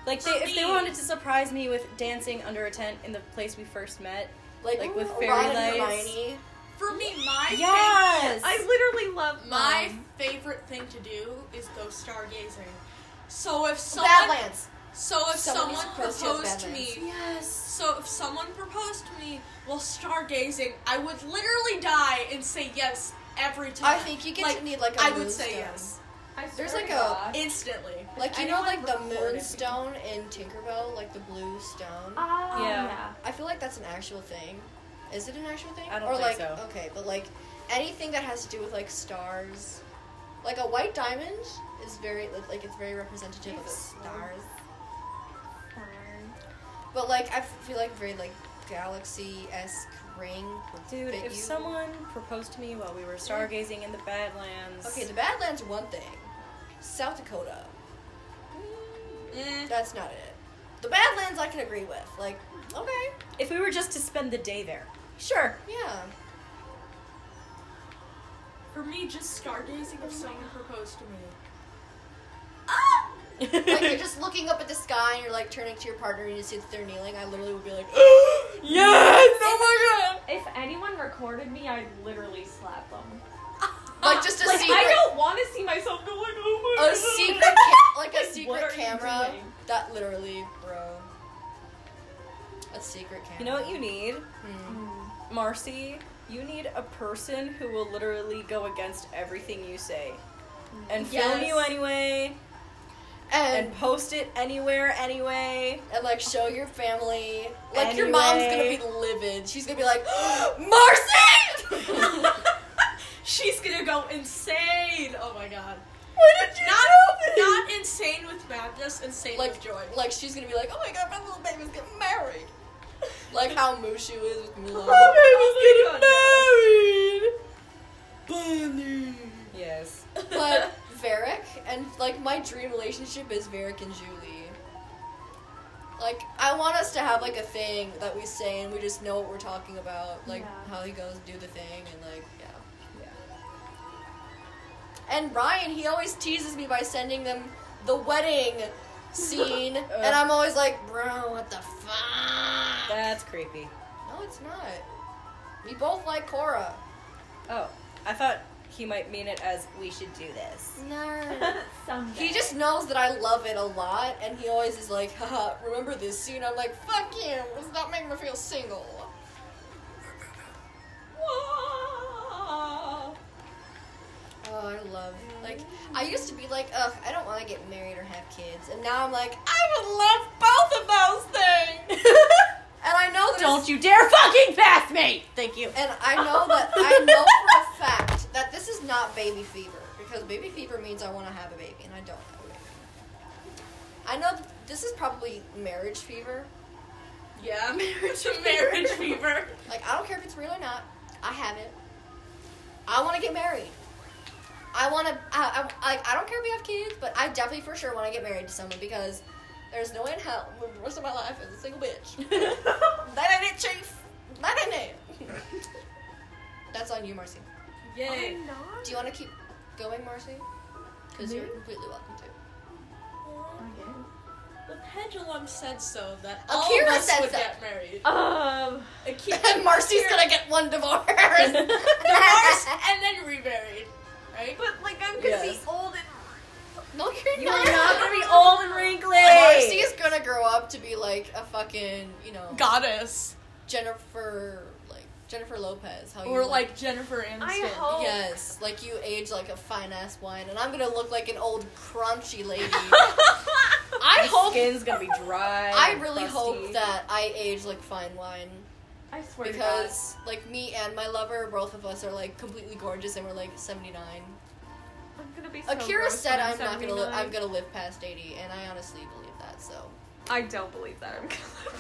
like they, For if they me- wanted to surprise me with dancing under a tent in the place we first met, like, Like with Ron fairy and lights. Hermione. For me, my yes, I literally love fav- my Um, mom. favorite thing to do is go stargazing. So if someone Badlands. so if Someone someone, needs to propose proposed to to me, yes. so if someone proposed to me while stargazing, I would literally die and say yes every time. I think you get like, to need like a I would moonstone. say yes I there's swear like to a- God. instantly. Like you know, Anyone like the recorded? moonstone in Tinkerbell, like the blue stone. Ah, Yeah. yeah. I feel like that's an actual thing. Is it an actual thing? I don't or think like so. okay, but like anything that has to do with like stars, like a white diamond is very like it's very representative of the stars. But like I feel like very like galaxy esque ring. would Dude, fit if you. someone proposed to me while we were stargazing in the Badlands, okay, the Badlands one thing, South Dakota. Eh. That's not it. The Badlands I can agree with. Like okay, if we were just to spend the day there, sure. yeah. For me, just stargazing if someone proposed to me. like you're just looking up at the sky and you're like turning to your partner and you see that they're kneeling, I literally would be like, yes. Oh recorded me, I'd literally slap them. Like just a Like, secret, I don't want to see myself go like, oh my a god. secret, ca- like Like, a what secret are you camera. doing? That literally, bro. A secret camera. You know what you need? Hmm. Marcy, you need a person who will literally go against everything you say. And film Yes. you anyway, And, and post it anywhere anyway. and like show your family. Like your mom's gonna Anyway. be livid. She's gonna be like, Marcy. She's gonna go insane. Oh my god. What did you Not not insane with madness, insane like with joy. Like she's gonna be like, oh my god, my little baby's getting married. like how Mushu is with Milo. Yes. but Varric and like my dream relationship is Varric and Julie. Like I want us to have like a thing that we say and we just know what we're talking about, like Yeah. how he goes do the thing and like yeah. And Ryan, he always teases me by sending them the wedding scene, and I'm always like, bro, what the fuck? That's creepy. No, it's not. We both like Cora. Oh, I thought he might mean it as we should do this. No. Someday. He just knows that I love it a lot, and he always is like, haha, remember this scene? I'm like, fuck you, does that make me feel single? Whoa. Oh, I love, like, I used to be like, ugh, I don't want to get married or have kids, and now I'm like, I would love both of those things! and I know that Don't you dare fucking pass me! Thank you. And I know that, I know for a fact that this is not baby fever, because baby fever means I want to have a baby, and I don't have a baby. I know that this is probably marriage fever, Yeah, marriage marriage fever. Like, I don't care if it's real or not. I have it. I want to get married. I want to. I, I like. I don't care if we have kids, but I definitely for sure want to get married to someone because there's no way in hell I'm living the rest of my life as a single bitch. that ain't it, chief. That ain't it. That's on you, Marcy. Yay. I'm not. Do you want to keep going, Marcy? Because you're completely welcome to. The pendulum said so that Akira all of us said would so. get married. Um. Akira, And Marcy's gonna get one divorce. divorced and then remarried. Right? But like, I'm gonna Yes. be old no, you're You are not gonna be old and wrinkly! Marcy's gonna grow up to be like a fucking, you know, Goddess. Jennifer, like Jennifer Lopez. How Or you like, like Jennifer Aniston. I oh. hope. yes, like you age like a fine ass wine, and I'm gonna look like an old crunchy lady. I Your hope. skin's gonna be dry. I and really crusty. hope that I age like fine wine I swear because like me and my lover, both of us are like completely gorgeous, and we're like 79. to God, I'm gonna be. So Akira gross said when I'm not gonna. Li- 79. I'm gonna live past 80, and I honestly believe that. So I don't believe that. I'm gonna.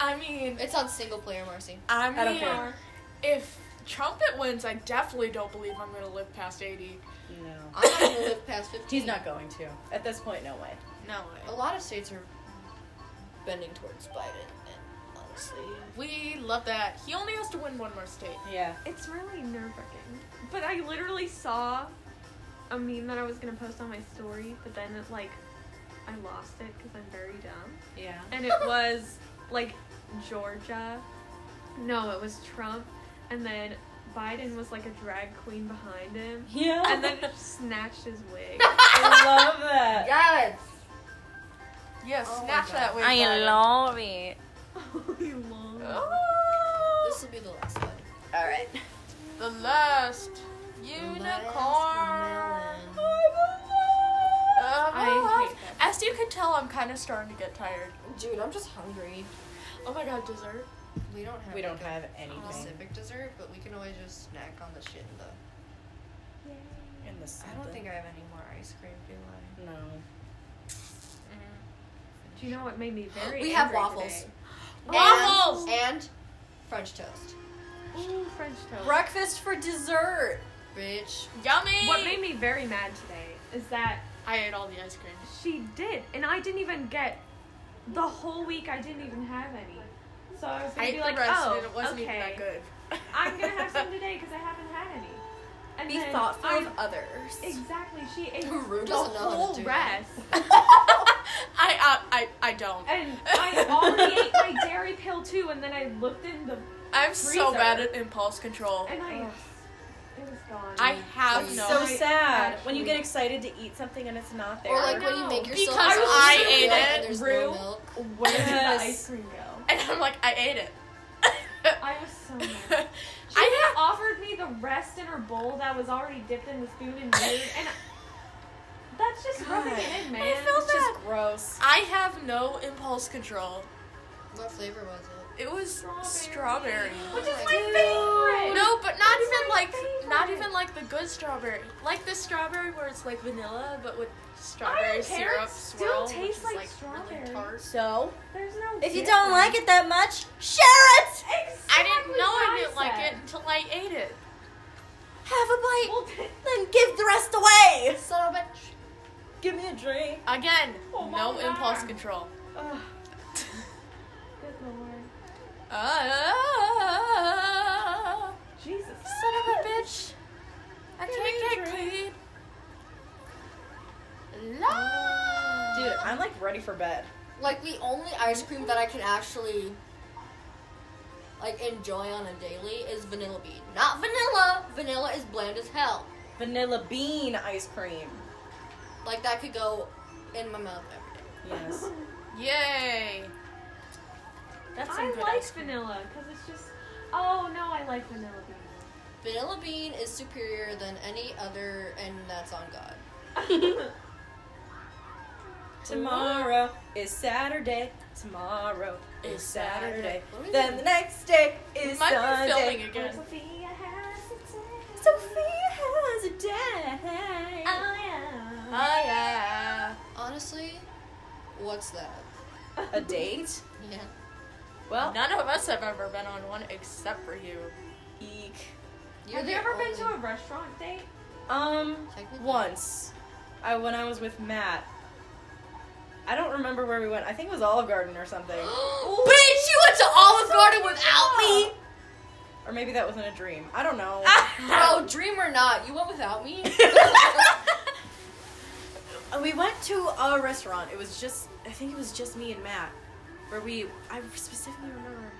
I mean, it's on single player, Marcy. I mean, I don't care. if Trumpet wins, I definitely don't believe I'm gonna live past 80. No. I'm not gonna live past 15. He's not going to. At this point, no way. No A lot of states are bending towards Biden, and honestly, We love that. He only has to win one more state. Yeah. It's really nerve wracking. But I literally saw a meme that I was gonna post on my story, but then it, like I lost it because I'm very dumb. Yeah. and it was like Georgia. No, it was Trump, and then Biden was like a drag queen behind him, Yeah. and then snatched his wig. I love that. yes. Yes, Oh my snatch God. that way. Biden. love it. Holy lord. This will be the last one. All right. Oh, The last Last unicorn. melon. I hate that. Oh, As you can tell, I'm kind of starting to get tired. Dude, I'm just hungry. Oh my god, dessert. We don't have. We don't like, a have anything specific dessert, but we can always just snack on the shit. Though in the I don't think I have any more ice cream, do I? No. Do you know what made me very? We have angry waffles. today? Waffles and French toast. Ooh, French toast. Breakfast for dessert. Bitch. Yummy! What made me very mad today is that I ate all the ice cream. she did, and I didn't even get the whole week. I didn't even have any. So I was I gonna ate be like, the rest, oh, and it wasn't okay. even that good. I'm gonna have some today because I haven't had any. And Be then thoughtful I- of others. Exactly, she ate Rude the doesn't know how to whole do that. rest. I, uh, I, I don't. And I already ate my dairy pill too, and then I looked in the I'm so freezer. bad at impulse control. and I it was gone. I have no. so sad when you get excited to eat something and it's not there. Or like when you make yourself Because some I cereal ate and it, There's Rue. no milk. Where did Yes. the ice cream go? and I'm like, I ate it. I was so mad. She I had offered me the rest in her bowl that was already dipped in the spoon and made, and I- that's just rubbing it in, man. I felt it's just bad. gross. I have no impulse control. What flavor was it? It was Strawberry. strawberry. Which is Dude. my favorite. No, but not That's even my like not favorite. even like the good strawberry. Like the strawberry where it's like vanilla but with I strawberry don't care, syrup it still swirl. which tastes is, like like, strawberry. Really tart. So There's no. if you difference. don't like it that much, share it. Exactly I didn't know what I didn't like said. it until I ate it. Have a bite, Well, then give the rest away. Son of a bitch. Give me a drink. Again, Oh, no Mama. impulse control. ugh. Good lord, Ah, Jesus. son of a bitch. I can't get clean. La- Dude, I'm like ready for bed. Like the only ice cream that I can actually like enjoy on a daily is vanilla bean. Not vanilla. Vanilla is bland as hell. Vanilla bean ice cream. Like that could go in my mouth every day. Yes. Yay. That's some I good like ice cream. vanilla because it's just. Oh no, I like vanilla beans. Vanilla bean is superior than any other, and that's on God. Tomorrow is Saturday. Tomorrow is Saturday. What are we Then doing? the next day is Might be filming Sunday. again. Sophia has a taste. Sophia has a day. Oh yeah. Oh yeah. Honestly, what's that? A date? Yeah. Well, None of us have ever been on one except for you. eek. You're Have the you ever been only- to a restaurant date? Um, Technically. once, I when I was with Matt. I don't remember where we went. I think it was Olive Garden or something, Bitch, you went to Olive Garden without me? or maybe that wasn't a dream. I don't know. Bro, dream or not, you went without me? we went to a restaurant. It was just I think it was just me and Matt. Where we I specifically remember.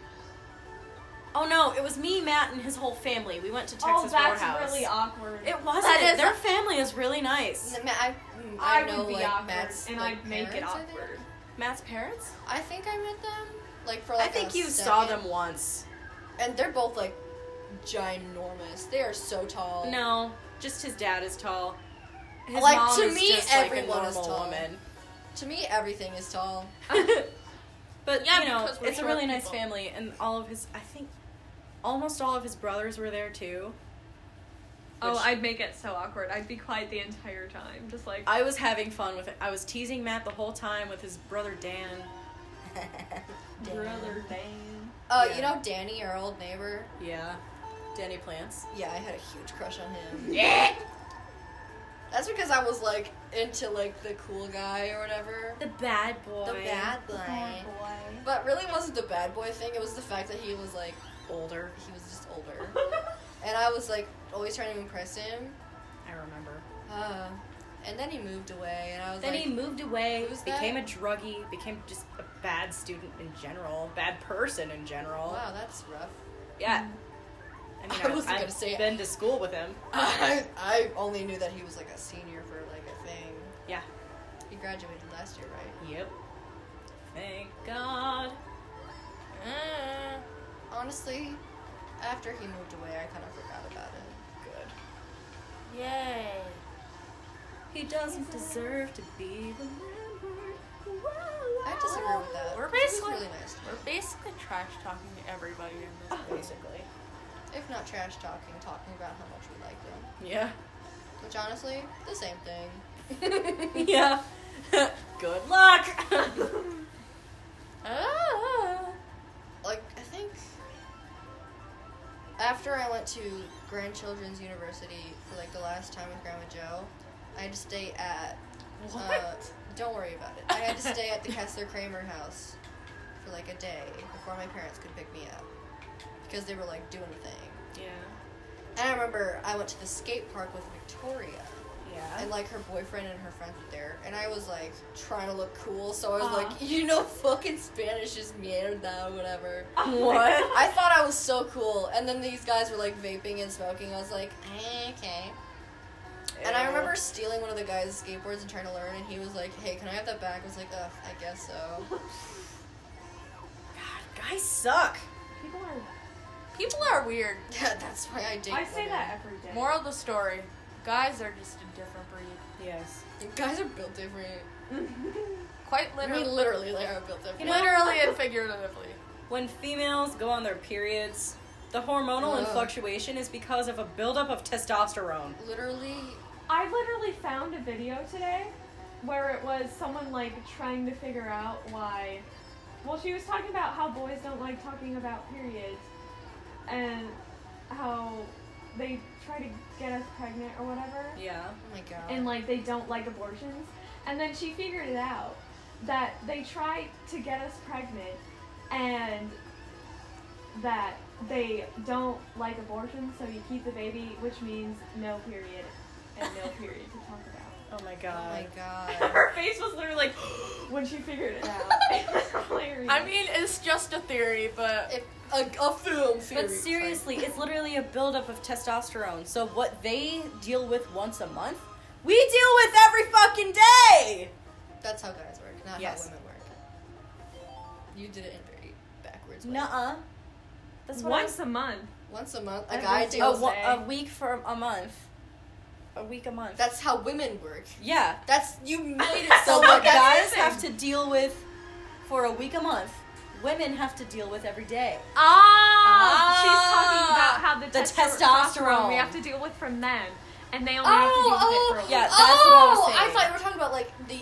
Oh no, it was me, Matt, and his whole family. We went to Texas oh, that's Roadhouse. really awkward. It wasn't. That is- Their family is really nice. Ma- I, I, I, know, would be like, awkward, Matt's, and like, I'd make it parents, I think. awkward. Matt's parents? I think I met them, like, for I like think a you saw second. them once. And they're both, like, ginormous. They are so tall. No, just his dad is tall. His Like, mom to is me, just like a everyone normal is tall. woman. To me, everything is tall. but Yeah, you know, because we're it's a short really nice people. family, and all of his I think almost all of his brothers were there too. Oh, Which- I'd make it so awkward. I'd be quiet the entire time, just like I was having fun with it. I was teasing Matt the whole time with his brother Dan. brother dang. Oh, Yeah. you know Danny, our old neighbor? Yeah. Danny Plants. Yeah, I had a huge crush on him. That's because I was like into like the cool guy or whatever. The bad boy. The bad boy. But really wasn't the bad boy thing, it was the fact that he was like Older. he was just older. and I was like always trying to impress him. I remember. Uh, and then he moved away and I was Then like he moved away, who's that? became a druggie, became just a bad student in general, bad person in general. Wow, that's rough. Yeah. I mean, I I was wasn't I've gonna say it. been to school with him. I, I only knew that he was like a senior for like a thing. Yeah. He graduated last year, right? Yep. Thank God. Mm. Honestly, after he moved away, I kind of forgot about it. Good. Yay. He doesn't deserve to be remembered. I disagree with that. We're He's basically- really nice. We're basically trash talking to everybody in this. Basically. If not trash talking, talking about how much we like them. Yeah. Which honestly, the same thing. Yeah. Good luck. Ah. like I think after I went to Grand Children's University for like the last time with Grandma Joe, I had to stay at. Uh, don't worry about it. I had to stay at the Kessler Kramer house for like a day before my parents could pick me up because they were like doing a thing. yeah. And I remember I went to the skate park with Victoria. Yeah. and like her boyfriend and her friends were there, and I was like trying to look cool, so I was like, you know, fucking Spanish is mierda, whatever. What? I thought I was so cool, and then these guys were like vaping and smoking. I was like, "Eh, okay. And I remember stealing one of the guys' skateboards and trying to learn, and he was like, hey, can I have that back? I was like, ugh, I guess so. guys suck. People are. People are weird. Yeah, that's why I date. I say women. that every day. Moral of the story: guys are just a different breed. Yes. Guys are built different. Quite I literally, mean, literally, like, are built different. literally and figuratively. When females go on their periods, the hormonal Ugh. fluctuation is because of a buildup of testosterone. Literally, I literally found a video today where it was someone like trying to figure out why. Well, she was talking about how boys don't like talking about periods and how they try to get us pregnant or whatever. Yeah. oh my god. And like they don't like abortions. And then she figured it out that they try to get us pregnant and that they don't like abortions, so you keep the baby, which means no period and no period to talk about. Oh my oh my god. god. Her face was literally like when she figured it out. It was hilarious. I mean, it's just a theory, but If, a, a film theory. But seriously, it's literally a buildup of testosterone. So what they deal with once a month, we deal with every fucking day. Sorry. That's how guys work, not Yes. how women work. You did it in very backwards way. Nuh-uh. That's what once a month. Once a month, a Every guy I, a, deals. single- wo- day. a week for a month. A week a month. That's how women work. yeah. That's you made it So so what much. guys have to deal with for a week a month, women have to deal with every day. Ah, Oh, she's talking about how the, The testosterone. testosterone we have to deal with from men, and they only Oh, have to oh, deal with it for a Yeah, week. that's what I was oh, saying. thought you were talking about like the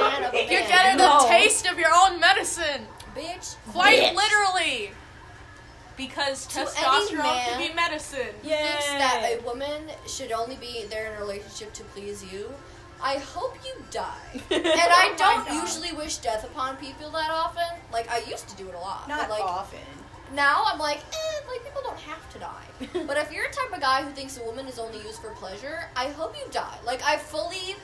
man of a man. you're getting No. the taste of your own medicine. bitch. Quite Bitch. literally. Because To any testosterone man- can be medicine. Yay. thinks that a woman should only be there in a relationship to please you, I hope you die. and Oh I don't usually wish death upon people that often. Like I used to do it a lot. Not but, like often. now I'm like, eh, like people don't have to die. but if you're a type of guy who thinks a woman is only used for pleasure, I hope you die. Like I fully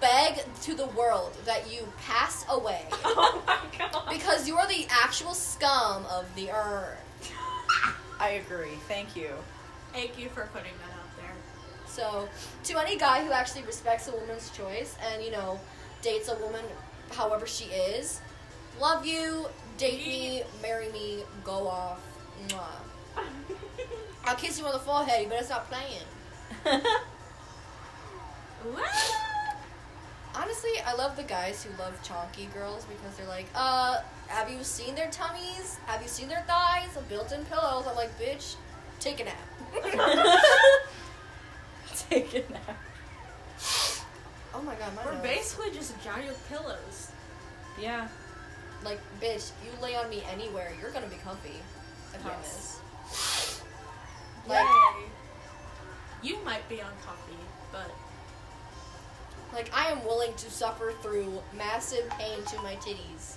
beg to the world that you pass away Oh my god. because you're the actual scum of the earth. I agree. Thank you. Thank you for putting that out there. So, to any guy who actually respects a woman's choice and, you know, dates a woman however she is, love you, date me, marry me, go off. Mwah. I'll kiss you on the forehead, you better stop playing. Honestly, I love the guys who love chonky girls because they're like, uh, have you seen their tummies? Have you seen their thighs? Built in pillows. I'm like, bitch, take a nap. Take a nap. oh my god, my We're nose. basically just a giant pillows. Yeah. Like, bitch, you lay on me anywhere, you're gonna be comfy. I promise. Like, You might be uncomfy, but like I am willing to suffer through massive pain to my titties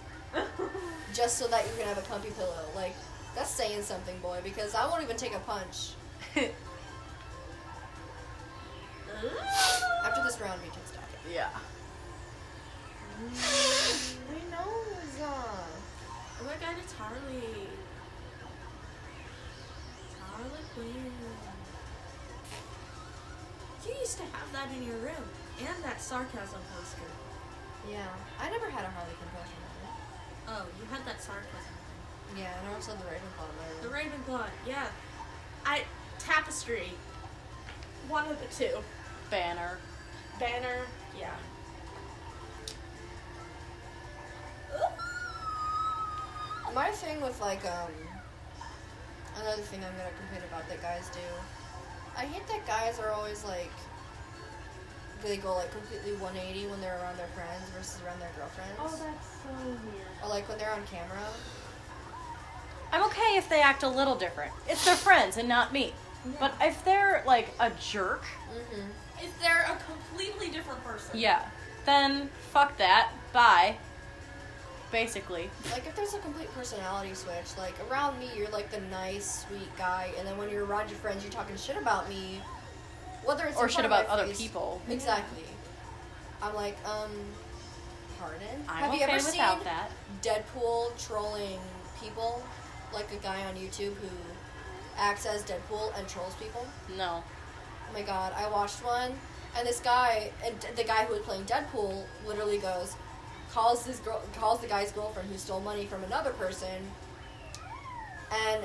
just so that you can have a comfy pillow. Like, that's saying something, boy, because I won't even take a punch. After this round, we can stop it. Yeah. My nose. oh my god, it's Harley. It's Harley Quinn. You used to have that in your room, and that sarcasm poster. Yeah, I never had a Harley compression. Oh, you had that sarcasm. thing. Yeah, and I also had the Ravenclaw in The my room. Ravenclaw, yeah. I tapestry. One of the two. Banner. Banner, yeah. My thing with like um another thing I'm gonna complain about that guys do. I hate that guys are always like they go like completely 180 when they're around their friends versus around their girlfriends, Oh, that's so weird. or like when they're on camera. I'm okay if they act a little different. It's their friends and not me. But if they're like a jerk, Mm-hmm. If they're a completely different person. yeah, then fuck that. Bye. Basically. Like if there's a complete personality switch, like around me you're like the nice, sweet guy, and then when you're around your friends you're talking shit about me. whether it's or in shit front of my about other face. people. Exactly. I'm like, um, pardon. I'm Have okay you ever seen without that. Deadpool trolling people, like a guy on YouTube who acts as Deadpool and trolls people? No. Oh my god, I watched one, and this guy, and the guy who was playing Deadpool, literally goes, calls his girl, calls the guy's girlfriend who stole money from another person, and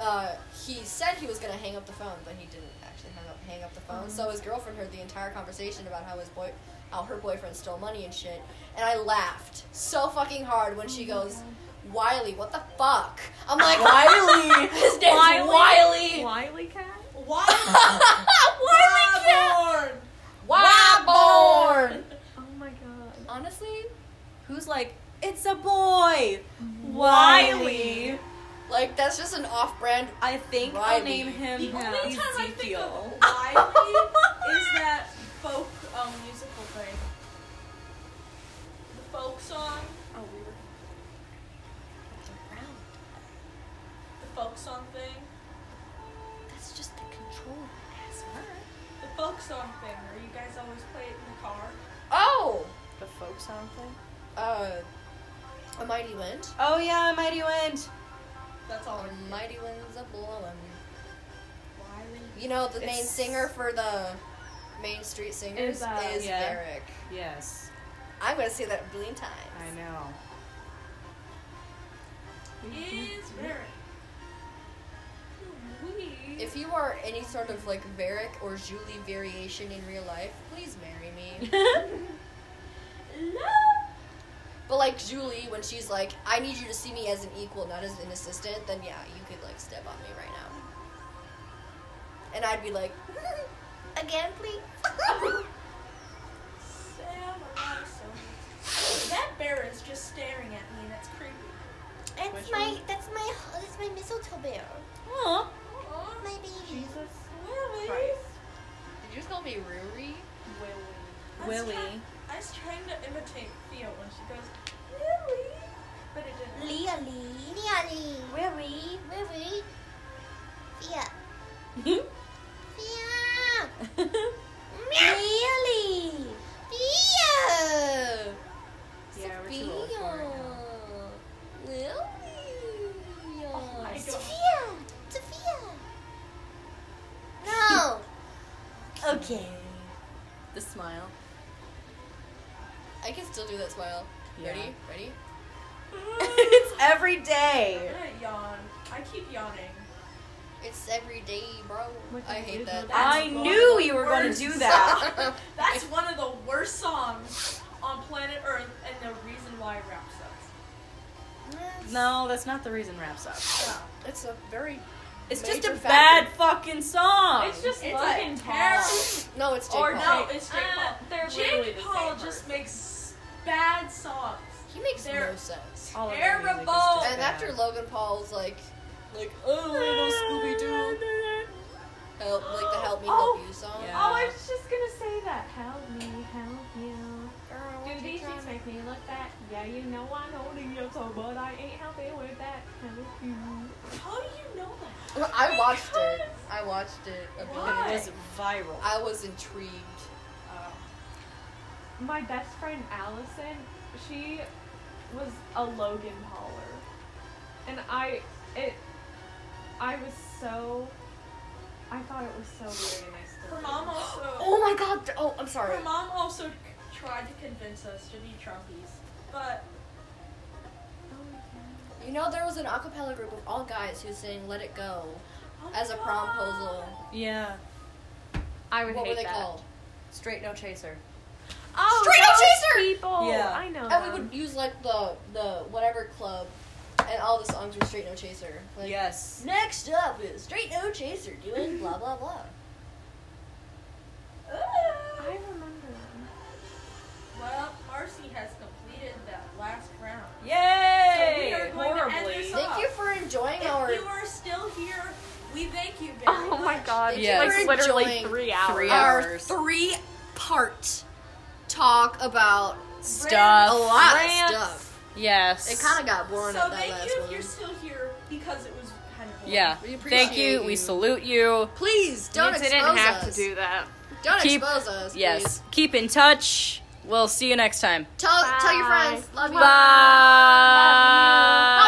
uh, he said he was gonna hang up the phone, but he didn't actually hang up hang up the phone. So his girlfriend heard the entire conversation about how his boy, how her boyfriend stole money and shit, and I laughed so fucking hard when she goes. Wiley, what the fuck? I'm like Wiley. His name's Wiley. Wiley Cat? Why? Why? Wyborn. Oh my god. Honestly, Who's like, it's a boy! Wiley. Like that's just an off-brand. I think Riley. I'll name him The only time I think of Ezekiel. Wiley is that folk um, musical thing. The folk song. Oh, we were- The folk song thing. That's just the control ass The folk song thing where you guys always play it in the car. Oh, The folk song thing? uh, a mighty wind. Oh yeah, Mighty Wind! That's all. A I- mighty wind's a blowing. Wiley. You know the main It's- singer for the Main Street Singers is, Is, uh, yeah. Derek. Yes, I'm gonna say that a billion times. know. Is very. We. If you are any sort of like Varick or Julie variation in real life, please marry me. but like Julie, when she's like, I need you to see me as an equal, not as an assistant, then yeah, you could like step on me right now. And I'd be like, again, Oh, please. Sam, I'm so. That bear is just staring at me, and that's creepy. Which That's my that's my that's my mistletoe bear. Oh, My baby. Jesus Willie. Christ. Did you just call me Ruri? I was Willie. try- I was trying to imitate Theo when she goes, Willie. But it didn't. Leah Lee. Leah Lee. Where we? Where we? Fia. Hmm? Fia. Leah Lee. Yeah. yeah, we're too old for it now. I Lily. don't. Sophia. Sophia. No. Okay. The smile. I can still do that smile. Ready? Ready? it's every day. I'm gonna yawn. I keep yawning. It's every day, bro. What I can you hate do that. about I one knew of the you were going to do worst. that. That's one of the worst songs on planet Earth, and the reason why rap sucks. no, that's not the reason rap sucks. Yeah. It's a very It's just Major a factor. bad fucking song. Um, It's just It's Logan a Paul. terrible- no. It's Jake Or Paul. no, it's Jake Uh, Paul. they're literally Jake the Paul same just person. makes bad songs. He makes They're- no sense. All of their music is terrible. just And bad. after Logan Paul's like, like oh little Scooby Doo, help like the help me Oh. help you song. Yeah. Oh, I was just gonna say that. Help me, help you. Do these things make me look back? Yeah, you know I'm holding your toe, but I ain't helping with that. Help you. How do you know that? Well, I watched it. I watched it. A billion It Why? times. was viral. I was intrigued. Uh, My best friend Allison, she was a Logan Pauler, and I it I was so I thought it was so weird, and I Her still. do. mom also. my god! Oh, I'm sorry. Her mom also c- tried to convince us to be Trumpies, but You know there was an acapella group of all guys who sang "Let It Go" Oh as a my promposal. yeah. I would What hate were they that. called? Straight no chaser. Oh, Straight Up those Chaser! people. Yeah. Oh, I know. And we them. would use like the the whatever club, and all the songs were Straight No Chaser. Like, Yes. Next up is Straight No Chaser doing blah blah blah. God. I Ugh. remember them. Well, Marcy has completed that last round. Yay! So we are going to end this Horribly. Thank you for enjoying our. If you are still here, we thank you very Oh my much. god, They Yes. like were literally enjoying three hours. three our hours. three part talk about Stuff. a lot Rants. of stuff. Yes. It kind of got boring So at that thank last you if one. you're still here because it was kind of. Yeah. We appreciate Thank you. We you. salute you. Please don't you expose didn't have us. to do that. Don't Keep- expose us. Yes. please. Keep in touch. We'll see you next time. Tell tell your friends. Love you. Bye.